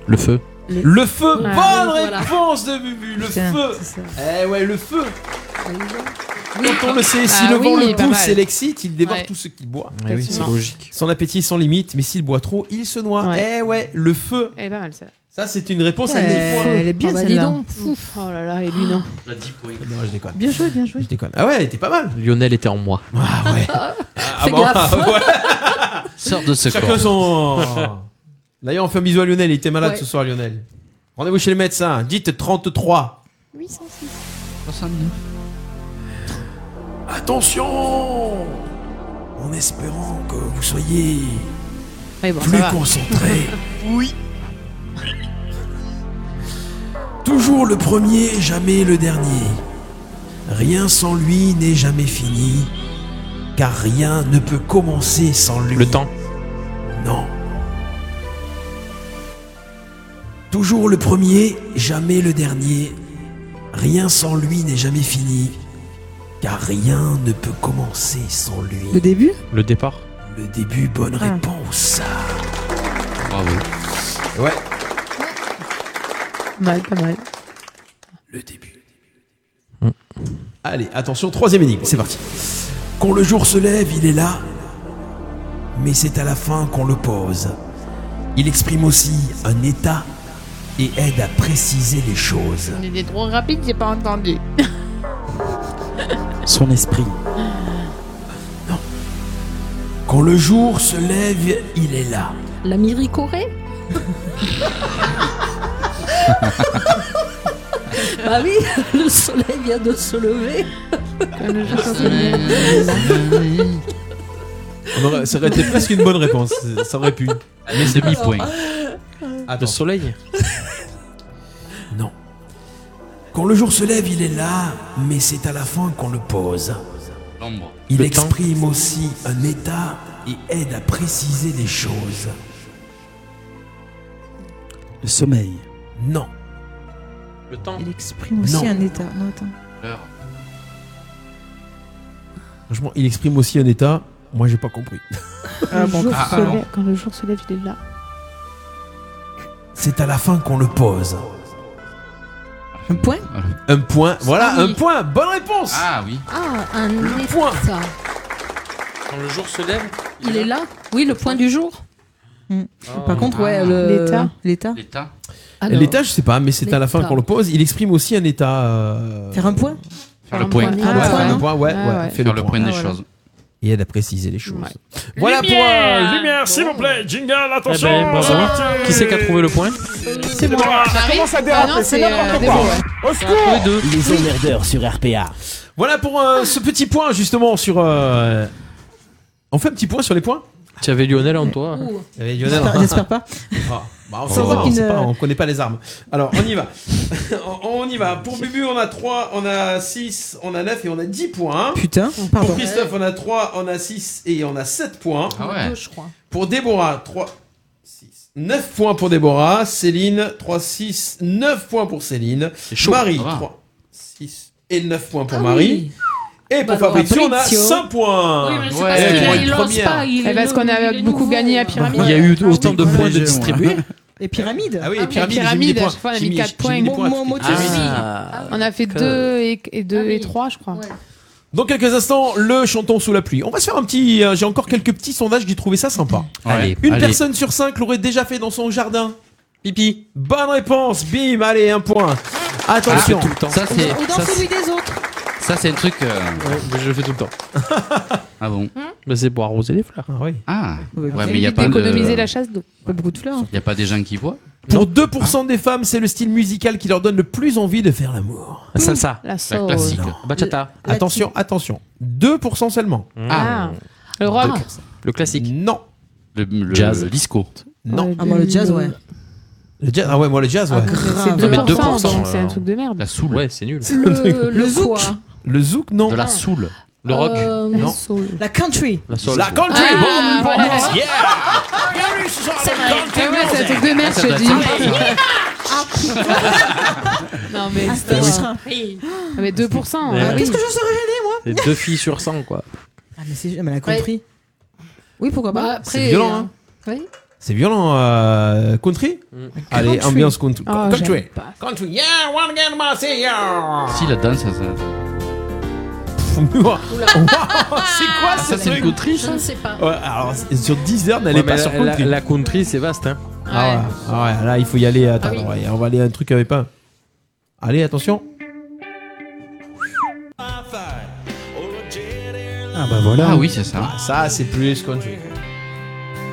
Le feu.
Le, feu.
Ah,
Bonne
voilà.
réponse de Bubu. Le
Putain,
feu. Eh ouais, le feu. Quand on le sait, si
Bah
Ah
le
oui,
vent le
pas
pousse
mal.
et l'excite, il dévore
Ouais.
tout ce qu'il boit.
Eh oui, c'est Absolument. logique.
Son appétit sans limite, mais s'il boit trop, il se noie. Eh ouais, le feu.
Elle est pas mal, ça.
Ça, c'est une réponse à
Ouais,
mille fois.
elle est bien,
Ah bah,
celle-là.
dis donc.
Ouf. Oh là là, et lui, non.
La 10 points.
Non, Eh ben, je déconne.
Bien joué, bien joué.
Je déconne. Ah ouais, elle était pas mal.
Lionel était en moi.
Ah
Fais
bon,
gaffe.
ouais.
Sors de ce
Chacun
corps.
son. D'ailleurs, on fait un bisou à Lionel. Il était malade
Ouais.
ce soir, Lionel. Rendez-vous chez le médecin. Dites 33.
806.
69.
Attention En espérant que vous soyez
Ouais, bon,
plus
ça va.
concentrés. oui. Toujours le premier, jamais le dernier. Rien sans lui n'est jamais fini, car rien ne peut commencer sans lui. Le temps Non. Toujours le premier, jamais le dernier. Rien sans lui n'est jamais fini, car rien ne peut commencer sans lui.
Le début Ah.
Le départ.
Le début, bonne réponse.
Bravo.
Ouais.
Pas mal, pas mal.
Allez, attention, troisième énigme. C'est parti.
Quand le jour se lève, il est là, mais c'est à la fin qu'on le pose. Il exprime aussi un état et aide à préciser les choses.
On était trop rapide, j'ai pas entendu.
Son esprit. Quand le jour se lève, il est là.
La miricorée Bah oui, le soleil vient de se lever.
On aurait- Ça aurait été presque une bonne réponse. Ça aurait pu. Mais c'est
demi-point.
Attends. Le soleil
Quand le jour se lève, il est là, mais c'est à la fin qu'on le pose.
L'ombre.
Il
Le
exprime aussi un état et aide à préciser les choses.
Le sommeil.
Non.
Le temps.
Il exprime aussi
Non.
un état. Non, attends.
Franchement, il exprime aussi un état. Moi, j'ai pas compris.
Quand le jour
Ah,
se
ah, non.
lève- Quand le jour se lève, il est là.
C'est à la fin qu'on le pose.
Un point
Un point. Voilà,
Ah Oui.
un point. Bonne réponse.
Ah oui.
Ah, un état.
Quand le jour se lève,
Il est là Oui, le point du jour.
Ah.
Par contre, ouais, le-
L'état. L'état.
L'état. Ah
Alors,
L'état, je sais pas, mais c'est à la fin
l'état.
qu'on le pose. Il exprime aussi un état. euh,
Faire un point
Faire le point.
Ouais,
Ah,
ouais,
ouais.
faire le point, ouais,
Ah,
ouais,
ouais.
fais
Faire le point des Ah, voilà. choses.
Et aide à préciser les choses.
Voilà
Lumière, lumière, s'il vous plaît, jingle, attention.
Eh ben, bravo.
Ah,
Qui c'est qui a trouvé le point
C'est bon. Ça commence
Bah
à déraper,
Ah non,
c'est
c'est,
n'importe
euh,
quoi. Oh,
Debo, ouais.
Au secours.
Les emmerdeurs sur RPA. Voilà pour euh, ce petit point, justement, sur. euh, On fait un petit point sur les points
Tu avais Lionel en toi.
Il y avait Lionel.
J'espère- j'espère Oh.
pas.
Ah, bah, on,
Sans
sait pas, on
aucune-
sait pas, on connaît pas les armes. Alors, on y va. on, on y va. Pour Bubu, on a 3, on a 6, on a 9 et on a 10 points.
Putain, pardon.
Pour Christophe, on a 3, on a 6 et on a 7 points.
Ah ouais. Deux,
je crois.
Pour Déborah, 3, 6. 9 points pour Déborah. Céline, 3, 6. 9 points pour Céline.
chaud,
Marie,
ça va.
3, 6. Et 9 points pour
Ah
Marie. Et pour
Bah non,
Fabrizio, on a
Fabrizio.
5 points.
Oui, mais c'est parce qu'il
qui vont
il
être
lance
premières.
pas,
Eh, parce qu'on avait beaucoup gagné à Pyramide.
Il y a eu autant de points de distribuer.
Les pyramides
Ah oui,
Ah
les
oui,
pyramides,
pyramide,
j'ai mis des
à
points.
chaque fois, on a
J'ai
mis
mis-
quatre
j'ai
points.
mis des
Mon-
points.
mon mot de
Ah.
suite. On a fait
que-
2 et 2 et 3, je crois.
Dans quelques instants, le chanton sous la pluie. On va se faire un petit. euh, J'ai encore quelques petits sondages, j'ai trouvé ça sympa.
Ouais. Allez,
Une
allez.
personne sur cinq l'aurait déjà fait dans son jardin. Pipi. Bonne réponse, bim, allez, un point. Attention.
Ah, tout le temps. Ça, c'est- Ou dans ça, celui
des autres.
Ça, c'est un truc. euh,
Je le fais tout le temps.
Ah bon
Bah, c'est pour arroser les fleurs.
Ah oui.
Ah. Ouais,
Ça
mais il n'y a
évite
pas
d'économiser
de...
la chasse d'eau.
Pas beaucoup de fleurs.
Il n'y a pas des gens qui voient
Pour 2% des femmes, c'est le style musical qui leur donne le plus envie de faire l'amour.
La salsa.
La
La
sauce.
classique.
Bachata.
Attention, attention. 2% seulement.
Ah. Le rock.
Le classique.
Non.
Le, le-
Jazz.
le disco.
Non.
Ah, moi, le jazz, ouais.
Le jazz, ah ouais, moi le jazz, ouais.
C'est 2%, donc c'est un truc de merde.
La soul.
Ouais, c'est nul.
Le, le quoi
Le zouk, non.
De la soul.
Le rock.
Euh,
Non.
La country.
La soul.
La country.
Ah,
bon, bon,
voilà.
bon, yeah.
C'est vrai. Eh ouais, c'est un truc de merde,
Ah, ça
je te
doit être
dis.
ça.
Ah,
Non, mais
Ah,
c'est
ça.
Ah, Mais
Eh
2%.
Mais
hein.
oui. Qu'est-ce que
je serais gênée, moi
C'est deux filles sur 100, quoi.
Ah, mais c'est. Mais la country. Oui, pourquoi pas
C'est violent,
euh,
hein.
Oui.
C'est violent, euh, country Allez,
Country.
ambiance country.
Ah,
country.
j'aime pas.
Country, yeah, wanna get my say, yeah.
Si, la danse, ça.
murmure. c'est quoi ce
ça, c'est
truc
le country, ça Je ne sais pas.
Ouais, alors c'est- sur 10 heures, n'allez
Ouais,
pas
mais
sur
la- la-
country.
la
country, c'est vaste. Hein. Ah,
Ouais.
ouais. ah ouais, là il faut y aller. Attends, on, va, on va aller à un truc avec pas. Allez, attention. Ah bah voilà.
Ah oui, c'est ça.
ça, c'est plus country.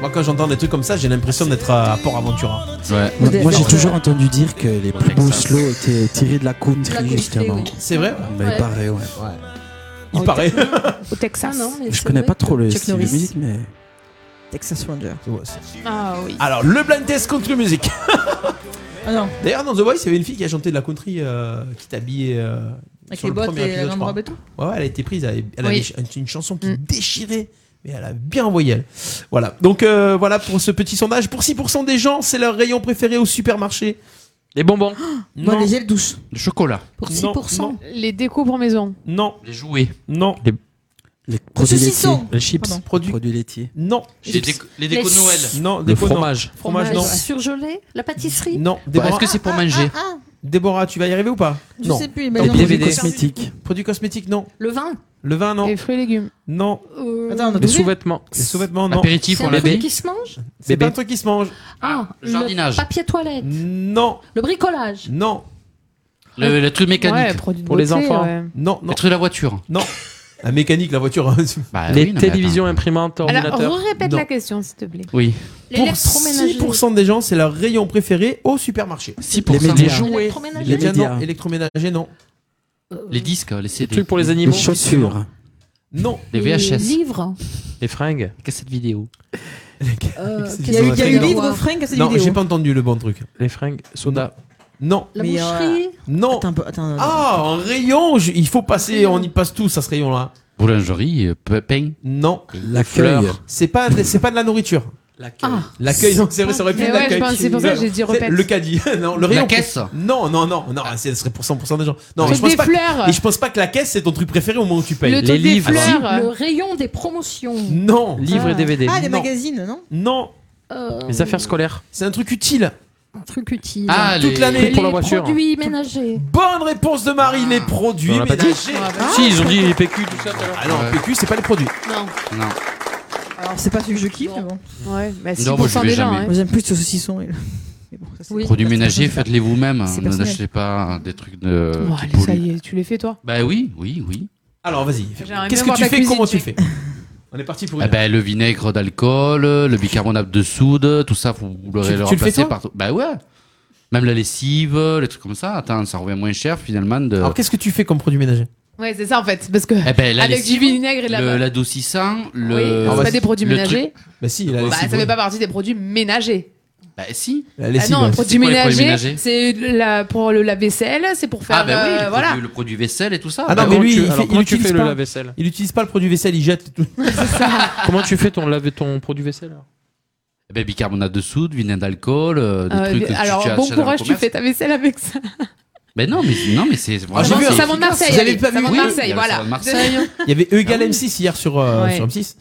Moi, quand j'entends des trucs comme ça, j'ai l'impression d'être à, à Port Aventura.
Moi, moi, j'ai toujours entendu dire que les plus beaux slows étaient tirés de la country, justement.
C'est vrai
Mais
Bah, Ouais.
il paraît, ouais.
Il paraît.
Au
Ah
Texas.
Je connais pas trop le style de musique, mais.
Texas Ranger. Ah oui.
Alors, le blind test country music.
Ah non.
D'ailleurs, dans The Voice, il y avait une fille qui a chanté de la country euh, qui t'habillait. euh,
Avec
sur
les
le
bottes
premier
et la
épisode, je
grande
crois.
robe et tout
Ouais, ouais, elle a été prise. Elle, elle avait
Oui. Mm.
ch- une chanson qui déchirait. Mais elle a bien envoyé elle. Voilà. Donc, euh, voilà pour ce petit sondage. Pour 6% des gens, c'est leur rayon préféré au supermarché. Les bonbons.
Moi, les
ailes douces.
Le chocolat.
Pour
Non,
6%. Les décos pour maison.
Non.
Les jouets.
Non.
Les,
Ah
produits saucisson. laitiers. Les chips. Pardon.
Produits. laitiers.
Non.
Les, déco- les décos de Noël.
Non,
Le
déco, non.
fromage. Ah,
Fromage, non.
Surgelé La pâtisserie Ah,
Non. Déborah.
Est-ce que c'est pour manger
Déborah, tu vas y arriver ou pas
Je
Non.
sais plus, mais
Tant
non.
pis.
Produits cosmétiques.
Produits cosmétiques, non.
Le vin
Le vin, non.
Les fruits et légumes.
Non.
Euh,
Les sous-vêtements. Les sous-vêtements, non.
Apéritif,
C'est un truc qui se mange
C'est pas un truc qui se mange.
Ah, le
jardinage.
papier toilette.
Non.
Le bricolage.
Non.
Le, le truc mécanique.
Non, non.
Le truc de la voiture. Bah
Non. La mécanique, la voiture.
Les télévisions, imprimantes,
Alors,
ordinateurs.
répète
Non.
la question, s'il te plaît.
Oui.
Pour
L'électroménager.
6% des gens, c'est leur rayon préféré au supermarché.
6% Les médias.
Des jouets.
L'électroménager.
Les médias,
Les médias.
non. Électroménager, non.
Les disques, les CD.
trucs pour les animaux.
Les chaussures.
Non.
Les
Les
VHS.
livres.
Les fringues.
Cassettes vidéo.
Euh,
C'est
qu'est-ce
des
qu'il
vrais
y a eu
fringues.
livre, fringues, cassettes
Non,
vidéo.
j'ai pas entendu le bon truc.
Les fringues, soda.
Non.
La Mais, euh, boucherie.
Non. ah, un rayon. je- Il faut passer. On y passe tous à ce rayon-là.
Boulangerie, euh, pe- pain.
Non.
L'accueil.
Fleur. C'est pas, c'est pas de la nourriture.
Ah.
L'accueil, non, c'est vrai, ça aurait pu
Mais
être
ouais,
l'accueil.
je pense- c'est pour ça que j'ai dit
C'est
répète.
Le caddie, non, le
La
rayon.
caisse.
Non, non, non, non, ce serait pour 100% des gens. Non,
C'est
je pense
des
pas.
fleurs.
Et je pense pas que la caisse c'est ton truc préféré au moment où tu payes.
Le Les truc des livres. fleurs.
Ah,
Le rayon des promotions.
si. Non.
Livres et DVD.
Ah, des
Non.
magazines, non
Non.
Euh,
Les affaires scolaires.
C'est un truc utile.
un truc utile.
Ah,
Toute les- l'année.
pour la voiture.
Produits ménagers.
Bonne réponse de Marie, les produits.
On l'a pas dit
ménagers.
Si, ils ont dit les PQ, tout ça.
Ah non, PQ, c'est pas les produits.
Non.
Non.
Alors, c'est pas celui que je kiffe, mais bon.
Ouais, bah,
Non, moi, je
6%
vais
des gens.
jamais.
hein.
Moi, j'aime plus le saucisson. et le-
Produits ménagers, faites-les vous-même.
C'est personnel.
N'achetez pas des trucs de.
Bon,
qui
allez, ça
polluent.
y est, tu les fais toi.
Bah oui, oui, oui.
Alors vas-y.
J'aimerais
Qu'est-ce
bien
que
voir
tu
ta
fais
cuisine,
Comment tu
tu
fais On est parti pour
Ah
une.
bah, le vinaigre d'alcool, le bicarbonate de soude, tout ça, vous le,
Tu-
le
tu le fais,
remplacez
toi
partout. Bah ouais. Même la lessive, les trucs comme ça. Attends, ça revient moins cher finalement de.
Alors qu'est-ce que tu fais comme produit ménager
Ouais, c'est ça en fait. Parce que
Eh ben, la
avec
lessive,
du vinaigre et de la.
le l'adoucissant, le. Ah, bah,
Oui, c'est pas des produits
le
ménagers.
truc-
Bah si, la
bah,
lessive,
ça fait pas partie des produits ménagers.
Bah si.
La
Ah non, un produit
quoi, les produits
ménager,
ménagers
c'est la- pour le lave-vaisselle, c'est pour faire.
Ah bah oui,
euh,
le,
voilà.
produit, le produit vaisselle et tout ça.
Ah
Bah
non, mais
comment
lui,
tu-
il,
alors
fait,
comment
il
tu
utilise
fais le
pas-
lave-vaisselle
Il utilise pas le produit vaisselle, il jette tout.
Comment tu fais ton, lave- ton produit vaisselle
Eh ben, bicarbonate de soude, vinaigre d'alcool, euh, des
Euh,
trucs que tu-
alors,
tu achètes
bon
dans le
courage, tu
commerce.
fais ta vaisselle avec ça.
Ben non, mais non, mais c'est.
Ah,
vraiment,
j'ai vu
c'est
un savon de
efficace.
Marseille,
Vous
allez,
avez pas
savon
vu
de
Oui,
Marseille,
il y a le
voilà.
savon de Marseille. Ah
Il y avait E Egal M6 hier sur, euh,
Ouais. Ah.
sur M6.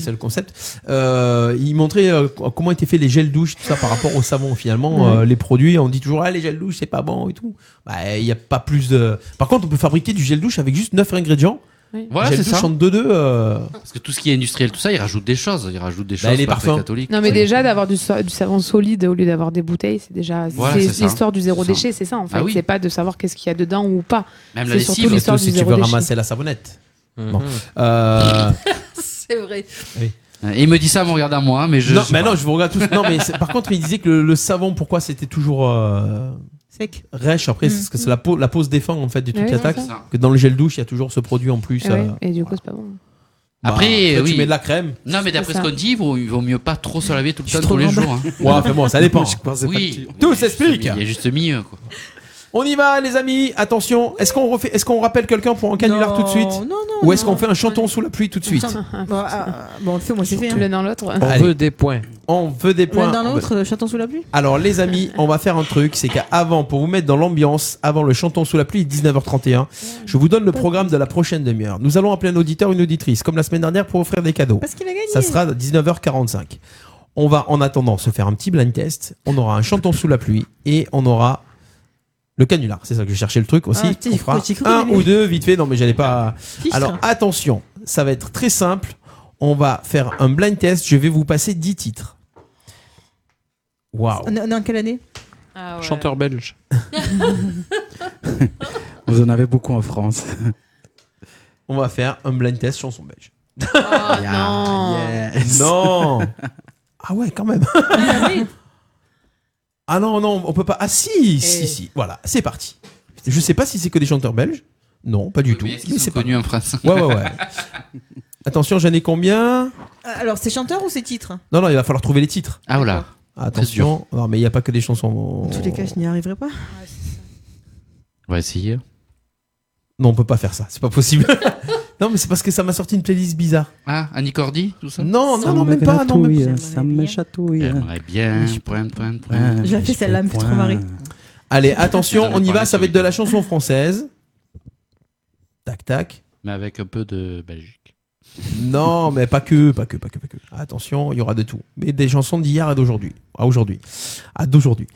C'est le concept. Euh, il montrait euh, co- comment étaient faits les gels douches, tout ça par rapport au savon. Finalement, euh, les produits, on dit toujours ah, les gels douches, c'est pas bon et tout. Bah, Il n'y a pas plus de. Par contre, on peut fabriquer du gel douche avec juste 9 ingrédients.
Oui.
Voilà,
gel
c'est
douche
ça.
en 2-2. euh,
Parce que tout ce qui est industriel, tout ça, ils rajoutent des choses. Ils rajoutent des
Bah,
choses.
les
parce que
parfums.
catholique.
Non, mais déjà, d'avoir du, so- du savon solide au lieu d'avoir des bouteilles, c'est déjà.
Voilà,
c'est
c'est ça.
l'histoire du zéro
C'est ça.
déchet, c'est ça en
Bah
fait.
Ah oui.
C'est pas de savoir qu'est-ce qu'il y a dedans ou pas.
Même la
c'est surtout
lessive,
l'histoire
surtout
du
si tu
zéro
veux
déchet.
ramasser la savonnette.
Mhm.
Bon. Euh,
C'est vrai.
Et Euh, il me dit ça, me regarde à moi, mais je.
non,
sais
mais
pas.
non, je vous regarde tous. Non, mais c'est- par contre, il disait que le, le savon, pourquoi c'était toujours euh,
Sec. Ah
rêche après, c'est parce que c'est la peau, la peau se défend en fait du truc
Ouais,
qui
c'est
attaque.
ça.
Que dans le gel douche, il y a toujours ce produit en plus.
Et, Ah ouais,
euh,
et du coup, c'est pas bon.
Bah,
Après,
après,
oui.
tu mets de la crème.
Non, mais d'après
C'est
ce
ça.
qu'on dit, il vaut, il vaut mieux pas trop se laver tout le temps, tous les jours. hein.
Ouais, enfin bon, ça dépend.
Je pense que c'est Oui. pas le
Tout s'explique.
Il y a juste mieux, quoi.
On y va, les amis. Attention. Est-ce qu'on refait, est-ce qu'on rappelle quelqu'un pour un canular
Non,
tout de suite
non, non,
Ou est-ce qu'on fait un chanton sous la pluie tout de suite
Bon, ah, ah, bon, on le fait, moi, c'est fait.
L'un
hein.
dans l'autre.
On
veut des points.
On veut des
L'un
points.
dans l'autre, euh, chaton sous la pluie.
Alors, les amis, on va faire un truc. C'est qu'avant, pour vous mettre dans l'ambiance, avant le chanton sous la pluie, 19h31, je vous donne le programme de la prochaine demi-heure. Nous allons appeler un auditeur, une auditrice, comme la semaine dernière, pour offrir des cadeaux.
Parce qu'il a gagné.
Ça sera à 19h45. On va en attendant se faire un petit blind test. On aura un chanton sous la pluie et on aura Le canular, c'est ça que je cherchais le truc aussi.
Ah, t'es-
On fera
t'es- t'es-
un
t'es-
ou deux, vite fait. Non, mais j'allais pas.
Fichtre.
Alors attention, ça va être très simple. On va faire un blind test. Je vais vous passer 10 titres. Waouh.
On est on est en quelle année
Ah
Chanteur belge.
Vous en avez beaucoup en France.
On va faire un blind test chanson belge.
Ah,
Yeah, yes.
Non. Ah ouais, quand même. ah non, non, on peut pas. Ah si,
Eh.
si, si. Voilà, c'est parti. Je sais pas si c'est que des chanteurs belges. Non, pas du tout.
est-ce qu'ils
Mais
sont
c'est pas-
connus en France
Ouais, ouais, ouais. Attention, j'en ai combien
Alors, c'est chanteur ou c'est titre
Non, non, il va falloir trouver les titres.
Ah voilà.
Attention. Non, mais il n'y a pas que des chansons.
En tous les cas, je n'y arriverai pas.
On va essayer.
Non, on peut pas faire ça. C'est pas possible. non, mais c'est parce que ça m'a sorti une playlist bizarre.
Ah, Annie Cordy, tout ça
Non,
Ça
non, non,
me
même pas. Non, même
chatouille,
pas.
Ça me chatouille.
J'aimerais bien.
Je-
Point, point,
Ah,
point.
Je l'ai fait celle-là, me fait trop marrer.
Allez, attention, on y va. Ça va être de la chanson française. Tac, tac.
Mais avec un peu de Belgique.
Non, mais pas que, pas que, pas que, pas que. Attention, il y aura de tout. Mais des chansons d'hier et d'aujourd'hui. À aujourd'hui. À d'aujourd'hui.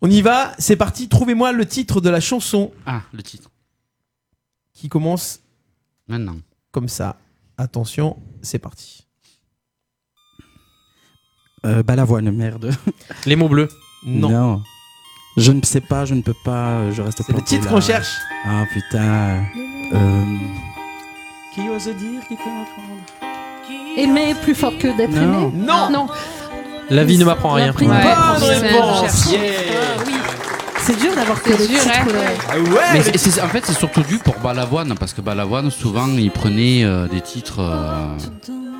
On y va, c'est parti. Trouvez-moi le titre de la chanson
Ah, le titre.
qui commence
Maintenant.
comme ça. Attention, c'est parti.
Euh, Balavoine, merde.
Les mots bleus.
Non.
Je ne sais pas, je ne peux pas, euh, je reste C'est
le titre qu'on cherche.
Ah putain. Euh,
Qui ose dire, qui peut entendre Aimer plus fort que d'être
Non.
aimé Ah, Non Non
La vie ne m'apprend rien.
Bonne
Ah, réponse.
Ah,
Ah,
C'est dur d'avoir que
C'est
le
dur,
titre.
hein.
euh,
Mais c'est- c'est- en fait, c'est surtout dû pour Balavoine, parce que Balavoine, souvent, il prenait euh, des titres euh,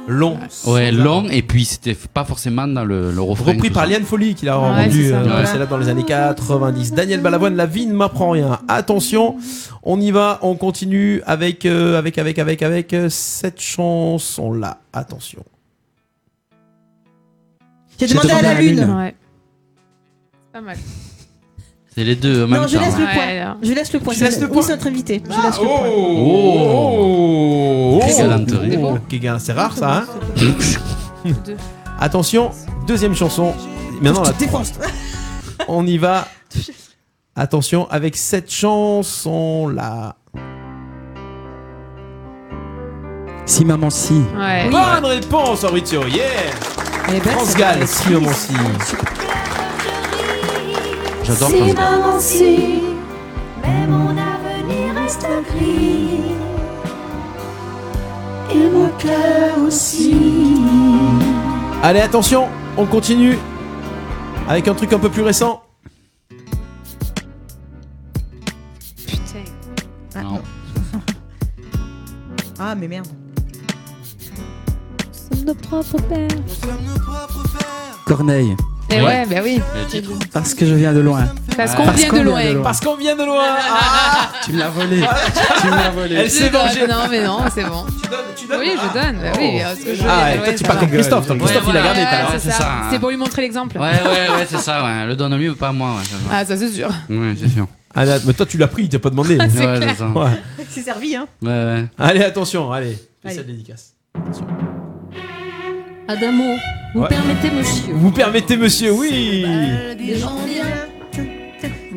Long.
ouais, longs, et puis c'était f- pas forcément dans le, le refrain.
Repris
tout
par
ça.
Liane Folly qui l'a
Ouais,
rendu
c'est ça,
euh,
voilà.
celle-là dans les années 90. Daniel Balavoine, la vie ne m'apprend rien. Attention, on y va, on continue avec euh, avec avec avec avec euh, cette chanson là. Attention.
J'ai demandé à la lune.
Ouais. C'est Pas mal.
C'est les deux en même
Non, je
temps.
laisse le
Ouais,
point.
alors.
Je laisse le point.
Tu laisses le
Oui, c'est notre invité.
Ah,
Je laisse le point.
Oh, Quelle galanterie.
Guéguin, c'est rare ça. hein Attention, deuxième chanson. Maintenant la défense. On y va. Attention avec cette chanson là.
Si maman si.
Ouais.
Bonne réponse, Henricio. Yeah.
Eh ben,
France Gall, si maman si.
J'adore
Si
France Gall.
maman si, mais mon avenir reste gris. Et mon cœur aussi.
Allez, attention, on continue avec un truc un peu plus récent.
Putain.
Ah,
non.
Ah, mais merde.
Nous sommes nos propres pères.
Corneille.
Eh ouais, bah oui.
Parce que je viens de loin.
Parce qu'on vient de loin.
Parce qu'on vient de loin. Ah
Tu me l'as volé. tu me l'as volé.
Elle s'est
Je donne.
vengée.
Non, mais non, c'est bon. Tu donnes,
tu donnes
Oui, je donne. bah oui, parce que je
Ah,
viens de
et toi,
loin,
tu
ça
pars
va.
comme Christophe, toi.
Ouais,
Christophe, il a
voilà,
gardé, t'as l'air.
ouais, C'est
Ouais, c'est
ça.
ça.
C'est pour lui montrer l'exemple.
Ouais, ouais, ouais, c'est ça, ouais. Le donne mieux, pas à moi. Ouais, ça va.
Ah, ça c'est sûr.
Ouais, c'est sûr.
Ah, là, mais toi, tu l'as pris, il t'a pas demandé.
C'est Ouais, clair. c'est ça.
Ouais.
C'est servi, hein.
Ouais, ouais.
Allez, attention, allez. Spéciale
Allez.
dédicace.
Adamo, vous
Ouais.
permettez, monsieur
Vous permettez, monsieur, oui.
Des gens bien.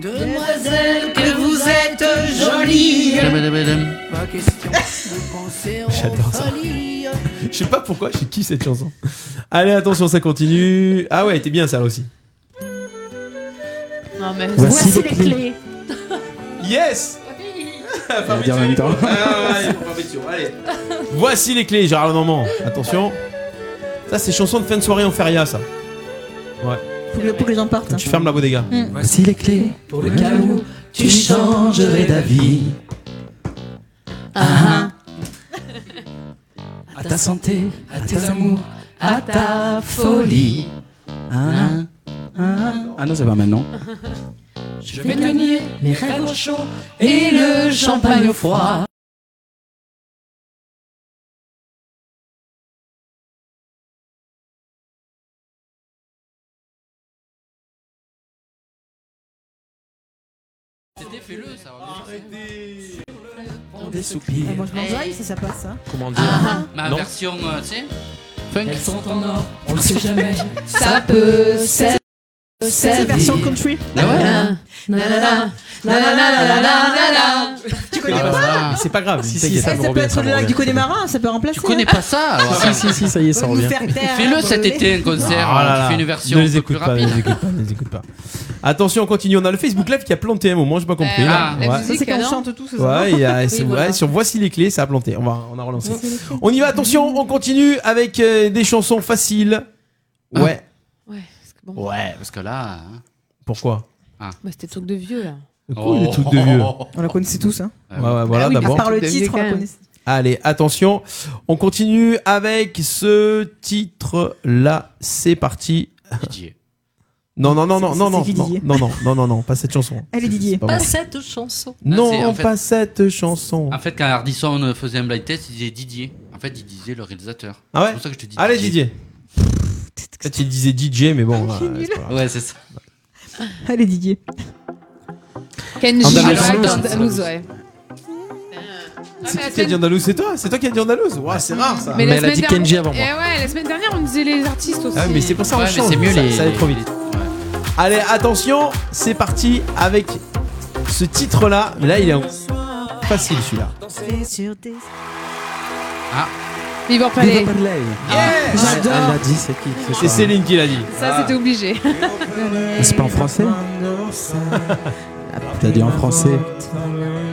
Demoiselle que vous êtes jolie. Pas question de penser aux
J'adore ça.
folies.
Je sais pas pourquoi, je kiffe cette chanson. Allez, attention, ça continue. Ah ouais, t'es bien, ça aussi.
Non, mais
Voici Voici les les clés. clés.
Yes
On va dire en même temps.
Ah, allez, Fabrizio, allez. Voici les clés, Gérard Normand. Attention. Ça, c'est chanson de fin de soirée en feria, ça. Ouais.
Faut que, faut que les gens partent. hein. Hmm.
Tu fermes la bodega.
Voici les clés.
Pour
le cas où
tu
changerais d'avis. Ah, À ta santé, à tes amours,
à ta
folie. Ah, ah. Ah non, c'est pas maintenant.
Hein? Je vais tenir mes rêves au chaud et le champagne au froid.
C'était fais-le, ça
Des soupirs.
Ah, moi, je m'enjaille si ça passe, hein.
Comment
dire Ma
Non.
version, euh, tu sais
Elles sont en or, on le sait jamais. Ça peut servir.
C'est la version country.
Ah ouais
Nanana, nanana, nanana. Tu connais pas
Mais C'est pas grave.
Si,
t'inquiète,
si, Eh, ça,
me
ça peut
revient,
être
me
le lac
revient.
du Connemara, hein, ça peut remplacer. Tu connais
pas ça
Si, si, si, ça y est, ça
Nous
revient.
faire taire,
Fais-le cet
brûler.
été, un concert.
Ah là
tu
là.
fais une version
Ne
un
les
peu
écoute
plus
pas, ne
rapide.
les écoute pas, ne les écoute pas. Attention, on continue. On a le Facebook Live qui a planté à un moment, j'ai pas
Eh
compris.
ben,
Ah, la
Ouais.
musique, Ça, c'est quand on chante tous, c'est ça
Ouais, il y a-
Oui,
c'est-
voilà.
ouais, sur Voici les clés, ça a planté. On va, on a relancé. On y va, attention, on continue avec euh, des chansons faciles. Ouais.
Ouais, parce que là. hein.
Pourquoi
Bah, c'était truc de vieux là.
Oh.
Cool, les trucs de vieux.
Oh. On la connaissait tous, hein.
Ouais, ouais, voilà,
Ah oui,
d'abord.
À part le
Des vieux
titre, on la
gars.
connaissait.
Allez, attention. On continue avec ce titre-là. C'est parti.
Didier.
Non, non, non, non,
C'est-
non,
c'est
non, non,
Didier.
non, non, non, non, non, pas cette chanson.
Elle est Didier.
pas vrai.
Pas cette chanson.
Non,
c'est- en fait- Ah,
pas cette chanson.
En fait, quand Hardisson faisait un blind test, il disait Didier. En fait, il disait le réalisateur.
Ah ouais
C'est pour ça que je te dis.
Allez, Didier. En fait, il disait DJ, mais bon. ouais, c'est pas grave.
Ouais, c'est ça.
Allez, Didier.
Kenji,
Ah, bah,
Andalouse.
alors, attends, Andalouse, ouais.
C'est qui qui a dit Andalouse C'est toi C'est toi qui as dit Andalouse Ouah, C'est
Ah,
rare ça.
la semaine dernière- Eh ouais, la semaine dernière, on disait les artistes aussi.
Ah, mais c'est pour ça on
Ouais, mais
change.
c'est mieux
ça,
les-
ça allait trop vite. Allez, attention, c'est parti avec ce titre-là. Mais Là, il est en- facile celui-là.
Ah.
Liver Palais.
Ah, Elle
J'adore.
l'a dit, c'est qui ce
Ah, C'est
soir
Céline qui l'a dit.
Ça, c'était obligé.
Mais C'est pas en français T'as dit en français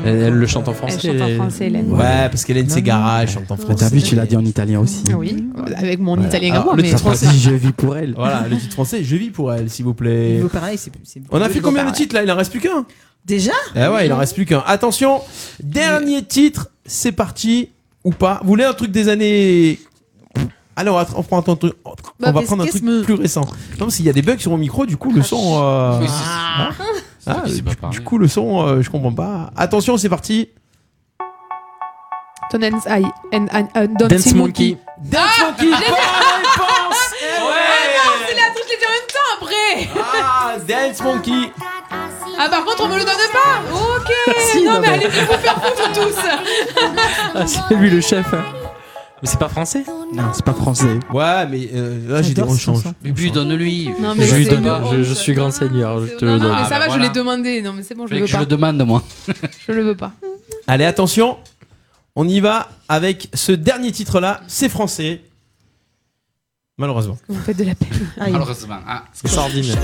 Elle, elle le chante en
Elle
français.
chante en français, Hélène.
Ouais, parce qu'Hélène Ségara, elle chante en
Mais
français.
T'as vu, tu l'as dit en italien aussi.
Oui, avec mon
Voilà.
Ah,
italien à
Alors,
moi,
le
mais
titre
français.
dit je vis pour elle.
Voilà, le titre français, je vis pour elle, s'il vous plaît.
Niveau pareil, c'est. c'est-
On a fait
Niveau
combien de
pareil.
titres là Il en reste plus qu'un.
Déjà
Eh ouais, il en reste plus qu'un. Attention, dernier titre, c'est parti ou pas Vous voulez un truc des années Allez, on va, on prend un truc, on
Bah,
va
mais
prendre un
qu'est-ce
truc plus récent. Non, parce qu'il y a des bugs sur mon micro, du coup le son.
Ah,
euh,
Oui, c'est-
hein
c'est
Ah,
qui sait
du,
pas
du
parler.
coup le son, euh, je comprends pas. Attention, c'est parti.
Ton hands eye. and- and- and
Dance
Dancing
Monkey.
euh, Monkey. Ah,
Dance Monkey.
Bonne
Bonne réponse.
Ah non, c'est la toutes les deux en même temps après.
Ah, Dance Monkey.
Ah par contre on me le donne pas Ok
Si,
Non
non,
mais
mais-
allez vous faire foutre
Bah,
tous
c'est lui le chef.
Mais c'est pas français
Non, c'est pas français.
Ouais, mais euh, là j'ai des rechanges.
Mais puis donne-lui.
Non, mais
je, lui
c'est
donne-
bon,
je, je suis grand seigneur, je te
Non
le
non
donne.
mais ça
Ah,
va
bah
je l'ai
voilà.
demandé, non mais c'est bon je
Fallait
le veux
que je
pas.
le demande, moi.
Je le veux pas.
Allez, attention. On y va avec ce dernier titre là. C'est français. Malheureusement.
Vous me faites de la peine.
Malheureusement. Ah,
C'est sordide.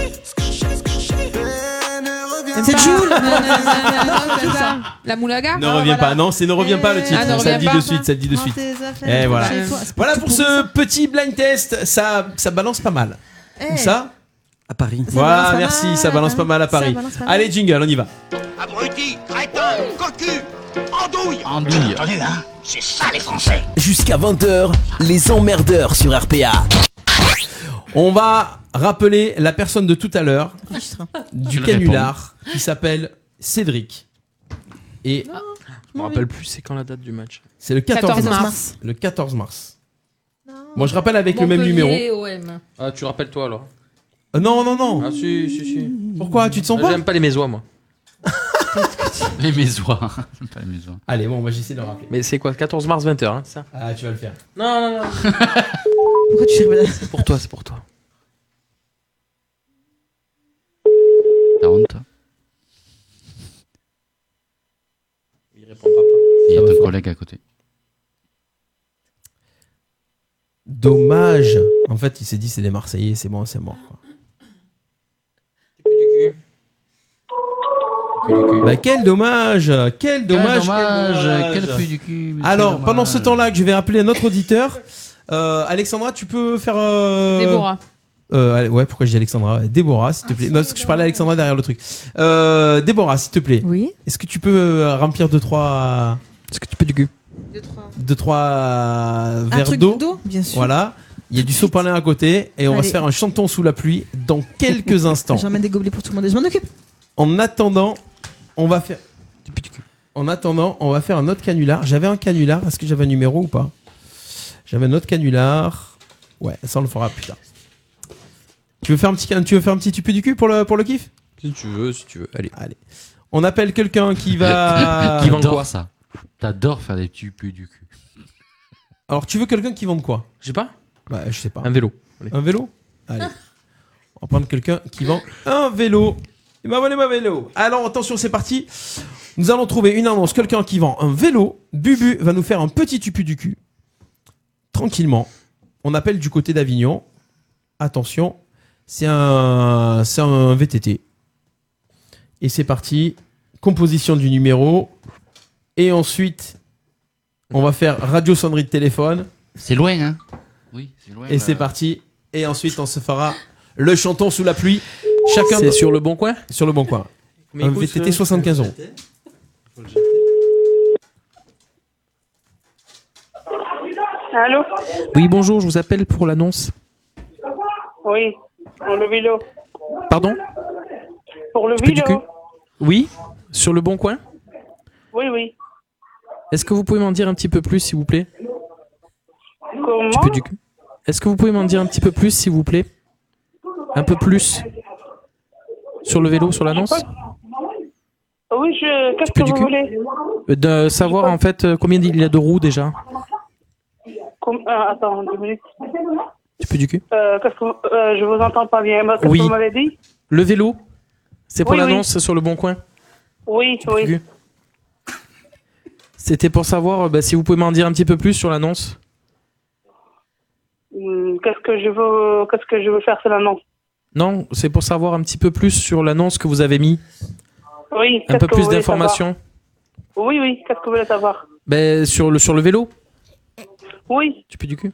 C'est
Jul.
Ah, La
Ah,
moulaga
Ne reviens pas. Non, c'est ne reviens pas le titre.
Ah, ne
ça le dit de
reviens pas.
suite. Ça le dit de suite.
tes affaires,
Et voilà.
chez toi. C'est
Voilà pour ce petit blind test. Ça, ça balance pas mal.
Eh.
Ça.
À Paris.
Voilà,
balance pas
merci,
mal,
ça balance
hein.
pas mal à
Ça
Paris.
balance pas mal.
Allez, jingle, on y va.
Abruti, crétin, cocu, andouille
Andouille.
Entendu, hein C'est ça les Français
Jusqu'à 20h, les emmerdeurs sur RPA. On va rappeler la personne de tout à l'heure du
le
canular qui s'appelle Cédric. Et
Ah, Je me rappelle plus, c'est quand la date du match
c'est le 14,
14
mars.
mars.
Le 14 mars. Moi, je rappelle avec le même numéro.
Montpellier, OM.
Ah, tu rappelles toi alors
Euh, non, non, non.
Ah, si, si, si.
Pourquoi Tu te sens
Ah,
pas
J'aime pas les mésois, moi.
Les mésois. Pas les mésois.
Allez, bon, moi, j'essaie de le rappeler.
Mais c'est quoi 14 mars 20h, hein, ça
Ah, tu vas le faire.
Non, non, non.
Pourquoi tu cherches
C'est pour toi, c'est pour toi.
T'as honte toi
Il répond pas.
Il y a ton collègue à côté.
Dommage. En fait, il s'est dit c'est des Marseillais, c'est bon, c'est mort. quoi. Bah quel dommage, quel dommage,
dommage, quel
dommage.
puits du cul. mais
Alors
quel
pendant
dommage.
ce temps-là, que je vais appeler un autre auditeur. euh, Alexandra, tu peux faire. euh,
Déborah.
euh, allez, ouais, pourquoi j'ai Alexandra Ouais, Déborah, s'il te
Ah,
plaît. Non, parce que je parlais à Alexandra derrière le truc. Euh, Déborah, s'il te plaît.
Oui.
Est-ce que tu peux euh, remplir deux trois,
Est-ce que tu peux du cul
deux trois
Un
verres
truc
d'eau
d'eau, bien sûr.
Voilà. Il y a du sopalin à côté et on va
Allez.
se faire un chanton sous la pluie dans quelques instants.
J'emmène des gobelets pour tout le monde et je m'en occupe.
En attendant, on va faire. En attendant, on va faire un autre canular. J'avais un canular. Est-ce que j'avais un numéro ou pas J'avais un autre canular. Ouais, ça on le fera plus tard. Tu veux faire un petit, can- tu veux faire un petit tupu du cul pour le, pour le kiff
Si tu veux, si tu veux. Allez.
Allez. On appelle quelqu'un qui va.
Qui vend
T'adores
quoi
ça T'adores faire des petits puits du cul.
Alors tu veux quelqu'un qui vende quoi
Je sais pas.
Bah je sais pas.
Un vélo.
Un vélo Allez. On va prendre quelqu'un qui vend un vélo. Il m'a volé ma vélo. Alors attention, c'est parti. Nous allons trouver une annonce, quelqu'un qui vend un vélo. Bubu va nous faire un petit tupu du cul. Tranquillement. On appelle du côté d'Avignon. Attention, c'est un, c'est un VTT. Et c'est parti. Composition du numéro. Et ensuite, on va faire radio sonnerie de téléphone.
C'est loin, hein Oui, c'est loin. bah.
Et c'est parti. Et ensuite, on se fera le chanton sous la pluie. Chacun.
C'est sur le bon coin
Sur le bon coin.
Combien
Un
il coûte,
VTT
ce-
75 euros.
Allô
Oui, bonjour, je vous appelle pour l'annonce.
Oui, pour le vélo.
Pardon
Pour le
Tu peux du
vélo
cul Oui Sur le bon coin
Oui, oui.
Est-ce que vous pouvez m'en dire un petit peu plus, s'il vous plaît
Comment
Tu peux du cul Est-ce que vous pouvez m'en dire un petit peu plus, s'il vous plaît Un peu plus Sur le vélo, sur l'annonce
Oui, je... qu'est-ce
peux
que
du
vous
cul
voulez
Euh, De savoir en fait euh, combien il y a de roues déjà
Com- ah, Attends, deux minutes.
Tu peux du cul
Euh, qu'est-ce que... euh, je vous entends pas bien. Qu'est-ce
Oui.
que vous m'avez dit
Le vélo C'est pour
Oui, oui.
l'annonce sur le bon coin
Oui,
du
oui.
cul C'était pour savoir euh, bah, si vous pouvez m'en dire un petit peu plus sur l'annonce.
Hum, Qu'est-ce que je veux Qu'est-ce que je veux faire seulement
Non, c'est pour savoir un petit peu plus sur l'annonce que vous avez mis.
Oui.
Un
qu'est-ce
peu
que
plus
vous voulez
d'informations.
savoir Oui, oui. Qu'est-ce que vous voulez savoir
Ben, sur, le, sur le vélo
Oui,
Tu peux du cul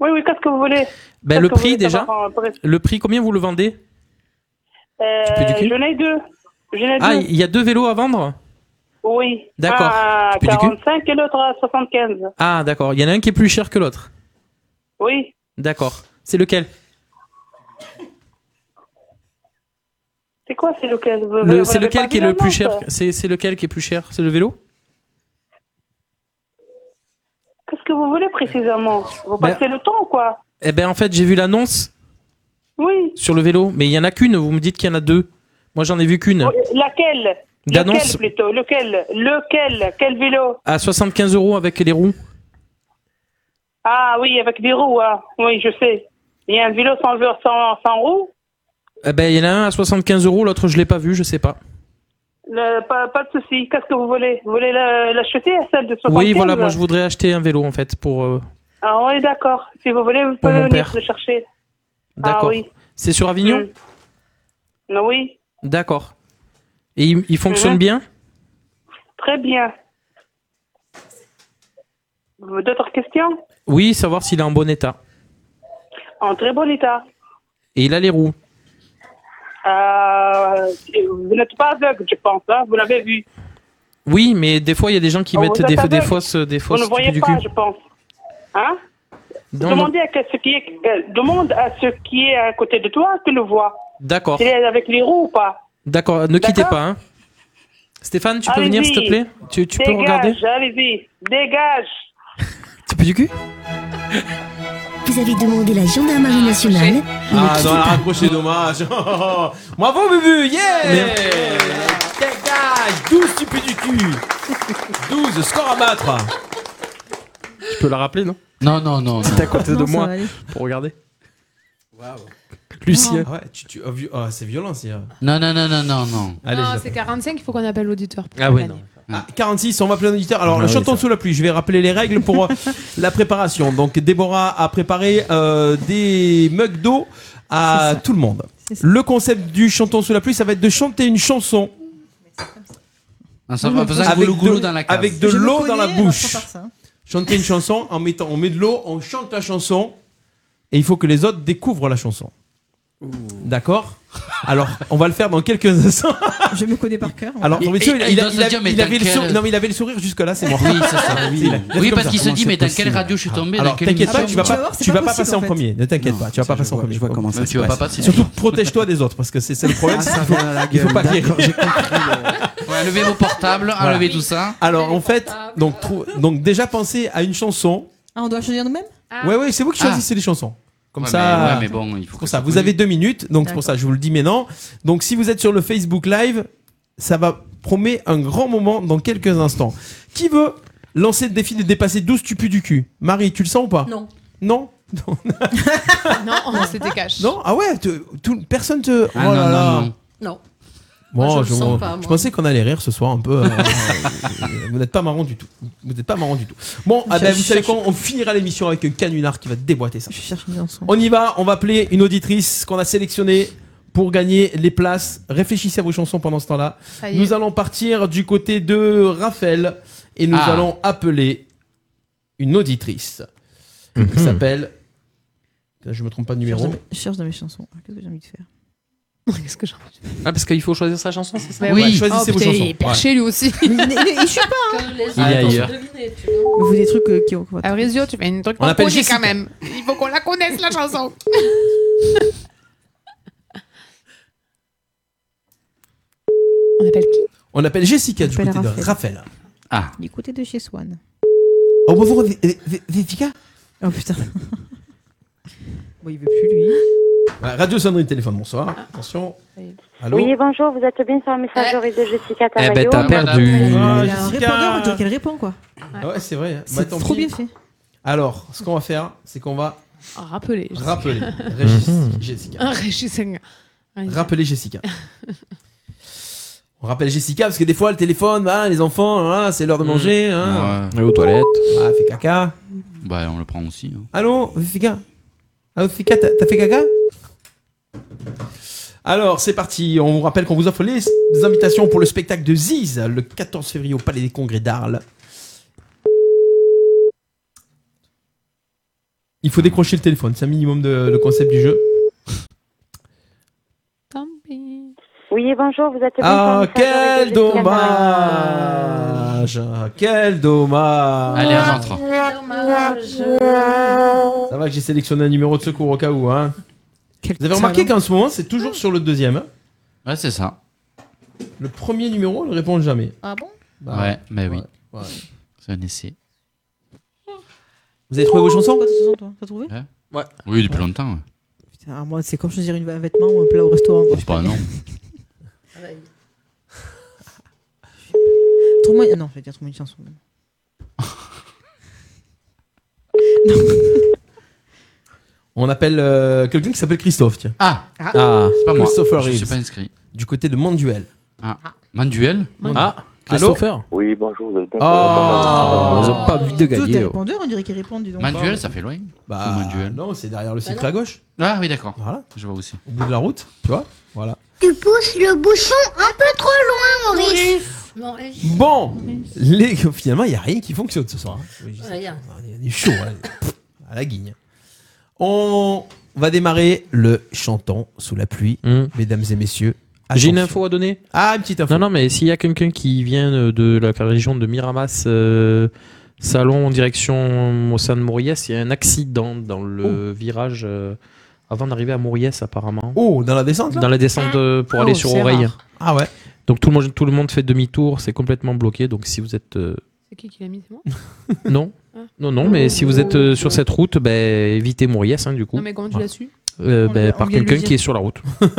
oui, oui. Qu'est-ce que vous voulez
Ben,
Qu'est-ce
le
que vous
prix,
voulez
déjà.
savoir en bref
Le prix, combien vous le vendez peux du
Euh,
cul
J'en ai deux. J'en ai
Ah,
deux.
il y a deux vélos à vendre
Oui.
D'accord.
Un à
Tu peux du cul
45 et l'autre à 75.
Ah, d'accord. Il y en a un qui est plus cher que l'autre.
Oui.
D'accord. C'est lequel
C'est quoi c'est lequel Vous-
Le-
vous
C'est
l'avez pas
lequel qui est
vu,
le plus
l'annonce
cher C'est c'est lequel qui est plus cher C'est le vélo
Qu'est-ce que vous voulez précisément Vous
Ben-
passez le temps ou quoi
Eh ben, en fait, j'ai vu l'annonce
Oui.
sur le vélo, mais il y en a qu'une. Vous me dites qu'il y en a deux. Moi, j'en ai vu qu'une.
Laquelle
D'annonce.
Lequel plutôt Lequel Lequel Quel vélo
À 75 euros avec les roues.
Ah oui, avec des roues, hein. oui, je sais. Il y a un vélo sans, sans, sans roues
Eh ben, il y en a un à 75 euros, l'autre, je l'ai pas vu, je sais pas.
Le- pas, pas de souci. Qu'est-ce que vous voulez Vous voulez la- l'acheter, celle de 75
Oui, voilà, moi, je voudrais acheter un vélo, en fait, pour. euh,
Ah oui, d'accord. Si vous voulez, vous
Pour
pouvez
mon
venir
père.
le chercher.
D'accord.
Ah oui.
C'est sur Avignon
Ah Oui,
D'accord. Et il, il fonctionne
Mhm.
bien
très bien. D'autres questions
Oui, savoir s'il est en bon état.
En très bon état.
Et il a les roues.
Euh, vous n'êtes pas aveugle, je pense. hein. Vous l'avez vu.
Oui, mais des fois, il y a des gens qui
Oh,
mettent
vous
des,
êtes
des
aveugle.
fausses, euh, des
Vous
fausses
ne voyez
du
pas,
cul.
je pense. Hein
Non,
Demandez à ce qui est, euh, demande à ce qui est à côté de toi que le voit.
D'accord.
S'il est avec les roues ou pas.
D'accord, ne quittez
D'accord.
pas. hein. Stéphane, tu peux
Allez-y.
venir, s'il te plaît Tu, tu peux
Dégage,
regarder
Allez-y, dégage.
Tu peux du cul
Vous avez demandé la gendarmerie nationale. Ne
Ah,
quittez
non, la
pas.
raccroche, c'est dommage. Bravo, Bubu, yeah! Dégage! 12 tu pues du cul! 12, score à battre!
Tu peux la rappeler, non
Non, non, non.
T'es à côté de moi pour regarder. Lucien.
Ah
ouais, tu, tu- oh, vi- oh, c'est violent, c'est.
Non, non, non, non, non, non.
non, c'est 45, il faut qu'on appelle l'auditeur.
Ah, 46, on va plein d'auditeurs. Alors,
Ah
le
oui,
chanton sous la pluie, je vais rappeler les règles pour euh, la préparation. Donc, Déborah a préparé euh, des mugs d'eau à tout le monde. Le concept du chanton sous la pluie, ça va être de chanter une chanson
En faisant en faisant
Ah, avec
goulou-goulou
de,
dans la cave.
avec de l'eau dans la bouche. Chanter une chanson en mettant, on met de l'eau, on chante la chanson et il faut que les autres découvrent la chanson. D'accord Alors, on va le faire dans quelques instants.
Je me connais par cœur.
Alors, ton monsieur, il,
et-
il a-
il doit
il a-
se dire, mais
il
dans
avait le
quel-
sourire. Non, mais il avait le sourire jusque là, c'est mort.
Oui, c'est ça, oui.
Il a- il a
Oui,
fait
parce
comme
qu'il
ça.
se
Comment
dit,
c'est
mais dans
possible Ah.
quelle radio je suis tombé, dans
Alors,
quelle
t'inquiète pas,
émission Ah,
tu vas
Tu vas
pas,
voir, c'est
tu
pas
vas pas
possible,
passer
en
en
fait.
premier. Ne t'inquiète pas, tu vas pas passer en premier. Je vois comment
ça se passe.
Surtout, bah. protège-toi des autres parce que c'est ça le problème.
Ah,
c'est
ça
qu'il faut-
vient à la
Il faut
gueule,
pas
d'accord, j'ai
Ouais,
levez vos portables, enlevez tout ça.
Alors, en fait, donc, trou- donc déjà pensez à une chanson.
Ah, on doit choisir nous-mêmes
Ouais, ouais, c'est vous qui
Ah.
choisissez les chansons. Comme
Ouais,
ça.
mais- ouais, mais bon, il faut
c'est
que
pour ça.
ça
Vous
colle.
avez deux minutes, donc c'est pour ça, je vous le dis maintenant. Donc, si vous êtes sur le Facebook Live, ça va promet un grand moment dans quelques instants. Qui veut lancer le défi de dépasser 12 tupus du cul Marie, tu le sens ou pas
Non.
Non
Non, c'était cash.
Non Ah ouais tu- tout- Personne te. oh
Ah non, non, non.
Non.
Bon,
Moi, je
je,
le sens pas,
je
moi.
pensais qu'on allait rire ce soir un peu. euh, vous n'êtes pas marrant du tout. Vous n'êtes pas marrant du tout. Bon, ah
Je-
ben,
je
vous savez
cherche-
quoi On finira l'émission avec un canular qui va déboîter ça. On y va. On va appeler une auditrice qu'on a sélectionnée pour gagner les places. Réfléchissez à vos chansons pendant ce temps-là.
Ça y est.
Nous allons partir du côté de Raphaël et nous
Ah.
allons appeler une auditrice qui s'appelle. Je me trompe pas de
Je cherche
numéro.
dans mes- Je cherche dans mes chansons. Ah, Qu'est-ce que j'ai envie de faire
Qu'est-ce que j'ai envie
Ah, parce qu'il faut choisir sa chanson, c'est ça
Oui,
choisissez
oh,
vos
Ah,
putain,
chansons.
Il est perché lui aussi.
Il chute pas. hein.
Il est ailleurs.
Vous voulez des trucs euh, qui ont.
Aurésio, tu fais une truc
On
qu'on
appelle
connaît
Jessica.
quand même. Il faut qu'on la connaisse la chanson.
On appelle qui
On appelle Jessica du côté
appelle
de
Raphaël.
Raphaël. Ah.
Du côté de chez Swan.
Oh, bonjour, V- V- V- Jessica
Oh putain. bon, il veut plus lui.
Ah, Radio Sonnerie Téléphone, bonsoir. Attention. Allô
Oui, bonjour, vous êtes bien sur la messagerie de Jessica
Eh ben,
Tavaillot.
Ah,
Il a un
Jessica.
répondeur, on dirait qu'elle répond quoi.
Ah ouais, c'est vrai.
C'est
Bah, tant
trop
pis.
bien fait.
Alors, ce qu'on va faire, c'est qu'on va
Rappeler.
rappeler Régis- Jessica.
Un régisseur.
Rappeler Jessica. On rappelle Jessica parce que des fois, le téléphone, bah, les enfants, voilà, c'est l'heure de manger. Hein.
Ouais. Et aux toilettes.
Ah, fait caca.
Bah, on le prend aussi. hein.
Allô, Jessica Allô, Jessica, t'as t'as fait caca Alors, c'est parti. On vous rappelle qu'on vous offre les invitations pour le spectacle de Ziz le 14 février au Palais des Congrès d'Arles. Il faut décrocher le téléphone, c'est un minimum de le concept du jeu.
Oui, bonjour, vous êtes bien sur la
Ah,
messagerie
quel
de Jessica
dommage Ah, Quel dommage
Allez, rentre.
Dommage.
Ça va que j'ai sélectionné un numéro de secours au cas où. Hein. Vous avez remarqué qu'en ce moment, c'est toujours sur le deuxième. hein.
Ouais, c'est ça.
Le premier numéro, on ne répond jamais.
Ah bon
Bah,
ouais, mais oui.
ouais.
C'est un essai.
Vous avez trouvé vos chansons
Quoi, tes chansons, toi T'as trouvé
Ouais.
Ouais.
Oui, depuis longtemps. ouais.
Putain, ah, moi, c'est comme choisir une- un vêtement ou un plat au restaurant. quoi.
Bah, non.
Trouve-moi. ah Non, je vais dire trouve-moi une chanson.
On appelle euh, quelqu'un qui s'appelle Christophe, tiens.
Ah.
Ah.
C'est pas moi.
Christopher
Je
Reeves.
suis pas inscrit.
Du côté de Manduel.
Ah. Manduel
Ah. Allô Oh.
Oui, bonjour. vous êtes bien
Ah.
pour
Ils
la
ont pas vu de
Tous
gagner,
tes
oh.
répondeurs, on dirait qu'ils répondent, dis donc.
Manduel, ça fait loin.
Bah, non, c'est derrière le
Bah
cycle
non.
à gauche.
Ah oui, d'accord.
Voilà.
Je vois aussi.
Au bout de la route, tu vois Voilà.
Tu pousses le bouchon un peu trop loin, Maurice.
Maurice.
Bon les... Finalement, il n'y a rien qui fonctionne ce soir. hein. Oui, je sais.
Rien.
Il est chaud, hein. Pff, à la guigne. On va démarrer le chantant sous la pluie, mesdames et messieurs.
Mmh. J'ai une
Attention.
info à donner
Ah, une petite info.
Non, non, mais s'il y a quelqu'un qui vient euh, de la région de Miramas, euh, Salon, en direction Mossane Moriès, il y a un accident dans le virage euh, avant d'arriver à Moriès, apparemment.
Oh, dans la descente là
Dans la descente euh, pour
Ah,
aller
oh,
sur
c'est
Oreille.
rare. Ah ouais
Donc tout le monde, tout le monde fait demi-tour, c'est complètement bloqué. Donc si vous êtes. euh,
C'est qui qui l'a mis C'est moi
non. Non, non, mais si vous êtes euh, sur cette route, ben, évitez Moriès, hein, du coup.
Non, mais comment tu
Voilà.
l'as su
Euh,
On
ben,
lui- on
Par
vient de le
quelqu'un
dire.
qui est sur la route.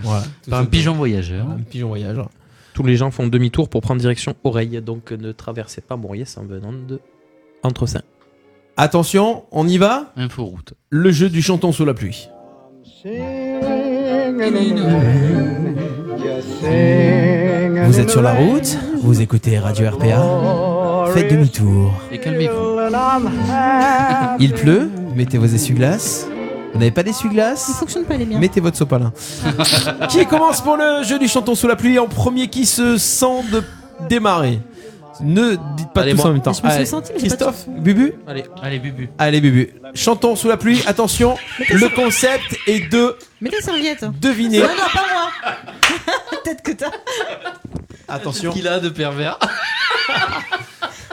voilà.
Par un pigeon voyageur.
Un pigeon voyageur.
Tous les gens font demi-tour pour prendre direction Oreille, donc ne traversez pas Moriès en venant de Entre-Saint.
Attention, on y va
Info route.
Le jeu du chantant sous la pluie. Vous êtes sur la route, vous écoutez Radio RPA, faites demi-tour.
Et calmez-vous.
Il pleut, mettez vos essuie-glaces. Vous n'avez pas d'essuie-glaces Ils
fonctionnent pas les miens.
Mettez votre sopalin. qui commence pour le jeu du chanton sous la pluie en premier qui se sent de démarrer Ne dites pas
Allez,
tous
moi.
en même temps.
Je me suis
Allez,
senti, mais j'ai pas
Christophe, Bubu
Allez, allez, bubu.
Allez, Bubu. Chantons sous la pluie. Attention, le concept est de
Mets tes serviettes.
deviner.
Non, non, pas moi. Peut-être que t'as.
Attention.
Qu'il a de pervers.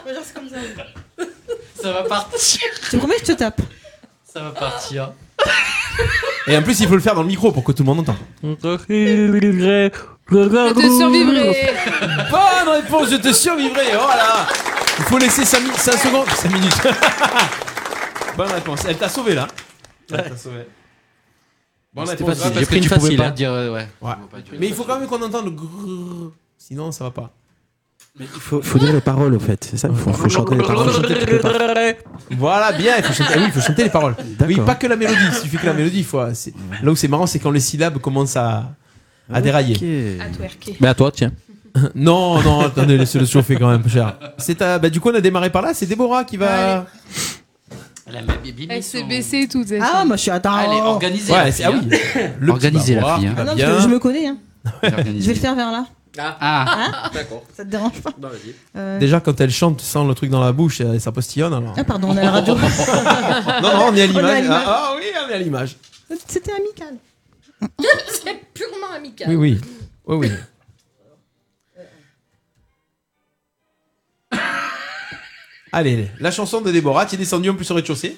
c'est comme ça.
Ça va partir.
Je te promets, je te tape.
Ça va partir.
Et en plus, il faut le faire dans le micro pour que tout le monde entende.
Je te survivrai.
Bonne réponse, je te survivrai. Voilà. Il faut laisser 5, secondes. 5 minutes. Bonne réponse. Elle t'a sauvé là. Elle t'a sauvé. Bonne
C'était
réponse.
facile,
Ouais,
j'ai
parce
pris
que
une
tu pouvais
facile,
pas
hein.
dire, euh,
Ouais.
Mais il faut quand même qu'on entende le grrrr. Sinon, ça va pas.
Faut, faut dire les paroles, au fait. C'est ça, il faut, faut chanter les paroles.
Voilà, bien, il faut chanter, ah oui, il faut chanter les paroles. Oui, pas que la mélodie, il suffit que la mélodie. il Faut, euh, c'est- là où c'est marrant, c'est quand les syllabes commencent à, à dérailler.
À twerker.
à toi, tiens. non, non, attendez, laissez-le chauffer quand même, cher. C'est à- bah, du coup, on a démarré par là, c'est Déborah qui va.
Elle s'est baissée et tout.
Ah, moi je suis attends.
Allez, organisez.
Ouais, c'est- ah oui. Le
Organisez
petit
la
Barbara,
fille, hein.
qui va
Ah non,
bien.
parce que je me connais. Hein. Je vais
organisé.
le faire vers là.
Ah,
Ah.
d'accord.
Ça te dérange pas
Non, vas-y.
Euh,
Déjà, quand elle chante, tu sens le truc dans la bouche euh, et ça postillonne. Alors.
Ah, pardon, on est à la radio.
non, non, on est à l'image.
l'image.
Ah, ah oui, on est à l'image.
C'était amical.
C'est purement amical.
Oui, oui. Oui, oui. Allez, la chanson de Déborah, tu es descendu un peu sur le rez-de-chaussée.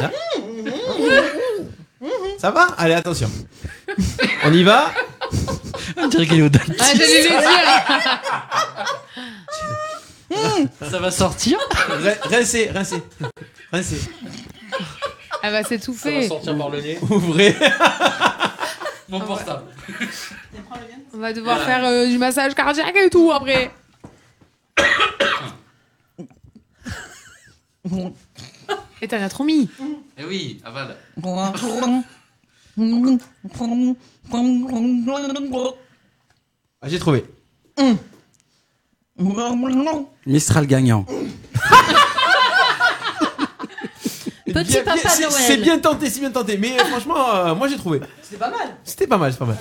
Hein Ça va Allez, attention. On y va On dirait qu'il est au
Ah, j'allais le dire.
Ça va sortir Rincez, rincez. Rincez.
Elle va s'étouffer.
par le nez.
Ouvrez.
Mon portable.
On va devoir faire euh, du massage cardiaque et tout après. Et t'en as trop mis.
Eh oui, avale.
Ah, J'ai trouvé.
Mistral gagnant.
Petit
Papa Noël.
C'est bien tenté, c'est bien tenté. Mais euh, franchement, euh, moi j'ai trouvé.
C'était pas mal.
C'était pas mal, c'est pas mal.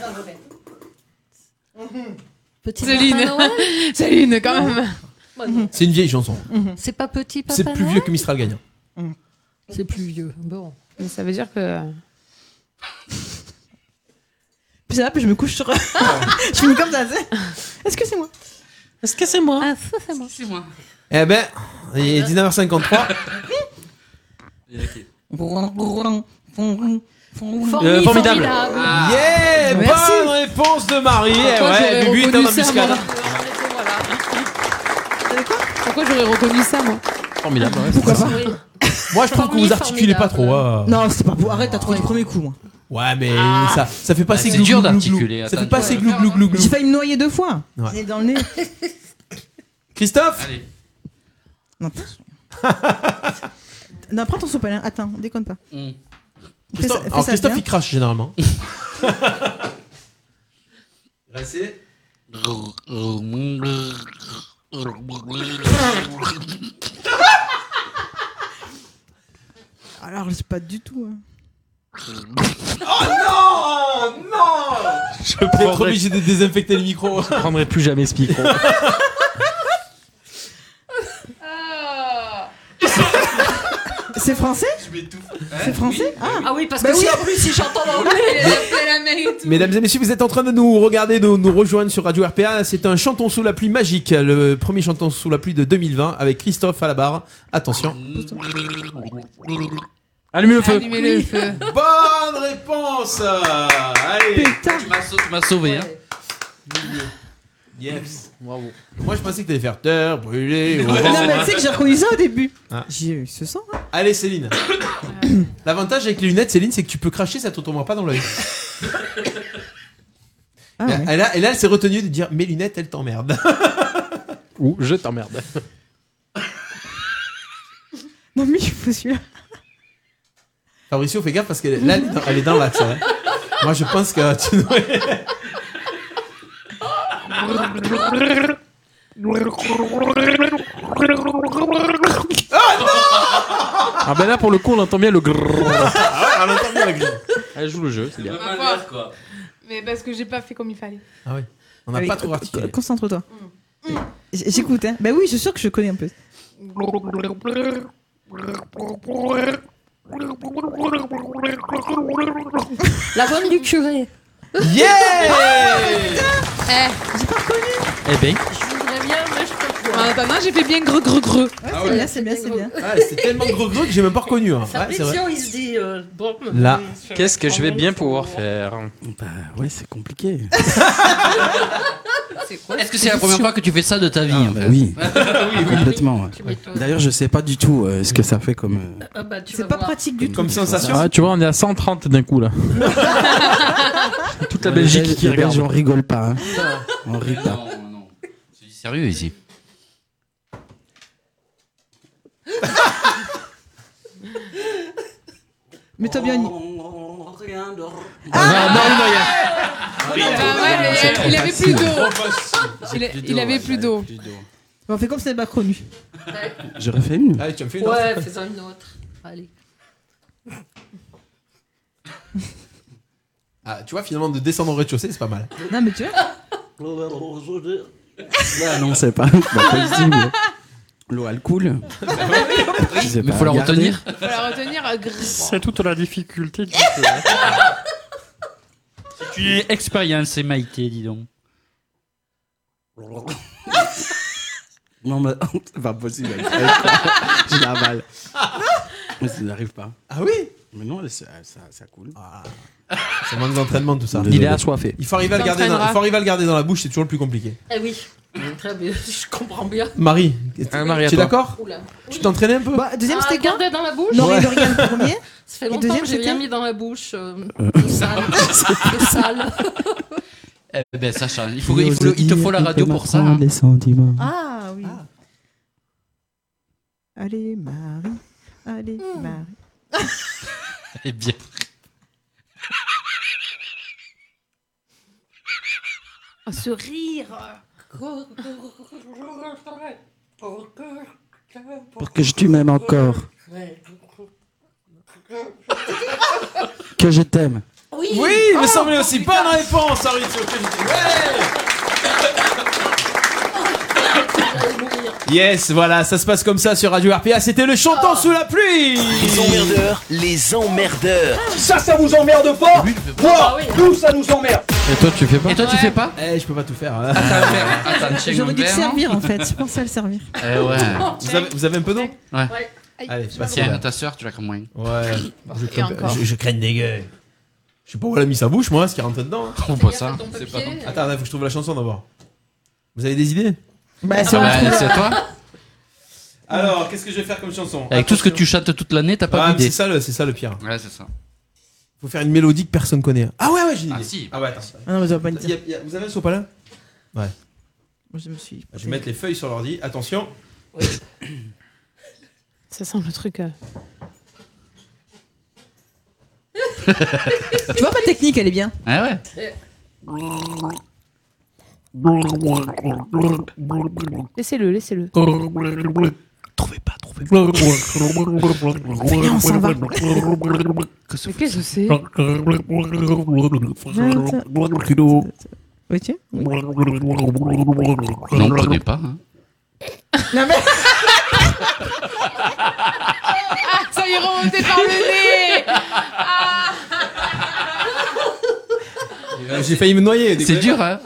Petit
Céline.
Papa Noël. Mhm.
Céline, quand même.
C'est une vieille chanson.
C'est pas petit papa
C'est plus
Noël
vieux que Mistral gagnant.
C'est plus vieux. Bon.
Mais ça veut dire que.
Puis c'est là, puis je me couche sur. je me comme ça. tu sais. Est-ce que c'est moi
Est-ce que c'est moi
Ah, ça c'est moi.
C'est moi.
Eh ben, il est 19h53. Euh, formidable. Ah. Yeah
Merci.
Bonne réponse de Marie. Eh
Pourquoi
ouais,
j'aurais
Bubu est en
reconnu ça,
embuscade.
moi Pourquoi j'aurais reconnu ça, moi
Formidable. Pourquoi pas Moi Ah, je trouve que vous articulez pas trop. hein.
Non, c'est pas pour. Arrête, t'as trouvé le premier coup, moi.
Ouais, mais ça, ça fait passer
Ah, c'est
glou,
dur
glou, glou,
d'articuler,
glou. Ça fait
attends,
passer
tu
glou glou glou glou.
J'ai failli me noyer deux fois.
Ouais.
J'ai dans le nez.
Christophe
Non, pas- non, prends ton sopalin. Attends, déconne pas.
Mm.
Fais ça-
Christophe,
fais
alors,
ça
Christophe
bien.
il crache généralement.
Alors, c'est pas du tout. hein.
Oh non Non Je vais être
prendrai-
obligé de désinfecter le micro.
Je prendrai plus jamais ce micro.
Ah.
C'est français C'est français ah.
oui, parce
Bah
que
oui.
si en plus ils chantent en anglais, les appels à la mer et tout.
Mesdames et messieurs, vous êtes en train de nous regarder, de nous rejoindre sur Radio RPA. C'est un chanton sous la pluie magique, le premier chanton sous la pluie de 2020 avec Christophe à la barre. Attention. Allumez le
Allumez le feu.
Bonne réponse Allez
Tu m'as sau- tu m'as sauvé, hein.
Yes. Bravo. Moi je pensais que t'allais faire terre, brûler. Ah.
Non, mais tu sais que j'ai reconnu ça au début. J'ai eu ce sang. hein.
Allez Céline. L'avantage avec les lunettes Céline, c'est que tu peux cracher, ça te tombera pas dans l'œil.
Ah
Et là- Et là, elle s'est retenue de dire mes lunettes, elles t'emmerdent.
Ou je t'emmerde.
Non, mais je suis celui-là.
Fabricio, fais gaffe parce que là, elle est dans, elle est dans l'axe. hein. Moi, je pense que tu devrais.
Ah ben là, pour le coup, on entend bien le grrrr.
Ah ouais, on entend bien la grille.
Elle joue le jeu, c'est bien.
quoi.
Mais parce que j'ai pas fait comme il fallait.
Ah oui. On n'a
Allez, euh,
pas trop hein. articulé.
Concentre-toi.
Mm.
J- J'écoute, hein. Bah oui, je suis sûr que je connais un peu.
La bonne du curé.
Yeah
Eh,
Eh ben.
très bien, mais je peux
bah,
En attendant, j'ai fait bien greu greu greu.
Ah ouais.
c'est bien, c'est bien.
Ah, c'est tellement gros gros que j'ai même pas reconnu. hein. Ouais, c'est vrai.
il se dit. euh, bon,
Là.
Qu'est-ce que je vais bien pouvoir faire
Bah ouais, c'est compliqué.
Est-ce que c'est la première fois que tu fais ça de ta vie en fait
Ah, bah
Ah
Oui,
oui.
complètement. ouais.
Tu m'étonnes.
D'ailleurs, je sais pas du tout euh, ce que ça fait comme. euh,
Ah, bah,
C'est pas pratique du tout.
Comme sensation.
Ah, tu vois, on est à 130 d'un coup là. Toute la
Les
Belgique
Belges-
qui
les Belges,
regarde.
on rigole pas. hein. On rigole pas.
sérieux ici.
Mais t'as bien.
Oh.
Ah
Ah,
Ah,
Ah,
Ah,
il avait plus d'eau. Il, a- il avait plus d'eau.
On fait comme si t'avais pas connu.
Je refais une.
Allez, tu me fais
Ouais, fais-en une autre. Allez.
Ah, tu vois, finalement, de descendre au rez-de-chaussée, c'est pas mal.
Non, mais tu vois.
Ah non, c'est pas, c'est pas possible. L'eau, elle coule.
Mais faut la retenir.
Faut la retenir. euh, gr-
C'est toute la difficulté du jeu.
C'est une expérience, c'est Maïté, dis donc.
Non, mais c'est pas possible. elle crève, quoi. Je l'avale. Mais ça n'arrive pas.
Ah oui
Mais non, elle, ça, ça, ça coule.
C'est moins d'entraînement, tout ça.
Il est
assoiffé.
Il faut arriver, à le garder dans,
T'entraîneras.
il faut arriver à le garder dans la bouche, c'est toujours le plus compliqué.
Eh oui. Très bien. Je comprends bien.
Hmm. Marie,
Ah, Marie, à
tu es
toi.
d'accord
Oula.
Tu t'entraînais un peu
Bah, deuxième, c'était
Ah,
quoi
Gardez dans la bouche.
Non, mais
Ouais.
le regard le premier.
Ça fait
Et
longtemps
deuxième,
que j'ai rien
c'était
mis dans la bouche. euh, tout sale. Tout sale.
Eh ben, Sacha, il, faut, il, faut le- il te faut la radio pour ça. hein.
Les sentiments.
Ah oui. Allez, Marie. Allez, Marie. Hein
Eh bien.
Oh, ce rire.
Pour que je tue même encore. Que je t'aime.
Oui,
Ah,
mais ça me aussi. Bonne réponse, Harry. tu vois. Ouais Yes, voilà, ça se passe comme ça sur Radio RPA. C'était le
Ah.
chantant sous la pluie.
Les emmerdeurs, les emmerdeurs.
Ça, ça vous emmerde pas
Ah
Moi, nous, ça nous emmerde
Et toi, tu fais pas
Et toi, tu fais pas
Eh, je peux pas tout faire.
J'aurais dû te
hein.
servir en fait. Je pensais à le servir.
Eh ouais.
Vous avez, vous avez un peu d'eau
Ouais.
Allez, c'est parti.
Tiens, à ta soeur, tu la crains moins.
Ouais. Je,
Et encore.
je- je craigne des gueules. Je sais pas où elle a mis sa bouche, moi, hein, ce qui rentre dedans.
On voit ça. C'est pas
Attends, attends, faut que je trouve la chanson d'abord. Vous avez des idées
Bah,
si on Bah, trouve- c'est toi.
Alors, qu'est-ce que je vais faire comme chanson
Avec tout ce que tu chantes toute l'année, t'as pas
Ah, mais
d'idée.
c'est ça, le- c'est ça le pire.
Ouais, c'est ça.
Faut faire une mélodie que personne connaît. Ah ouais, ouais, j'ai une
Ah
idée.
si.
Ah ouais, attends.
Ah non, mais ça va pas le
Il y a- il y a- vous avez un sopalin Ouais.
Moi, je me suis.
Je vais mettre les feuilles sur l'ordi. Attention.
Ça sent le truc. euh.
Tu vois, ma technique, elle est bien.
Ah ouais
Laissez-le, laissez-le.
Trouvez pas, trouvez pas. Venez, on s'en va.
Mais qu'est-ce que c'est
Oui, tiens.
Non, on connaît pas. hein.
Non, mais.
Ah, ça y est remonté par le nez Ah.
Euh, J'ai failli me noyer.
C'est dur, hein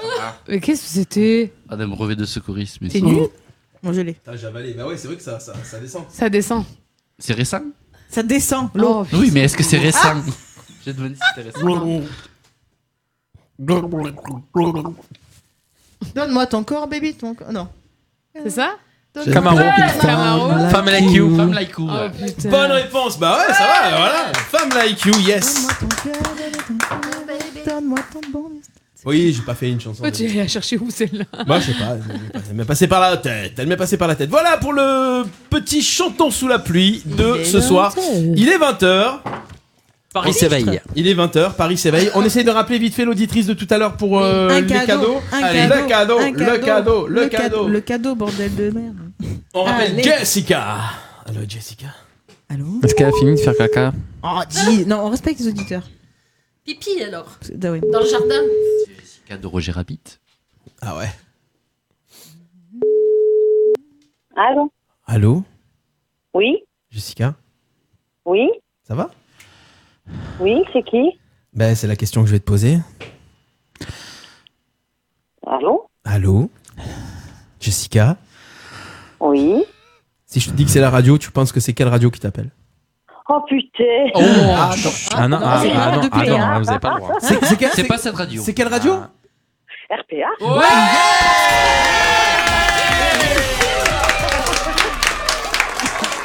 Mais qu'est-ce que c'était
Ah, d'un brevet de secourisme.
T'es
ici.
nul
Moi, je l'ai.
Putain, j'ai avalé. Bah ouais, c'est vrai que ça, ça, ça descend.
Ça descend.
C'est récent
Ça descend,
Oh,
l'eau.
Oui, mais est-ce que c'est récent
Ah
J'ai demandé si c'était récent.
Donne-moi ton corps, baby. Ton corps. Non.
C'est ça
Camaro.
Camaro.
Femme like you.
Femme like you. ouais.
Putain.
Bonne réponse. Bah ouais, ça va. Voilà. Femme like you, yes.
Donne-moi ton cœur, baby. Ton corps, baby. Donne-moi ton bon.
Oui, j'ai pas fait une chanson.
Pourquoi tu es allé la chercher où celle-là
Moi, je sais pas. Elle m'est passée par la tête. Elle m'est passée par la tête. Voilà pour le petit chanton sous la pluie de ce soir. Il est 20h.
Paris s'éveille.
Il est 20h, Paris s'éveille. On essaie de rappeler vite fait l'auditrice de tout à l'heure pour euh,
Un
les
cadeau,
cadeaux.
un
Allez, le cadeau,
un
le cadeau, le cadeau.
Le cadeau, bordel de merde.
On rappelle
Allez.
Jessica. Allô, Jessica.
Est-ce qu'elle a fini de faire caca
Oh, dis- Non, on respecte les auditeurs.
Pipi alors.
Ah ouais.
Dans le jardin.
Cadeau Roger Rabbit.
Ah ouais.
Allô
Allô,
Oui
Jessica.
Oui
Ça va
Oui, c'est qui
Ben, c'est la question que je vais te poser.
Allô
Allô Jessica.
Oui
Si je te dis que c'est la radio, tu penses que c'est quelle radio qui t'appelle
Oh putain
Ah non, ah, ah, non, ah, non, ah, vous avez pas le droit.
hein? C'est c'est quelle-
C'est
c'est-
pas cette radio.
C'est quelle radio
RPA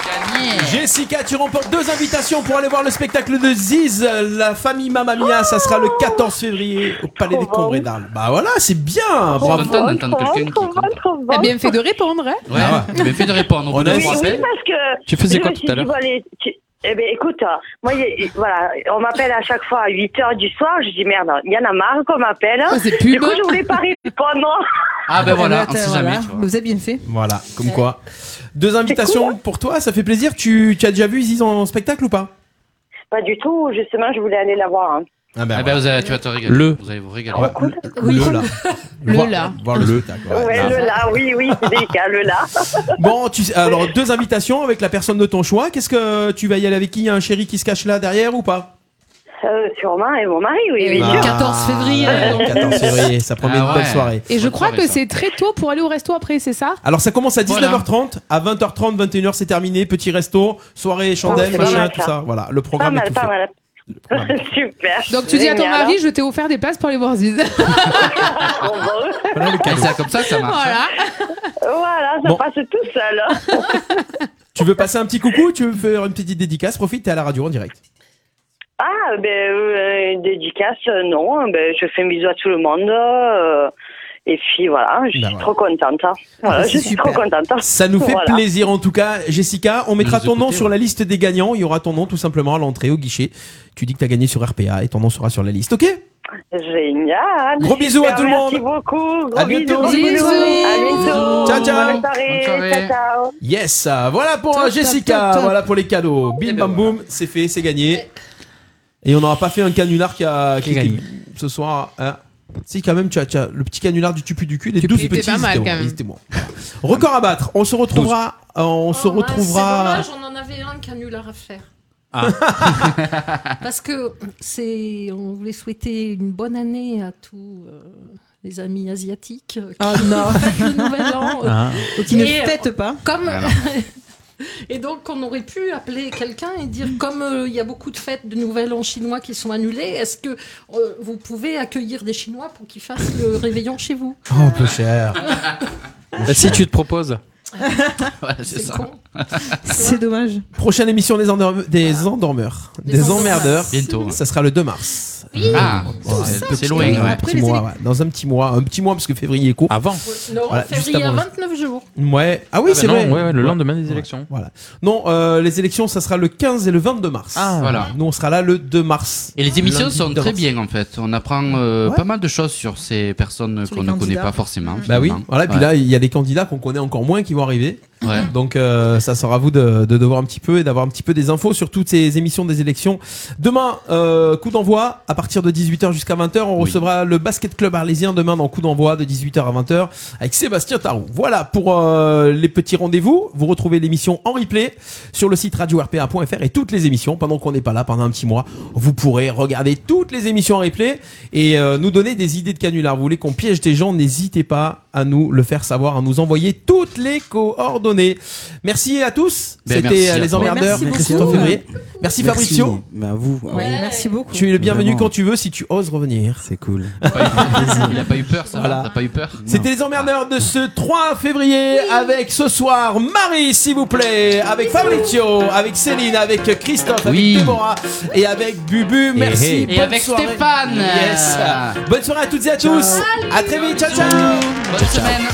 Gagné
Jessica, tu remportes deux invitations pour aller voir le spectacle de Ziz, la famille Mamma Mia. Ça sera le 14 février au Palais des Congrès d'Arles. Bah voilà, c'est bien. Bravo.
T'as Eh bien fait de répondre, hein
Ouais, mais fais de répondre.
Ah On a-
Oui, oui, parce que.
Tu faisais
je
quoi
me
tout
suis
à
dit,
l'heure
bon, allez, tu- Eh bien, écoute, euh, moi, y- y- voilà, on m'appelle à chaque fois à 8 h du soir. Je dis, merde, il y en a marre qu'on m'appelle. hein.
Ah,
c'est
du
pub.
coup, je voulais pas répondre.
Ah ben voilà, on
Eh ben,
sait
voilà.
jamais. tu vois.
Vous avez bien fait.
Voilà, comme quoi. Deux invitations pour toi, ça fait plaisir. Tu, tu as déjà vu Ziz en spectacle ou pas
Pas du tout, justement, je voulais aller la voir. hein.
Ah ben,
Eh vous allez- tu vas te régaler.
Le.
Vous allez vous régaler.
Ouais,
Oui.
Le là.
Le
Voir-
là.
Voir le spectacle. ouais.
Ouais, le là, oui, oui, c'est délicat, le là.
Bon, tu, sais- alors deux invitations avec la personne de ton choix. Qu'est-ce que tu vas y aller avec qui Il y a un chéri qui se cache là derrière ou pas
Euh, sûrement, et mon mari, oui, bien
Ah,
sûr.
14 Eh février, euh, donc.
14 février, ça promet
Ah
une belle
ouais.
soirée.
Et je crois que c'est très tôt pour aller au resto après, c'est ça
Alors ça commence à 19h30, à 20h30, 21h c'est terminé, petit resto, soirée, chandelle,
Parfait. Oh, Pas
machin,
mal,
tout
ça.
ça. Voilà, le programme est tout fait.
Super.
Donc tu dis à ton
Génial. hein.
mari, je t'ai offert des places pour aller voir Ziz.
Voilà le cadeau.
Et c'est comme ça que ça marche.
Ah.
voilà.
Voilà, ça
Bon.
passe tout seul.
Tu veux passer un petit coucou, tu veux faire une petite dédicace, profite, t'es à la radio en direct.
Ah, ben, euh, une dédicace, euh, non. Ben, je fais un bisou à tout le monde. euh, et puis, voilà, je suis trop contente. hein. Voilà,
Ah,
je
c'est
suis trop contente.
Ben Ça nous fait
Voilà.
plaisir en tout cas, Jessica. On mettra
nous
ton nom
écoutez,
sur la liste des gagnants. Il y aura ton nom tout simplement à l'entrée, au guichet. Tu dis que t'as gagné sur RPA et ton nom sera sur la liste, ok
Génial.
Gros bisous à
Super,
tout le monde.
Merci beaucoup. Gros
À bientôt.
Bisous.
Bisous.
À bientôt.
Ciao, ciao.
Bonne soirée.
Bonne soirée.
Ciao, ciao.
Yes, euh, voilà pour
Top,
euh,
top,
Jessica,
top, top.
voilà pour les cadeaux. Bim bam boum, c'est fait, c'est gagné. Et on n'aura pas fait un canular qui a qui-
gagne.
qui- ce soir. hein. Si quand même, tu as, tu as le petit canular du tupu du cul, les 12
Il était
petits.
pas
ils
mal,
étaient
quand
bons,
même.
ils étaient bons. Record à battre. On se retrouvera. euh, on
Oh,
se retrouvera.
on en avait un canular à faire.
Ah.
Parce que c'est, on voulait souhaiter une bonne année à tous euh, les amis asiatiques euh, qui
Ah, non.
fêtent le nouvel an.
Ah. Et qui ne
Et, euh,
fêtent pas.
Comme.
Ah, non.
Et donc, on aurait pu appeler quelqu'un et dire comme euh, il y a beaucoup de fêtes de Nouvel An chinois qui sont annulées, est-ce que euh, vous pouvez accueillir des Chinois pour qu'ils fassent le réveillon chez vous
Oh, un peu cher.
Bah, si tu te proposes.
c'est ça.
C'est dommage. Prochaine émission des, endorme- des endormeurs, des, emmerdeurs. Bientôt. Ça sera le 2 mars.
Ah,
Ouais,
c'est-
un petit-
c'est loin, ouais.
un petit
Après les
mois,
élections.
ouais. Dans un petit mois, un petit mois parce que février est court. Avant.
Non,
Voilà, juste
février à
avant les-
29 jours.
Ouais. Ah
ben
oui,
Ah bah
c'est
non,
vrai.
ouais, ouais, le lendemain des
Ouais,
élections.
Voilà. Non, euh, les élections, ça sera le 15 et le 22 mars.
Ah. Voilà.
Nous, on sera là le 2 mars.
Et les émissions
Lundi
sont
2
très
mars.
bien en fait. On apprend euh,
Ouais.
pas mal de choses sur ces personnes
Sur
qu'on
les
ne connaît
candidats.
pas forcément.
Bah oui.
finalement.
Voilà. Et puis
Ouais.
là, il y a des candidats qu'on connaît encore moins qui vont arriver.
Ouais.
Donc, euh, ça sera à vous de, de, de voir un petit peu et d'avoir un petit peu des infos sur toutes ces émissions des élections. Demain, euh, coup d'envoi à partir de 18h jusqu'à 20h. On recevra le basket club arlésien demain dans coup d'envoi de 18h à 20h avec Sébastien Tarou. Voilà pour euh, les petits rendez-vous. Vous retrouvez l'émission en replay sur le site radio-rpa.fr et toutes les émissions pendant qu'on n'est pas là pendant un petit mois. Vous pourrez regarder toutes les émissions en replay et euh, nous donner des idées de canulars. Vous voulez qu'on piège des gens, n'hésitez pas à nous le faire savoir, à nous envoyer toutes les coordonnées. Merci à tous.
Ben, merci
C'était euh,
à
les
toi.
emmerdeurs.
Ouais, merci
Christophe
beaucoup.
Février. Merci Fabricio.
Mais à vous. à vous.
Merci beaucoup.
Tu es le bienvenu
Vraiment.
quand tu veux si tu oses revenir. C'est cool.
Il a pas eu peur, ça. va
Voilà.
T'as pas eu peur
C'était les emmerdeurs de ce 3 février avec ce soir Marie s'il vous plaît, avec Fabrizio, avec Céline, avec Christophe,
Oui.
avec Déborah et avec Bubu. Merci.
Et
bonne
avec
soirée.
Stéphane.
Yes. Bonne soirée à toutes et à tous. À très vite. Ciao ciao.
Bonne semaine.